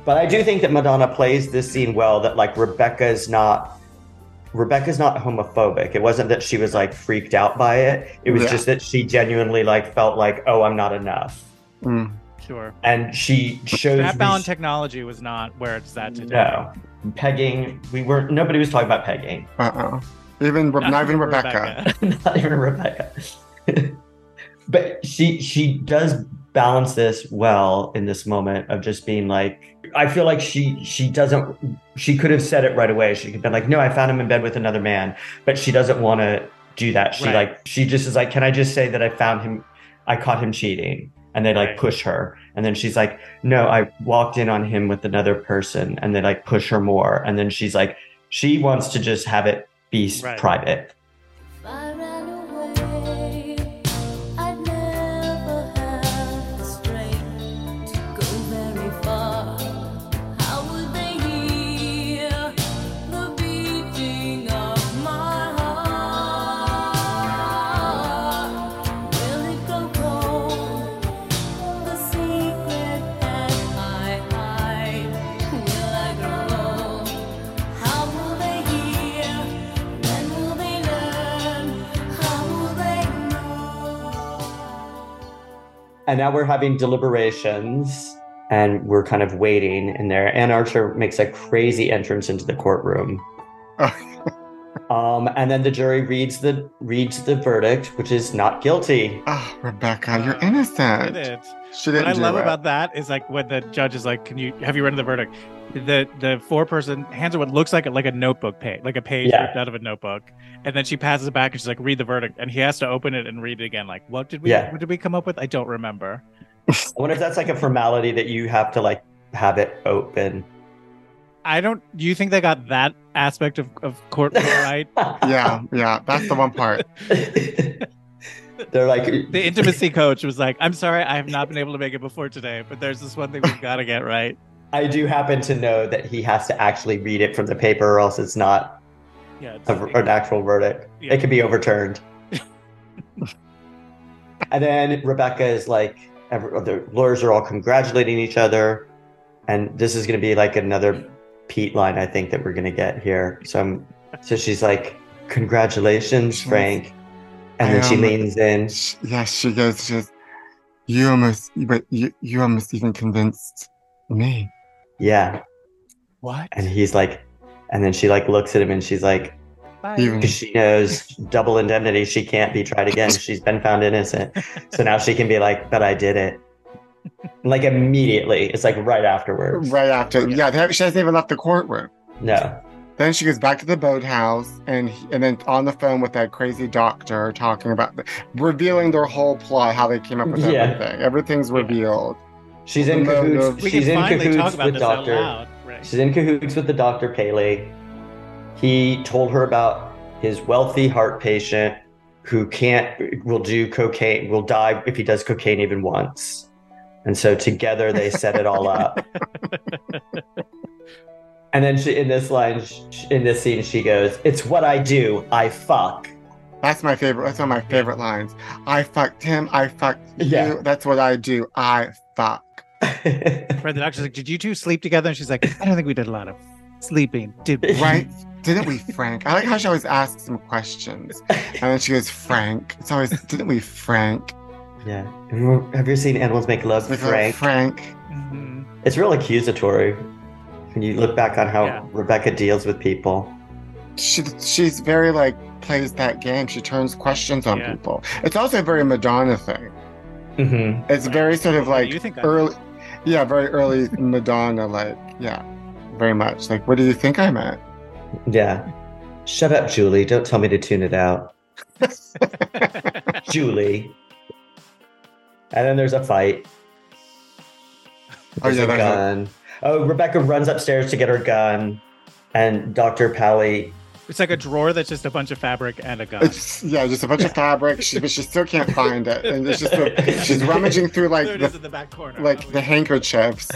Speaker 4: But I do think that Madonna plays this scene well. That like Rebecca's not Rebecca's not homophobic. It wasn't that she was like freaked out by it. It was
Speaker 6: Yeah.
Speaker 4: just that she genuinely like felt like, oh, I'm not enough,
Speaker 6: Mm.
Speaker 5: sure.
Speaker 4: and she shows
Speaker 5: That bound
Speaker 4: res-
Speaker 5: technology was not where it's at today.
Speaker 4: no pegging. We weren't. Nobody was talking about pegging.
Speaker 6: Uh oh. Even Re- not even Rebecca.
Speaker 4: not even Rebecca. but she she does balance this well in this moment of just being like I feel like she she doesn't she could have said it right away. She could have been like, No, I found him in bed with another man, but she doesn't want to do that. She
Speaker 5: Right.
Speaker 4: like she just is like, Can I just say that I found him I caught him cheating? And they like
Speaker 5: Right.
Speaker 4: push her. And then she's like, No, I walked in on him with another person and they like push her more. And then she's like, she wants to just have it be s-
Speaker 5: Right.
Speaker 4: private.
Speaker 3: I ran away. I'd never have the strength to go very far. How would they hear the beating of my heart? Will it go cold? The secret that I hide. Will I grow old? How will they hear? When will they learn? How will they know?
Speaker 4: And now we're having deliberations and we're kind of waiting in there. Ann Archer makes a crazy entrance into the courtroom. Um, and then the jury reads the reads the verdict, which is not guilty.
Speaker 6: Ah, Rebecca,
Speaker 5: Uh,
Speaker 6: you're
Speaker 5: Did
Speaker 6: innocent.
Speaker 5: it.
Speaker 6: She
Speaker 5: What
Speaker 6: didn't
Speaker 5: I
Speaker 6: do
Speaker 5: love
Speaker 6: it.
Speaker 5: about that is like when the judge is like, "Can you have you read the verdict?" The the four person hands her what looks like a, like a notebook page, like a page
Speaker 4: Yeah.
Speaker 5: ripped out of a notebook, and then she passes it back and she's like, "Read the verdict," and he has to open it and read it again. Like, what did we
Speaker 4: Yeah.
Speaker 5: what did we come up with? I don't remember.
Speaker 4: I wonder if that's like a formality that you have to like have it open.
Speaker 5: I don't. Do you think they got that aspect of, of court law right?
Speaker 6: Yeah, yeah, that's the one part.
Speaker 4: They're like
Speaker 5: The intimacy coach was like, "I'm sorry, I have not been able to make it before today, but there's this one thing we've got to get right."
Speaker 4: I do happen to know that he has to actually read it from the paper, or else it's not
Speaker 5: Yeah, it's
Speaker 4: a, an actual verdict. It could be overturned. and then Rebecca is like, every, the lawyers are all congratulating each other, and this is going to be like another Pete line I think that we're going to get here. So, I'm, so she's like, "Congratulations, Frank," and then she
Speaker 6: Um,
Speaker 4: leans in.
Speaker 6: Sh- Yeah, she goes, she goes, you almost, but you, you almost even convinced me.
Speaker 4: Yeah,
Speaker 5: what?
Speaker 4: and he's like, and then she like looks at him and she's like,
Speaker 5: Mm.
Speaker 6: Even,
Speaker 4: because she knows double indemnity she can't be tried again she's been found innocent so now she can be like but i did it like immediately it's like right afterwards
Speaker 6: right after, yeah, they haven't- she hasn't even left the courtroom.
Speaker 4: no
Speaker 6: Then she goes back to the boathouse and he- and then on the phone with that crazy doctor talking about the, revealing their whole plot, how they came up with
Speaker 4: Yeah.
Speaker 6: everything. Everything's revealed.
Speaker 4: she's in
Speaker 6: No, no.
Speaker 4: cahoots
Speaker 5: We
Speaker 4: she's
Speaker 5: can
Speaker 4: in
Speaker 5: finally
Speaker 4: cahoots
Speaker 5: talk about
Speaker 4: with
Speaker 5: this
Speaker 4: doctor
Speaker 5: out loud. Right.
Speaker 4: she's in cahoots with the doctor paley he told her about his wealthy heart patient who can't will do cocaine will die if he does cocaine even once and so together they set it all up And then she, in this line, sh in this scene, she goes, "It's what I do. I fuck."
Speaker 6: That's my favorite. That's one of my favorite lines. I fucked him. I fucked
Speaker 4: Yeah.
Speaker 6: you. That's what I do. I fuck.
Speaker 5: Right, the doctor's like, "Did you two sleep together?" And she's like, "I don't think we did a lot of sleeping, did we?"
Speaker 6: Right? didn't we, Frank? I like how she always asks some questions. And then she goes, Frank. It's always, didn't we, Frank?
Speaker 4: yeah. Have you, have you seen animals make love,
Speaker 6: Like,
Speaker 4: Frank?
Speaker 6: Frank.
Speaker 5: Mhm.
Speaker 4: It's real accusatory when you look back on how
Speaker 5: Yeah.
Speaker 4: Rebecca deals with people.
Speaker 6: She, she's very like, plays that game. She turns questions on
Speaker 5: Yeah.
Speaker 6: people. It's also a very Madonna thing.
Speaker 4: Mm-hmm.
Speaker 6: It's very sort of
Speaker 5: What do
Speaker 6: like
Speaker 5: you think I-
Speaker 6: early, yeah, very early Madonna, like, yeah, very much. Like, what do you think I'm at?
Speaker 4: Yeah. Shut up, Julie. Don't tell me to tune it out, Julie. And then there's a fight.
Speaker 6: Oh,
Speaker 4: There's
Speaker 6: yeah,
Speaker 4: a
Speaker 6: that's right.
Speaker 4: gun. Oh, Rebecca runs upstairs to get her gun, and Doctor Pally
Speaker 5: It's like a drawer that's just a bunch of fabric and a gun.
Speaker 6: It's yeah, just a bunch of fabric. She, but she still can't find it, and it's just a, she's rummaging through like
Speaker 5: there it
Speaker 6: the
Speaker 5: is in the back corner.
Speaker 6: like
Speaker 5: Oh, yeah.
Speaker 6: the handkerchiefs,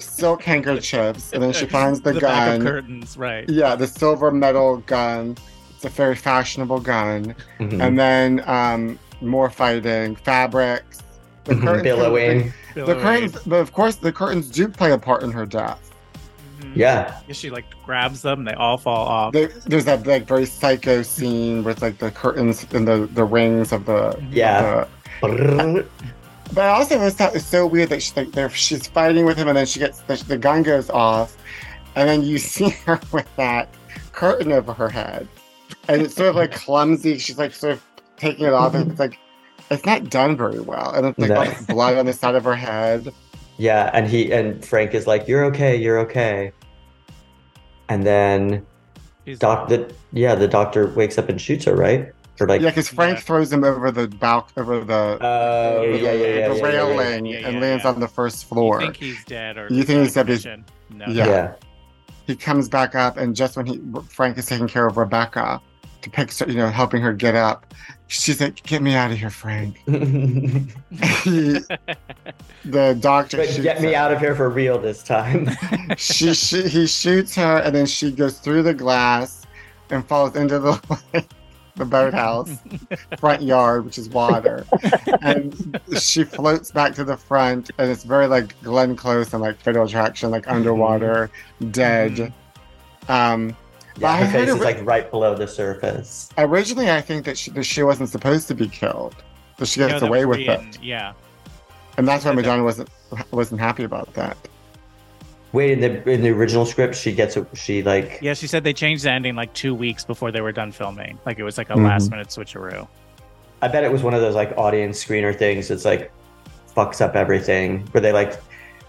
Speaker 6: silk handkerchiefs, and then she finds the,
Speaker 5: back of
Speaker 6: gun.
Speaker 5: curtains, right?
Speaker 6: Yeah, the silver metal gun. It's a very fashionable gun.
Speaker 4: Mm-hmm. Hmm.
Speaker 6: And then um, more fighting, fabrics, the
Speaker 4: Mhm. billowing.
Speaker 6: The, the curtains, but of course, the curtains do play a part in her death.
Speaker 5: Mhm.
Speaker 4: Yeah.
Speaker 5: Yeah, She like grabs them, they all fall off.
Speaker 6: There, there's that like very psycho scene with like the curtains and the the rings of the
Speaker 5: Mm-hmm.
Speaker 4: Yeah.
Speaker 6: the But I also was thought it was so weird that she's like they're, she's fighting with him, and then she gets the, the gun goes off, and then you see her with that curtain over her head, and it's sort of like clumsy. She's like sort of taking it off, and it's like it's not done very well, and it's like
Speaker 4: No.
Speaker 6: all this blood on the side of her head.
Speaker 4: Yeah, and he and Frank is like, "You're okay, you're okay." And then
Speaker 5: She's-
Speaker 4: doc, the, yeah, the doctor wakes up and shoots her, right? Or like,
Speaker 6: yeah, because Frank
Speaker 5: Yeah.
Speaker 6: throws him over the balc over the,
Speaker 4: oh yeah,
Speaker 6: over the,
Speaker 4: yeah, yeah, yeah,
Speaker 6: the
Speaker 4: yeah, yeah,
Speaker 6: railing
Speaker 5: yeah, yeah,
Speaker 6: and lands
Speaker 5: yeah.
Speaker 6: on the first
Speaker 5: you
Speaker 6: floor.
Speaker 5: think he's dead or
Speaker 6: You think he's dead, but-
Speaker 5: dead? No.
Speaker 6: yeah.
Speaker 4: yeah.
Speaker 6: he comes back up, and just when he Frank is taking care of Rebecca to pick, you know, helping her get up, she's like, "Get me out of here, Frank." he, the doctor
Speaker 4: but
Speaker 6: shoots
Speaker 4: get me
Speaker 6: her.
Speaker 4: out of here for real this time.
Speaker 6: she, she he shoots her and then she goes through the glass and falls into the the boathouse front yard which is water and she floats back to the front and it's very like glenn close and like fatal attraction like underwater dead um But
Speaker 4: yeah,
Speaker 6: I
Speaker 4: her
Speaker 6: heard
Speaker 4: face
Speaker 6: it
Speaker 4: is
Speaker 6: was-
Speaker 4: like right below the surface.
Speaker 6: originally i think that she, that she wasn't supposed to be killed so she
Speaker 5: No,
Speaker 6: gets
Speaker 5: that
Speaker 6: away
Speaker 5: was
Speaker 6: with it
Speaker 5: Ian, Yeah.
Speaker 6: and that's why madonna wasn't wasn't happy about that
Speaker 4: Wait, in the in the original script, she gets a, she like
Speaker 5: Yeah, she said they changed the ending like two weeks before they were done filming. Like it was like a
Speaker 6: Mhm.
Speaker 4: Mm-hmm.
Speaker 5: last minute switcheroo.
Speaker 4: I bet it was one of those like audience screener things that's like fucks up everything where they like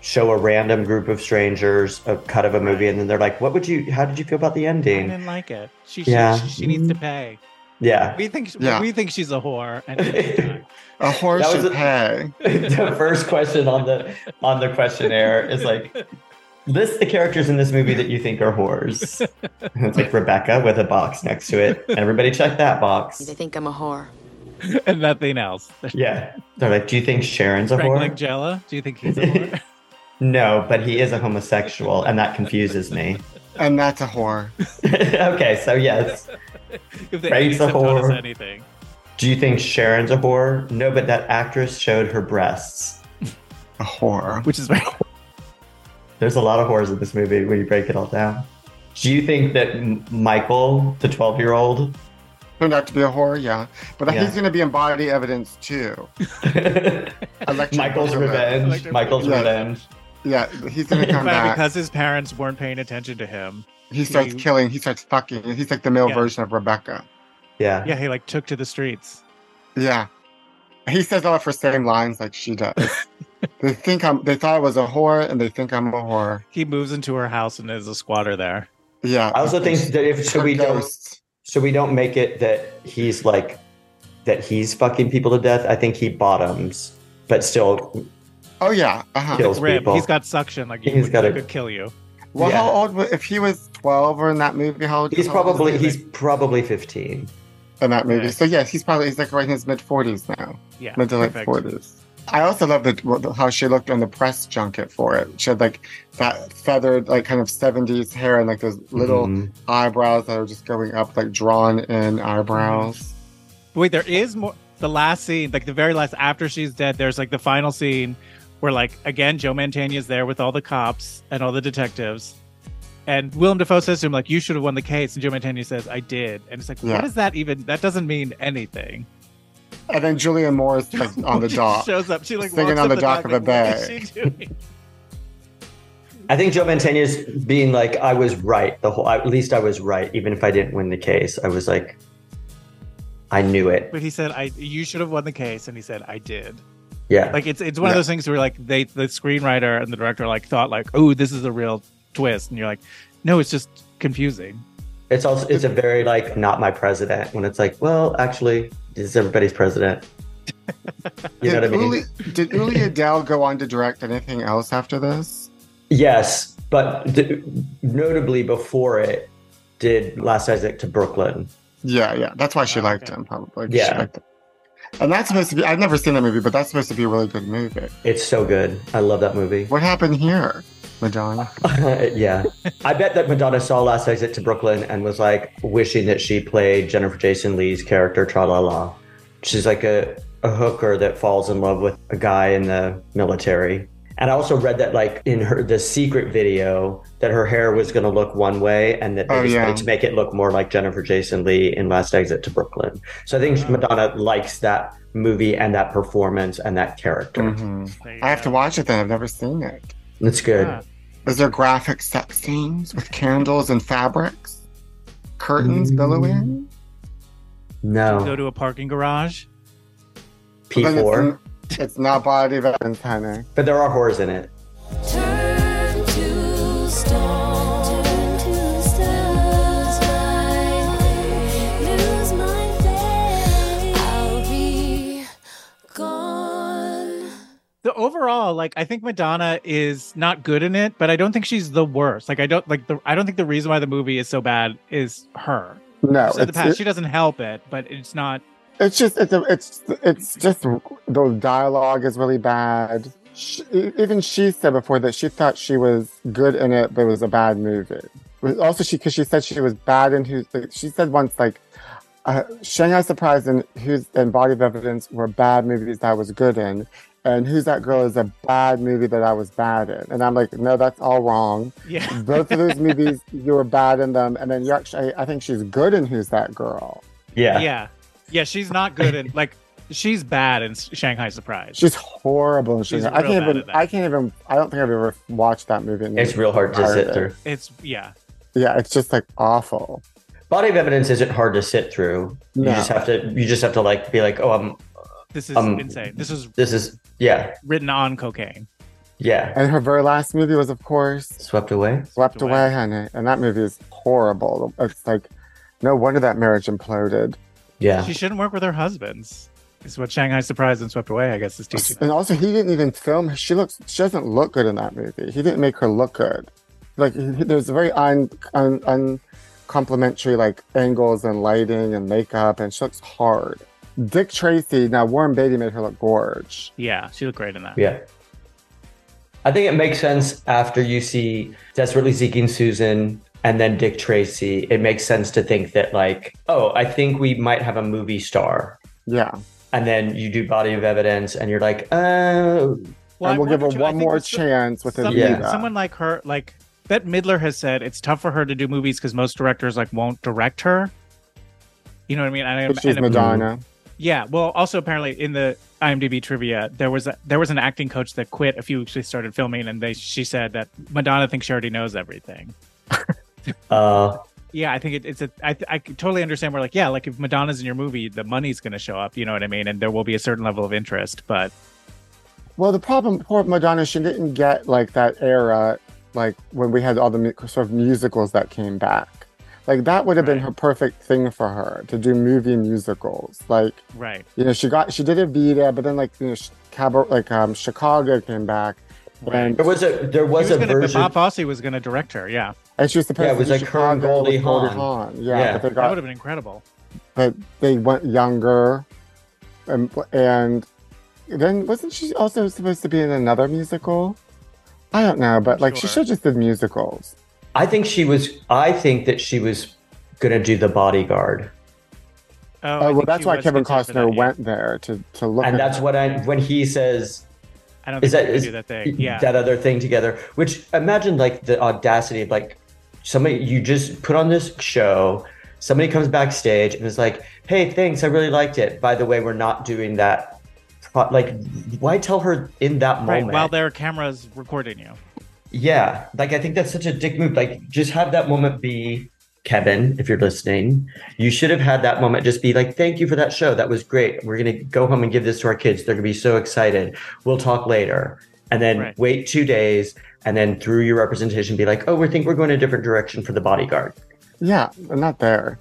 Speaker 4: show a random group of strangers a cut of a movie and then they're like, what would you, how did you feel about the
Speaker 5: I
Speaker 4: ending?
Speaker 5: didn't like it. She
Speaker 4: Yeah. Mm-hmm.
Speaker 5: she, she needs to pay.
Speaker 4: Yeah.
Speaker 5: We think
Speaker 6: Yeah.
Speaker 5: we think she's a whore. And she needs to die.
Speaker 6: a horse
Speaker 4: That was
Speaker 6: should
Speaker 4: a-
Speaker 6: pay
Speaker 4: the first question on the, on the questionnaire is like, List the characters in this movie that you think are whores. And it's like Rebecca with a box next to it. Everybody check that box.
Speaker 7: They think I'm a whore.
Speaker 5: and nothing else.
Speaker 4: Yeah. They're like, do you think Sharon's a
Speaker 5: Frank
Speaker 4: whore?
Speaker 5: Langella, do you think he's a whore?
Speaker 4: No, but he is a homosexual, and that confuses me.
Speaker 6: And that's a whore.
Speaker 4: okay, so yes.
Speaker 5: if they
Speaker 4: Frank's a
Speaker 5: have taught us
Speaker 4: whore.
Speaker 5: anything.
Speaker 4: Do you think Sharon's a whore? No, but that actress showed her breasts.
Speaker 6: A whore.
Speaker 5: Which is very
Speaker 4: There's a lot of whores in this movie when you break it all down. Do you think that M- Michael, the 12 year old,
Speaker 6: Turned out to be a whore, yeah. But
Speaker 4: Yeah.
Speaker 6: he's going to be in body evidence too. Electric
Speaker 4: Michael's
Speaker 6: Boogaloo.
Speaker 4: revenge, Michael's
Speaker 6: Yeah.
Speaker 4: revenge.
Speaker 6: Yeah, he's going to come
Speaker 5: But
Speaker 6: back.
Speaker 5: because his parents weren't paying attention to him.
Speaker 6: He starts
Speaker 5: he-
Speaker 6: killing. He starts fucking. He's like the male
Speaker 5: Yeah.
Speaker 6: version of Rebecca.
Speaker 4: Yeah.
Speaker 5: Yeah, he like took to the streets.
Speaker 6: Yeah. He says all of her same lines like she does. they think I'm. They thought I was a whore, and they think I'm a whore.
Speaker 5: He moves into her house and is a squatter there.
Speaker 6: Yeah.
Speaker 4: I also think that if so
Speaker 6: Her
Speaker 4: we don't
Speaker 6: ghost.
Speaker 4: so we don't make it that he's like that he's fucking people to death. I think he bottoms, but still
Speaker 6: Oh yeah. Uh huh.
Speaker 4: kills
Speaker 5: Rib,
Speaker 4: people.
Speaker 5: he's got suction. Like you
Speaker 4: He's
Speaker 5: would-
Speaker 4: got
Speaker 5: he
Speaker 4: a-
Speaker 5: could kill you.
Speaker 6: Well,
Speaker 4: Yeah.
Speaker 6: how old was if he was twelve or in that movie? How old?
Speaker 4: He's
Speaker 6: how old was
Speaker 4: probably
Speaker 6: he
Speaker 4: he's probably fifteen.
Speaker 6: in that movie.
Speaker 5: Yeah.
Speaker 6: So yes, he's probably he's like right in his mid forties now,
Speaker 5: Yeah,
Speaker 6: mid to late
Speaker 5: perfect.
Speaker 6: forties. I also love the how she looked on the press junket for it. She had like that feathered, like kind of seventies hair and like those little
Speaker 5: Mm-hmm.
Speaker 4: Mhm.
Speaker 6: eyebrows that are just going up, like drawn in eyebrows.
Speaker 5: Wait, there is more. The last scene, like the very last after she's dead, there's like the final scene where, like, again, Joe Mantegna's there with all the cops and all the detectives. And Willem Dafoe says to him, like, you should have won the case. And Joe Mantegna says, I did. And it's like,
Speaker 6: Yeah.
Speaker 5: what is that even? That doesn't mean anything.
Speaker 6: And then Julian Moore is like, on the
Speaker 5: She
Speaker 6: dock.
Speaker 5: shows up. She, like,
Speaker 6: Singing
Speaker 5: walks
Speaker 6: on
Speaker 5: up
Speaker 6: the dock of a
Speaker 5: like, what is
Speaker 6: bay.
Speaker 5: she doing?
Speaker 4: I think Joe Mantegna's being like, I was right the whole. At least I was right, even if I didn't win the case. I was like, I knew it.
Speaker 5: But he said, I, you should have won the case. And he said, I did.
Speaker 4: Yeah,
Speaker 5: Like, it's, it's one of
Speaker 6: Yeah.
Speaker 5: those things where, like, they, the screenwriter and the director, like, thought, like, oh, this is a real twist. And you're like, no, it's just confusing.
Speaker 4: it's also it's a very like not my president when it's like, well, actually, this is everybody's president. You know what I
Speaker 6: did,
Speaker 4: mean?
Speaker 6: Uli, did Uli Adele go on to direct anything else after this?
Speaker 4: Yes, but th- notably before it did Last Isaac to Brooklyn.
Speaker 6: Yeah, yeah. That's why
Speaker 5: Oh,
Speaker 6: she liked him, probably. 'cause she
Speaker 4: Yeah.
Speaker 6: liked him. And that's supposed to be, I've never seen that movie, but that's supposed to be a really good movie.
Speaker 4: It's so good. I love that movie.
Speaker 6: What happened here, Madonna?
Speaker 4: yeah. I bet that Madonna saw Last Exit to Brooklyn and was like wishing that she played Jennifer Jason Lee's character, Tra La La. She's like a, a hooker that falls in love with a guy in the military. And I also read that, like, in her the secret video, that her hair was going to look one way and that they
Speaker 6: Oh,
Speaker 4: just
Speaker 6: yeah.
Speaker 4: wanted to make it look more like Jennifer Jason Lee in Last Exit to Brooklyn. So I think Madonna likes that movie and that performance and that character.
Speaker 6: Mhm.
Speaker 5: There you
Speaker 6: I have
Speaker 5: go.
Speaker 6: to watch it then. I've never seen it.
Speaker 4: It's good.
Speaker 5: Yeah.
Speaker 6: Is there graphic sex scenes with candles and fabrics? Curtains billowing?
Speaker 5: Ah, go
Speaker 4: No.
Speaker 5: to a parking garage.
Speaker 4: Mm,
Speaker 6: But then
Speaker 4: P4.
Speaker 6: It's, it's not body of evidence, honey.
Speaker 4: But there are horrors in it.
Speaker 9: Turn to stone. Turn to stone. Lose my faith. I'll be gone.
Speaker 5: The overall, like I think Madonna is not good in it, but I don't think she's the worst. Like I don't like the I don't think the reason why the movie is so bad is her.
Speaker 6: No,
Speaker 5: So the
Speaker 6: it's,
Speaker 5: past, she doesn't help it, but it's not.
Speaker 6: it's just it's a, it's it's just the dialogue is really bad. She, even she said before that she thought she was good in it, but it was a bad movie. But Also, she because she said she was bad in who she said once like uh, Shanghai Surprise and Who's and Body of Evidence were bad movies that I was good in, and Who's That Girl is a bad movie that I was bad in. And I'm like, no, that's all wrong.
Speaker 5: Yeah,
Speaker 6: Both of those movies, you were bad in them, and then you're actually I, I think she's good in Who's That Girl.
Speaker 4: Yeah.
Speaker 5: yeah, yeah. She's not good in like she's bad in Shanghai Surprise.
Speaker 6: She's horrible. in
Speaker 5: She's
Speaker 6: Shanghai. I
Speaker 5: real
Speaker 6: can't
Speaker 5: bad
Speaker 6: even.
Speaker 5: at that.
Speaker 6: I can't even. I don't think I've ever watched that movie. in
Speaker 4: It's
Speaker 6: the
Speaker 4: real hard to
Speaker 6: entirety.
Speaker 4: sit through.
Speaker 5: It's yeah,
Speaker 6: Yeah, it's just like awful.
Speaker 4: Body of evidence isn't hard to sit through.
Speaker 6: No.
Speaker 4: You just have to you just have to like be like, oh I'm
Speaker 5: this is
Speaker 4: Um,
Speaker 5: insane. This is
Speaker 4: this is yeah,
Speaker 5: written on cocaine.
Speaker 4: yeah.
Speaker 6: And her very last movie was, of course,
Speaker 4: Swept away.
Speaker 6: Swept
Speaker 5: Away.
Speaker 6: Away, honey. And that movie is horrible. It's like, no wonder that marriage imploded.
Speaker 4: Yeah.
Speaker 5: She shouldn't work with her husbands. It's what Shanghai Surprise and Swept Away, I guess, is teaching.
Speaker 6: And also, he didn't even film. She looks. She doesn't look good in that movie. He didn't make her look good. Like he- he- there's very un, un, uncomplimentary like angles and lighting and makeup, and she looks hard. Dick Tracy. Now Warren Beatty made her look gorge.
Speaker 5: Yeah, she looked great in that.
Speaker 4: Yeah. I think it makes sense after you see Desperately Seeking Susan and then Dick Tracy. It makes sense to think that, like, oh, I think we might have a movie star.
Speaker 6: Yeah.
Speaker 4: And then you do Body of Evidence and you're like, oh,
Speaker 5: Well,
Speaker 6: and
Speaker 5: I
Speaker 6: we'll give her
Speaker 5: wonder, too, I
Speaker 6: one
Speaker 5: think
Speaker 6: more
Speaker 5: it's the-
Speaker 6: chance with
Speaker 5: Some,
Speaker 4: Yeah.
Speaker 6: Anita.
Speaker 5: Someone like her, like Bette Midler has said, it's tough for her to do movies because most directors like won't direct her. You know what I mean? And I-
Speaker 6: But she's
Speaker 5: and-
Speaker 6: Madonna.
Speaker 5: Yeah. Well, also apparently in the IMDb trivia, there was a, there was an acting coach that quit a few weeks we started filming, and they she said that Madonna thinks she already knows everything.
Speaker 4: uh,
Speaker 5: Yeah, I think it, it's a. I, I could totally understand. We're like, yeah, like if Madonna's in your movie, the money's going to show up. You know what I mean? And there will be a certain level of interest. But
Speaker 6: Well, the problem, poor Madonna, she didn't get like that era, like when we had all the mu- sort of musicals that came back. Like that would have been
Speaker 5: Right.
Speaker 6: her perfect thing for her to do movie musicals. Like
Speaker 5: right,
Speaker 6: you know, she got she did Evita, but then like you know, sh- Cabo, like um, Chicago came back, and
Speaker 4: there was a there was,
Speaker 5: He
Speaker 4: a
Speaker 5: was gonna, but
Speaker 4: version.
Speaker 5: Bob Fosse was going to direct her. Yeah,
Speaker 6: and she was supposed
Speaker 4: Yeah, it
Speaker 6: to
Speaker 4: was
Speaker 6: do
Speaker 4: like her and
Speaker 6: Chicago with
Speaker 4: Goldie
Speaker 6: Goldie
Speaker 4: Hawn.
Speaker 6: Hawn. Yeah,
Speaker 4: Yeah.
Speaker 6: but they
Speaker 5: that
Speaker 6: got
Speaker 5: would have been incredible.
Speaker 6: but they went younger, and and then wasn't she also supposed to be in another musical? I don't know, but like she
Speaker 5: Sure.
Speaker 6: should just did musicals.
Speaker 4: I think she was, I think that she was going to do The Bodyguard.
Speaker 5: Oh, I
Speaker 6: Oh, well,
Speaker 5: think
Speaker 6: that's
Speaker 5: she
Speaker 6: why
Speaker 5: was
Speaker 6: Kevin
Speaker 5: considered for
Speaker 6: Costner
Speaker 5: that, yeah.
Speaker 6: went there to to look.
Speaker 4: And
Speaker 6: at
Speaker 4: that's
Speaker 6: it.
Speaker 4: what I, when he says,
Speaker 5: I don't think
Speaker 4: is that
Speaker 5: we
Speaker 4: is
Speaker 5: do that thing. Yeah,
Speaker 4: that other thing together which imagine like the audacity of like somebody you just put on this show somebody comes backstage and is like hey thanks i really liked it by the way we're not doing that pro-" like why tell her in that
Speaker 5: right.
Speaker 4: moment
Speaker 5: While their cameras recording you.
Speaker 4: yeah like i think that's such a dick move like just have that moment be kevin if you're listening you should have had that moment just be like thank you for that show that was great we're going to go home and give this to our kids they're going to be so excited we'll talk later and then
Speaker 5: Right.
Speaker 4: wait two days and then through your representation be like oh we think we're going a different direction for the bodyguard
Speaker 6: yeah, I'm not there.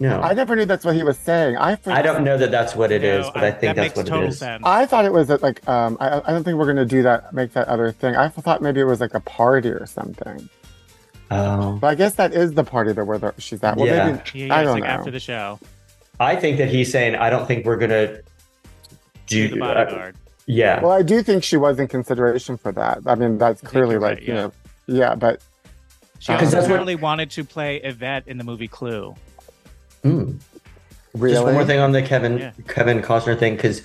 Speaker 4: no
Speaker 6: I
Speaker 4: i,
Speaker 6: never knew that's what he was saying. I for-
Speaker 4: don't know that that's what it
Speaker 5: No,
Speaker 4: is, but i, think
Speaker 5: that
Speaker 4: that's
Speaker 5: makes
Speaker 4: what
Speaker 5: total
Speaker 4: it is
Speaker 5: sense.
Speaker 6: I thought it was that like um I, I don't think we're gonna do that make that other thing. I thought maybe it was like a party or something.
Speaker 4: oh
Speaker 6: But I guess that is the party that where the, she's at. Well,
Speaker 4: Yeah.
Speaker 6: maybe
Speaker 5: yeah, yeah,
Speaker 6: I
Speaker 5: it's
Speaker 6: don't
Speaker 5: like
Speaker 6: know.
Speaker 5: after the show,
Speaker 4: i think that he's saying i don't think we're going to
Speaker 5: do
Speaker 4: do
Speaker 5: the
Speaker 4: uh,
Speaker 5: bodyguard.
Speaker 4: yeah
Speaker 6: Well, I do think she was in consideration for that. I mean, that's
Speaker 5: think
Speaker 6: clearly
Speaker 5: you're
Speaker 6: like
Speaker 5: right,
Speaker 6: you
Speaker 5: yeah.
Speaker 6: know, yeah. But
Speaker 5: She
Speaker 4: 'Cause
Speaker 5: also
Speaker 4: that's what-
Speaker 5: really wanted to play Yvette in the movie Clue.
Speaker 4: Hmm.
Speaker 6: really,
Speaker 4: Just one more thing on the Kevin
Speaker 5: Yeah.
Speaker 4: Kevin Costner thing because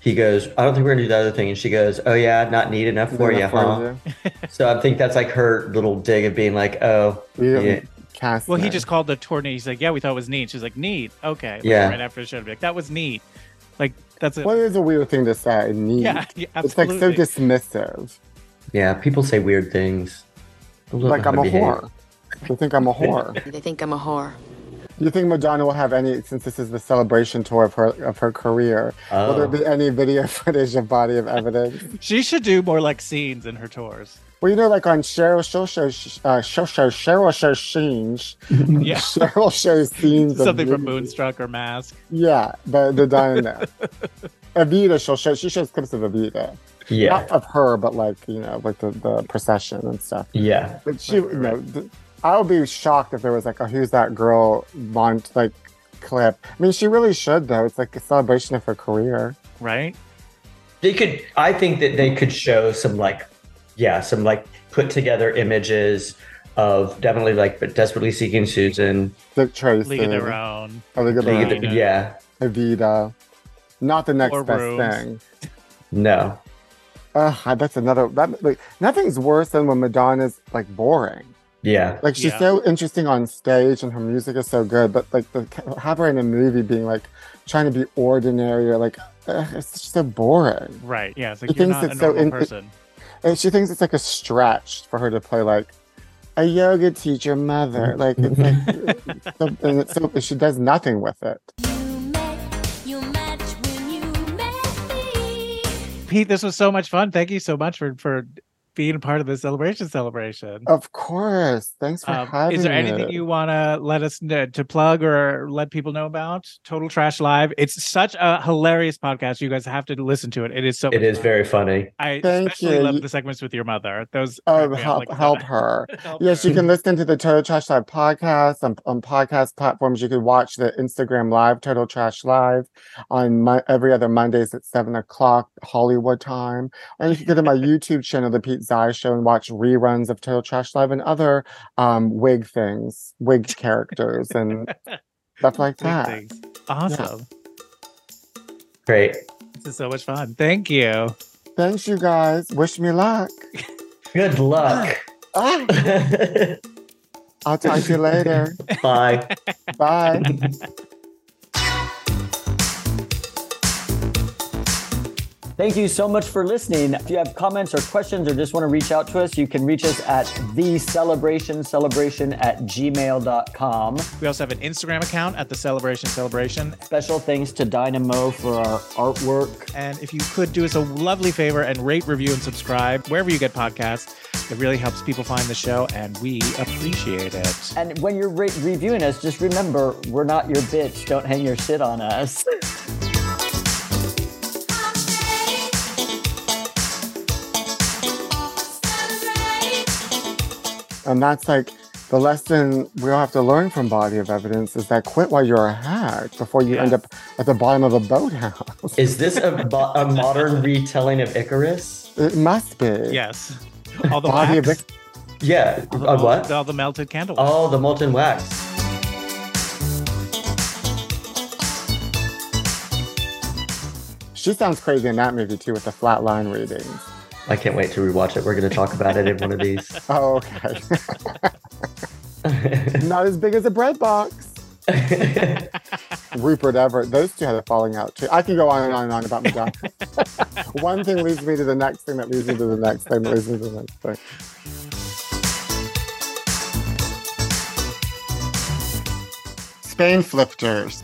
Speaker 4: he goes, I don't think we're gonna do the other thing, and she goes, Oh yeah, not neat enough for you,
Speaker 6: Enough
Speaker 4: huh? So I think that's like her little dig of being like, Oh,
Speaker 6: you.
Speaker 4: yeah,
Speaker 6: We didn't cast
Speaker 5: Well, he
Speaker 6: them.
Speaker 5: just called the tourney. He's like, "Yeah, we thought it was neat." She's like, "Neat, okay." Like,
Speaker 4: Yeah.
Speaker 5: Right after the show, to be like, "That was neat." Like that's a
Speaker 6: Well, it is a weird thing to say. Neat.
Speaker 5: yeah, yeah,
Speaker 6: it's like
Speaker 5: absolutely.
Speaker 6: so dismissive.
Speaker 4: yeah, people say weird things. I don't know
Speaker 6: Like
Speaker 4: how
Speaker 6: I'm
Speaker 4: to
Speaker 6: a
Speaker 4: behave.
Speaker 6: whore. You think I'm a whore?
Speaker 7: They think I'm a whore.
Speaker 6: You think Madonna will have any, since this is the celebration tour of her of her career, will there
Speaker 4: Oh.
Speaker 6: be any video footage of Body of Evidence?
Speaker 5: she should do more like scenes in her tours.
Speaker 6: well, you know, like on Cheryl Show Show uh, Show Show Cheryl Show Scenes,
Speaker 5: Yeah,
Speaker 6: Cheryl Show Scenes, of
Speaker 5: something from
Speaker 6: me-
Speaker 5: Moonstruck or Mask.
Speaker 6: Yeah, but the Diana, Evita, she'll show she shows clips of Evita,
Speaker 4: Yeah,
Speaker 6: not of her, but like you know, like the, the procession and stuff.
Speaker 4: yeah.
Speaker 6: But she, you know, th- I would be shocked if there was like a "Who's That Girl" mont like clip. I mean, she really should though. It's like a celebration of her career.
Speaker 5: Right?
Speaker 4: They could I think that they could show some like yeah, some like put together images of definitely like but desperately seeking Susan.
Speaker 6: Dick Tracy,
Speaker 5: League of Their Own.
Speaker 6: Oh, League of Their
Speaker 4: League
Speaker 6: Own,
Speaker 4: of the-
Speaker 5: Right.
Speaker 4: yeah.
Speaker 6: Evita. Not the next
Speaker 5: Or
Speaker 6: best
Speaker 5: Rooms.
Speaker 6: thing.
Speaker 4: No.
Speaker 6: Ugh, that's another. That like, nothing's worse than when Madonna's like boring.
Speaker 4: Yeah.
Speaker 6: Like she's
Speaker 5: Yeah.
Speaker 6: so interesting on stage, and her music is so good. But like, the, have her in a movie being like trying to be ordinary or like ugh, it's just so boring.
Speaker 5: Right. Yeah. It's
Speaker 6: He
Speaker 5: like you're
Speaker 6: thinks
Speaker 5: not a
Speaker 6: it's so
Speaker 5: normal
Speaker 6: in-
Speaker 5: person.
Speaker 6: And she thinks it's like a stretch for her to play like a yoga teacher mother. Like, it's like so, and it's so, she does nothing with it.
Speaker 5: Pete, this was so much fun. Thank you so much for for being part of the celebration celebration.
Speaker 6: Of course. Thanks for
Speaker 5: Um,
Speaker 6: having
Speaker 5: is there anything
Speaker 6: it.
Speaker 5: you want to let us know to plug or let people know about total trash live it's such a hilarious podcast you guys have to listen to it it is so
Speaker 9: It
Speaker 5: much
Speaker 9: is
Speaker 5: fun.
Speaker 9: very funny.
Speaker 5: i
Speaker 6: Thank
Speaker 5: especially
Speaker 6: you.
Speaker 5: love
Speaker 6: You-
Speaker 5: the segments with your mother those
Speaker 6: Oh,
Speaker 5: crack me up
Speaker 6: help,
Speaker 5: like a
Speaker 6: help
Speaker 5: nut.
Speaker 6: her.
Speaker 5: Help
Speaker 6: Yes, you
Speaker 5: her.
Speaker 6: can listen to the Total Trash Live podcast on, on podcast platforms. You could watch the Instagram Live, Total Trash Live, on my, every other Mondays at 7 o'clock Hollywood time. Or you can go to my YouTube channel, The Pete Zai Show, and watch reruns of Total Trash Live and other um, wig things, wig characters, and stuff like
Speaker 5: Big
Speaker 6: that.
Speaker 5: things. awesome
Speaker 9: Great.
Speaker 5: this is so much fun thank you
Speaker 6: Thanks, you guys. Wish me luck.
Speaker 9: Good luck.
Speaker 6: Ah, I'll talk to you later.
Speaker 9: Bye.
Speaker 6: Bye.
Speaker 10: Thank you so much for listening. If you have comments or questions or just want to reach out to us, you can reach us at the celebration celebration at gmail.com.
Speaker 5: we also have an instagram account at the celebration celebration
Speaker 10: Special thanks to Dynamo for our artwork.
Speaker 5: and if you could do us a lovely favor and rate review and subscribe wherever you get podcasts it really helps people find the show and we appreciate it
Speaker 10: And when you're re- reviewing us, just remember we're not your bitch. Don't hang your shit on us.
Speaker 6: And that's like the lesson we all have to learn from body of evidence is that quit while you're ahead before you end
Speaker 5: Yes.
Speaker 6: up at the bottom of a boathouse.
Speaker 9: Is this a, bo- a modern retelling of Icarus?
Speaker 6: It must be.
Speaker 5: yes all the
Speaker 6: Body of
Speaker 5: wax.
Speaker 6: ex-
Speaker 9: Yeah.
Speaker 5: All the,
Speaker 9: A what?
Speaker 5: All the melted candle. wax.
Speaker 9: Oh, the molten wax.
Speaker 6: she sounds crazy in that movie too with the flat line readings.
Speaker 9: I can't wait to rewatch it. We're going to talk about it in one of these.
Speaker 6: Oh, okay. Not as big as a bread box. Rupert Everett, those two had a falling out too. I can go on and on and on about Madonna. One thing leads me to the next thing that leads me to the next thing that leads me to the next thing. Spain flifters.